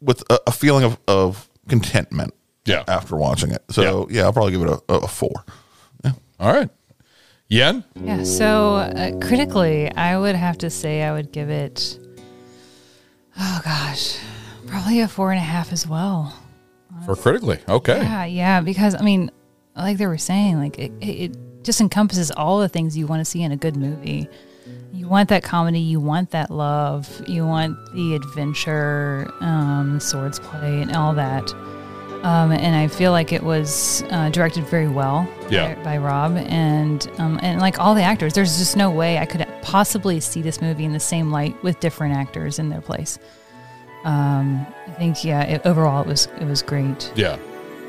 with a, a feeling of, of contentment.
Yeah.
after watching it. So yeah, I'll probably give it a, a four.
All right. Yen?
Yeah, so uh, critically, I would have to say I would give it, oh gosh, probably a four and a half as well.
For critically. Okay.
Yeah, yeah, because I mean, like they were saying, like it, it it just encompasses all the things you want to see in a good movie. You want that comedy, you want that love, you want the adventure, um, swords play, and all that. Um, and I feel like it was uh, directed very well
Yeah.
by, by Rob and um, and like all the actors. There's just no way I could possibly see this movie in the same light with different actors in their place. Um, I think yeah, it, overall it was it was great
Yeah.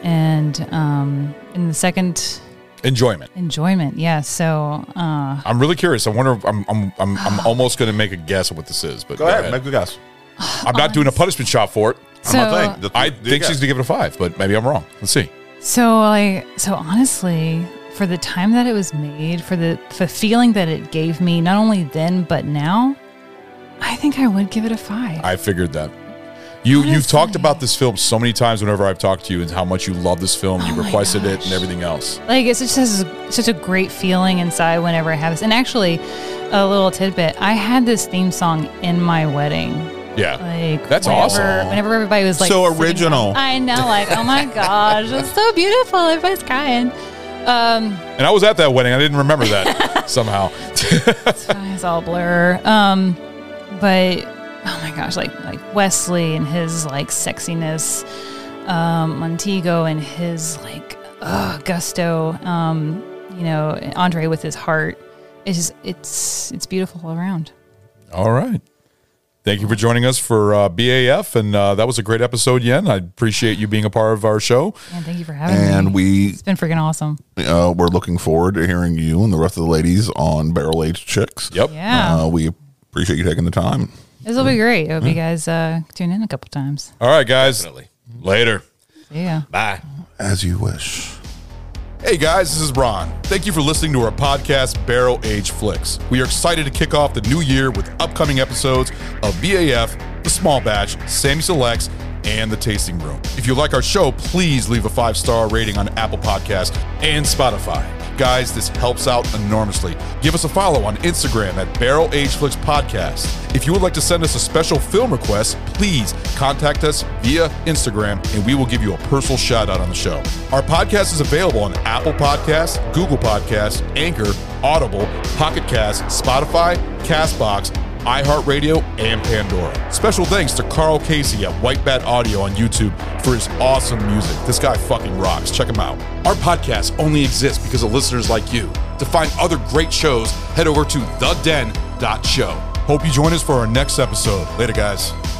and um, in the second
Enjoyment.
enjoyment, yeah. So uh,
I'm really curious. I wonder. If I'm I'm I'm, I'm almost going to make a guess at what this is. But
Go ahead, make
a guess. I'm not doing a punishment shot for it.
I'm not So- saying.
I think she's going to give it a five, but maybe I'm wrong. Let's see.
so like so honestly, for the time that it was made, for the for feeling that it gave me, not only then but now, I think I would give it a five.
I figured that. You you've talked about this film so many times whenever I've talked to you and how much you love this film.
Oh
you requested it and everything else.
Like it's just has such a great feeling inside whenever I have this. And actually, a little tidbit: I had this theme song in my wedding.
Yeah.
Like
That's
whenever,
awesome.
Whenever everybody was like
So
sitting
original.
down- I know, like oh my gosh, it's so beautiful. Everybody's crying. Um,
And I was at that wedding. I didn't remember that somehow.
it's all blur. Um, but oh my gosh, like like Wesley and his like sexiness, um, Montego and his like ugh, gusto. Um, you know, Andre with his heart. It's just, it's it's beautiful all around.
All right. Thank you for joining us for uh, BAF, and uh, that was a great episode, Yen. I appreciate you being a part of our show.
And thank you for having me.
And we
It's been freaking awesome.
uh, we're looking forward to hearing you and the rest of the ladies on Barrel Aged Chicks.
Yep.
Yeah.
Uh, we appreciate you taking the time.
This will be great. I hope you guys uh, tune in a couple times.
All right, guys. Definitely. Later.
Yeah.
Bye.
As you wish.
Hey guys, this is Ron. Thank you for listening to our podcast, Barrel Age Flicks. We are excited to kick off the new year with upcoming episodes of BAF, The Small Batch, Sammy Selects, and The Tasting Room. If you like our show, please leave a five star rating on Apple Podcasts and Spotify. Guys, this helps out enormously. Give us a follow on Instagram at Barrel Age Flicks Podcast. If you would like to send us a special film request, please contact us via Instagram and we will give you a personal shout out on the show. Our podcast is available on Apple Podcasts, Google Podcasts, Anchor, Audible, Pocket Cast, Spotify, Castbox, iHeartRadio, and Pandora. Special thanks to Carl Casey at White Bat Audio on YouTube for his awesome music. This guy fucking rocks. Check him out. Our podcast only exists because of listeners like you. To find other great shows, head over to theden.show. Hope you join us for our next episode. Later, guys.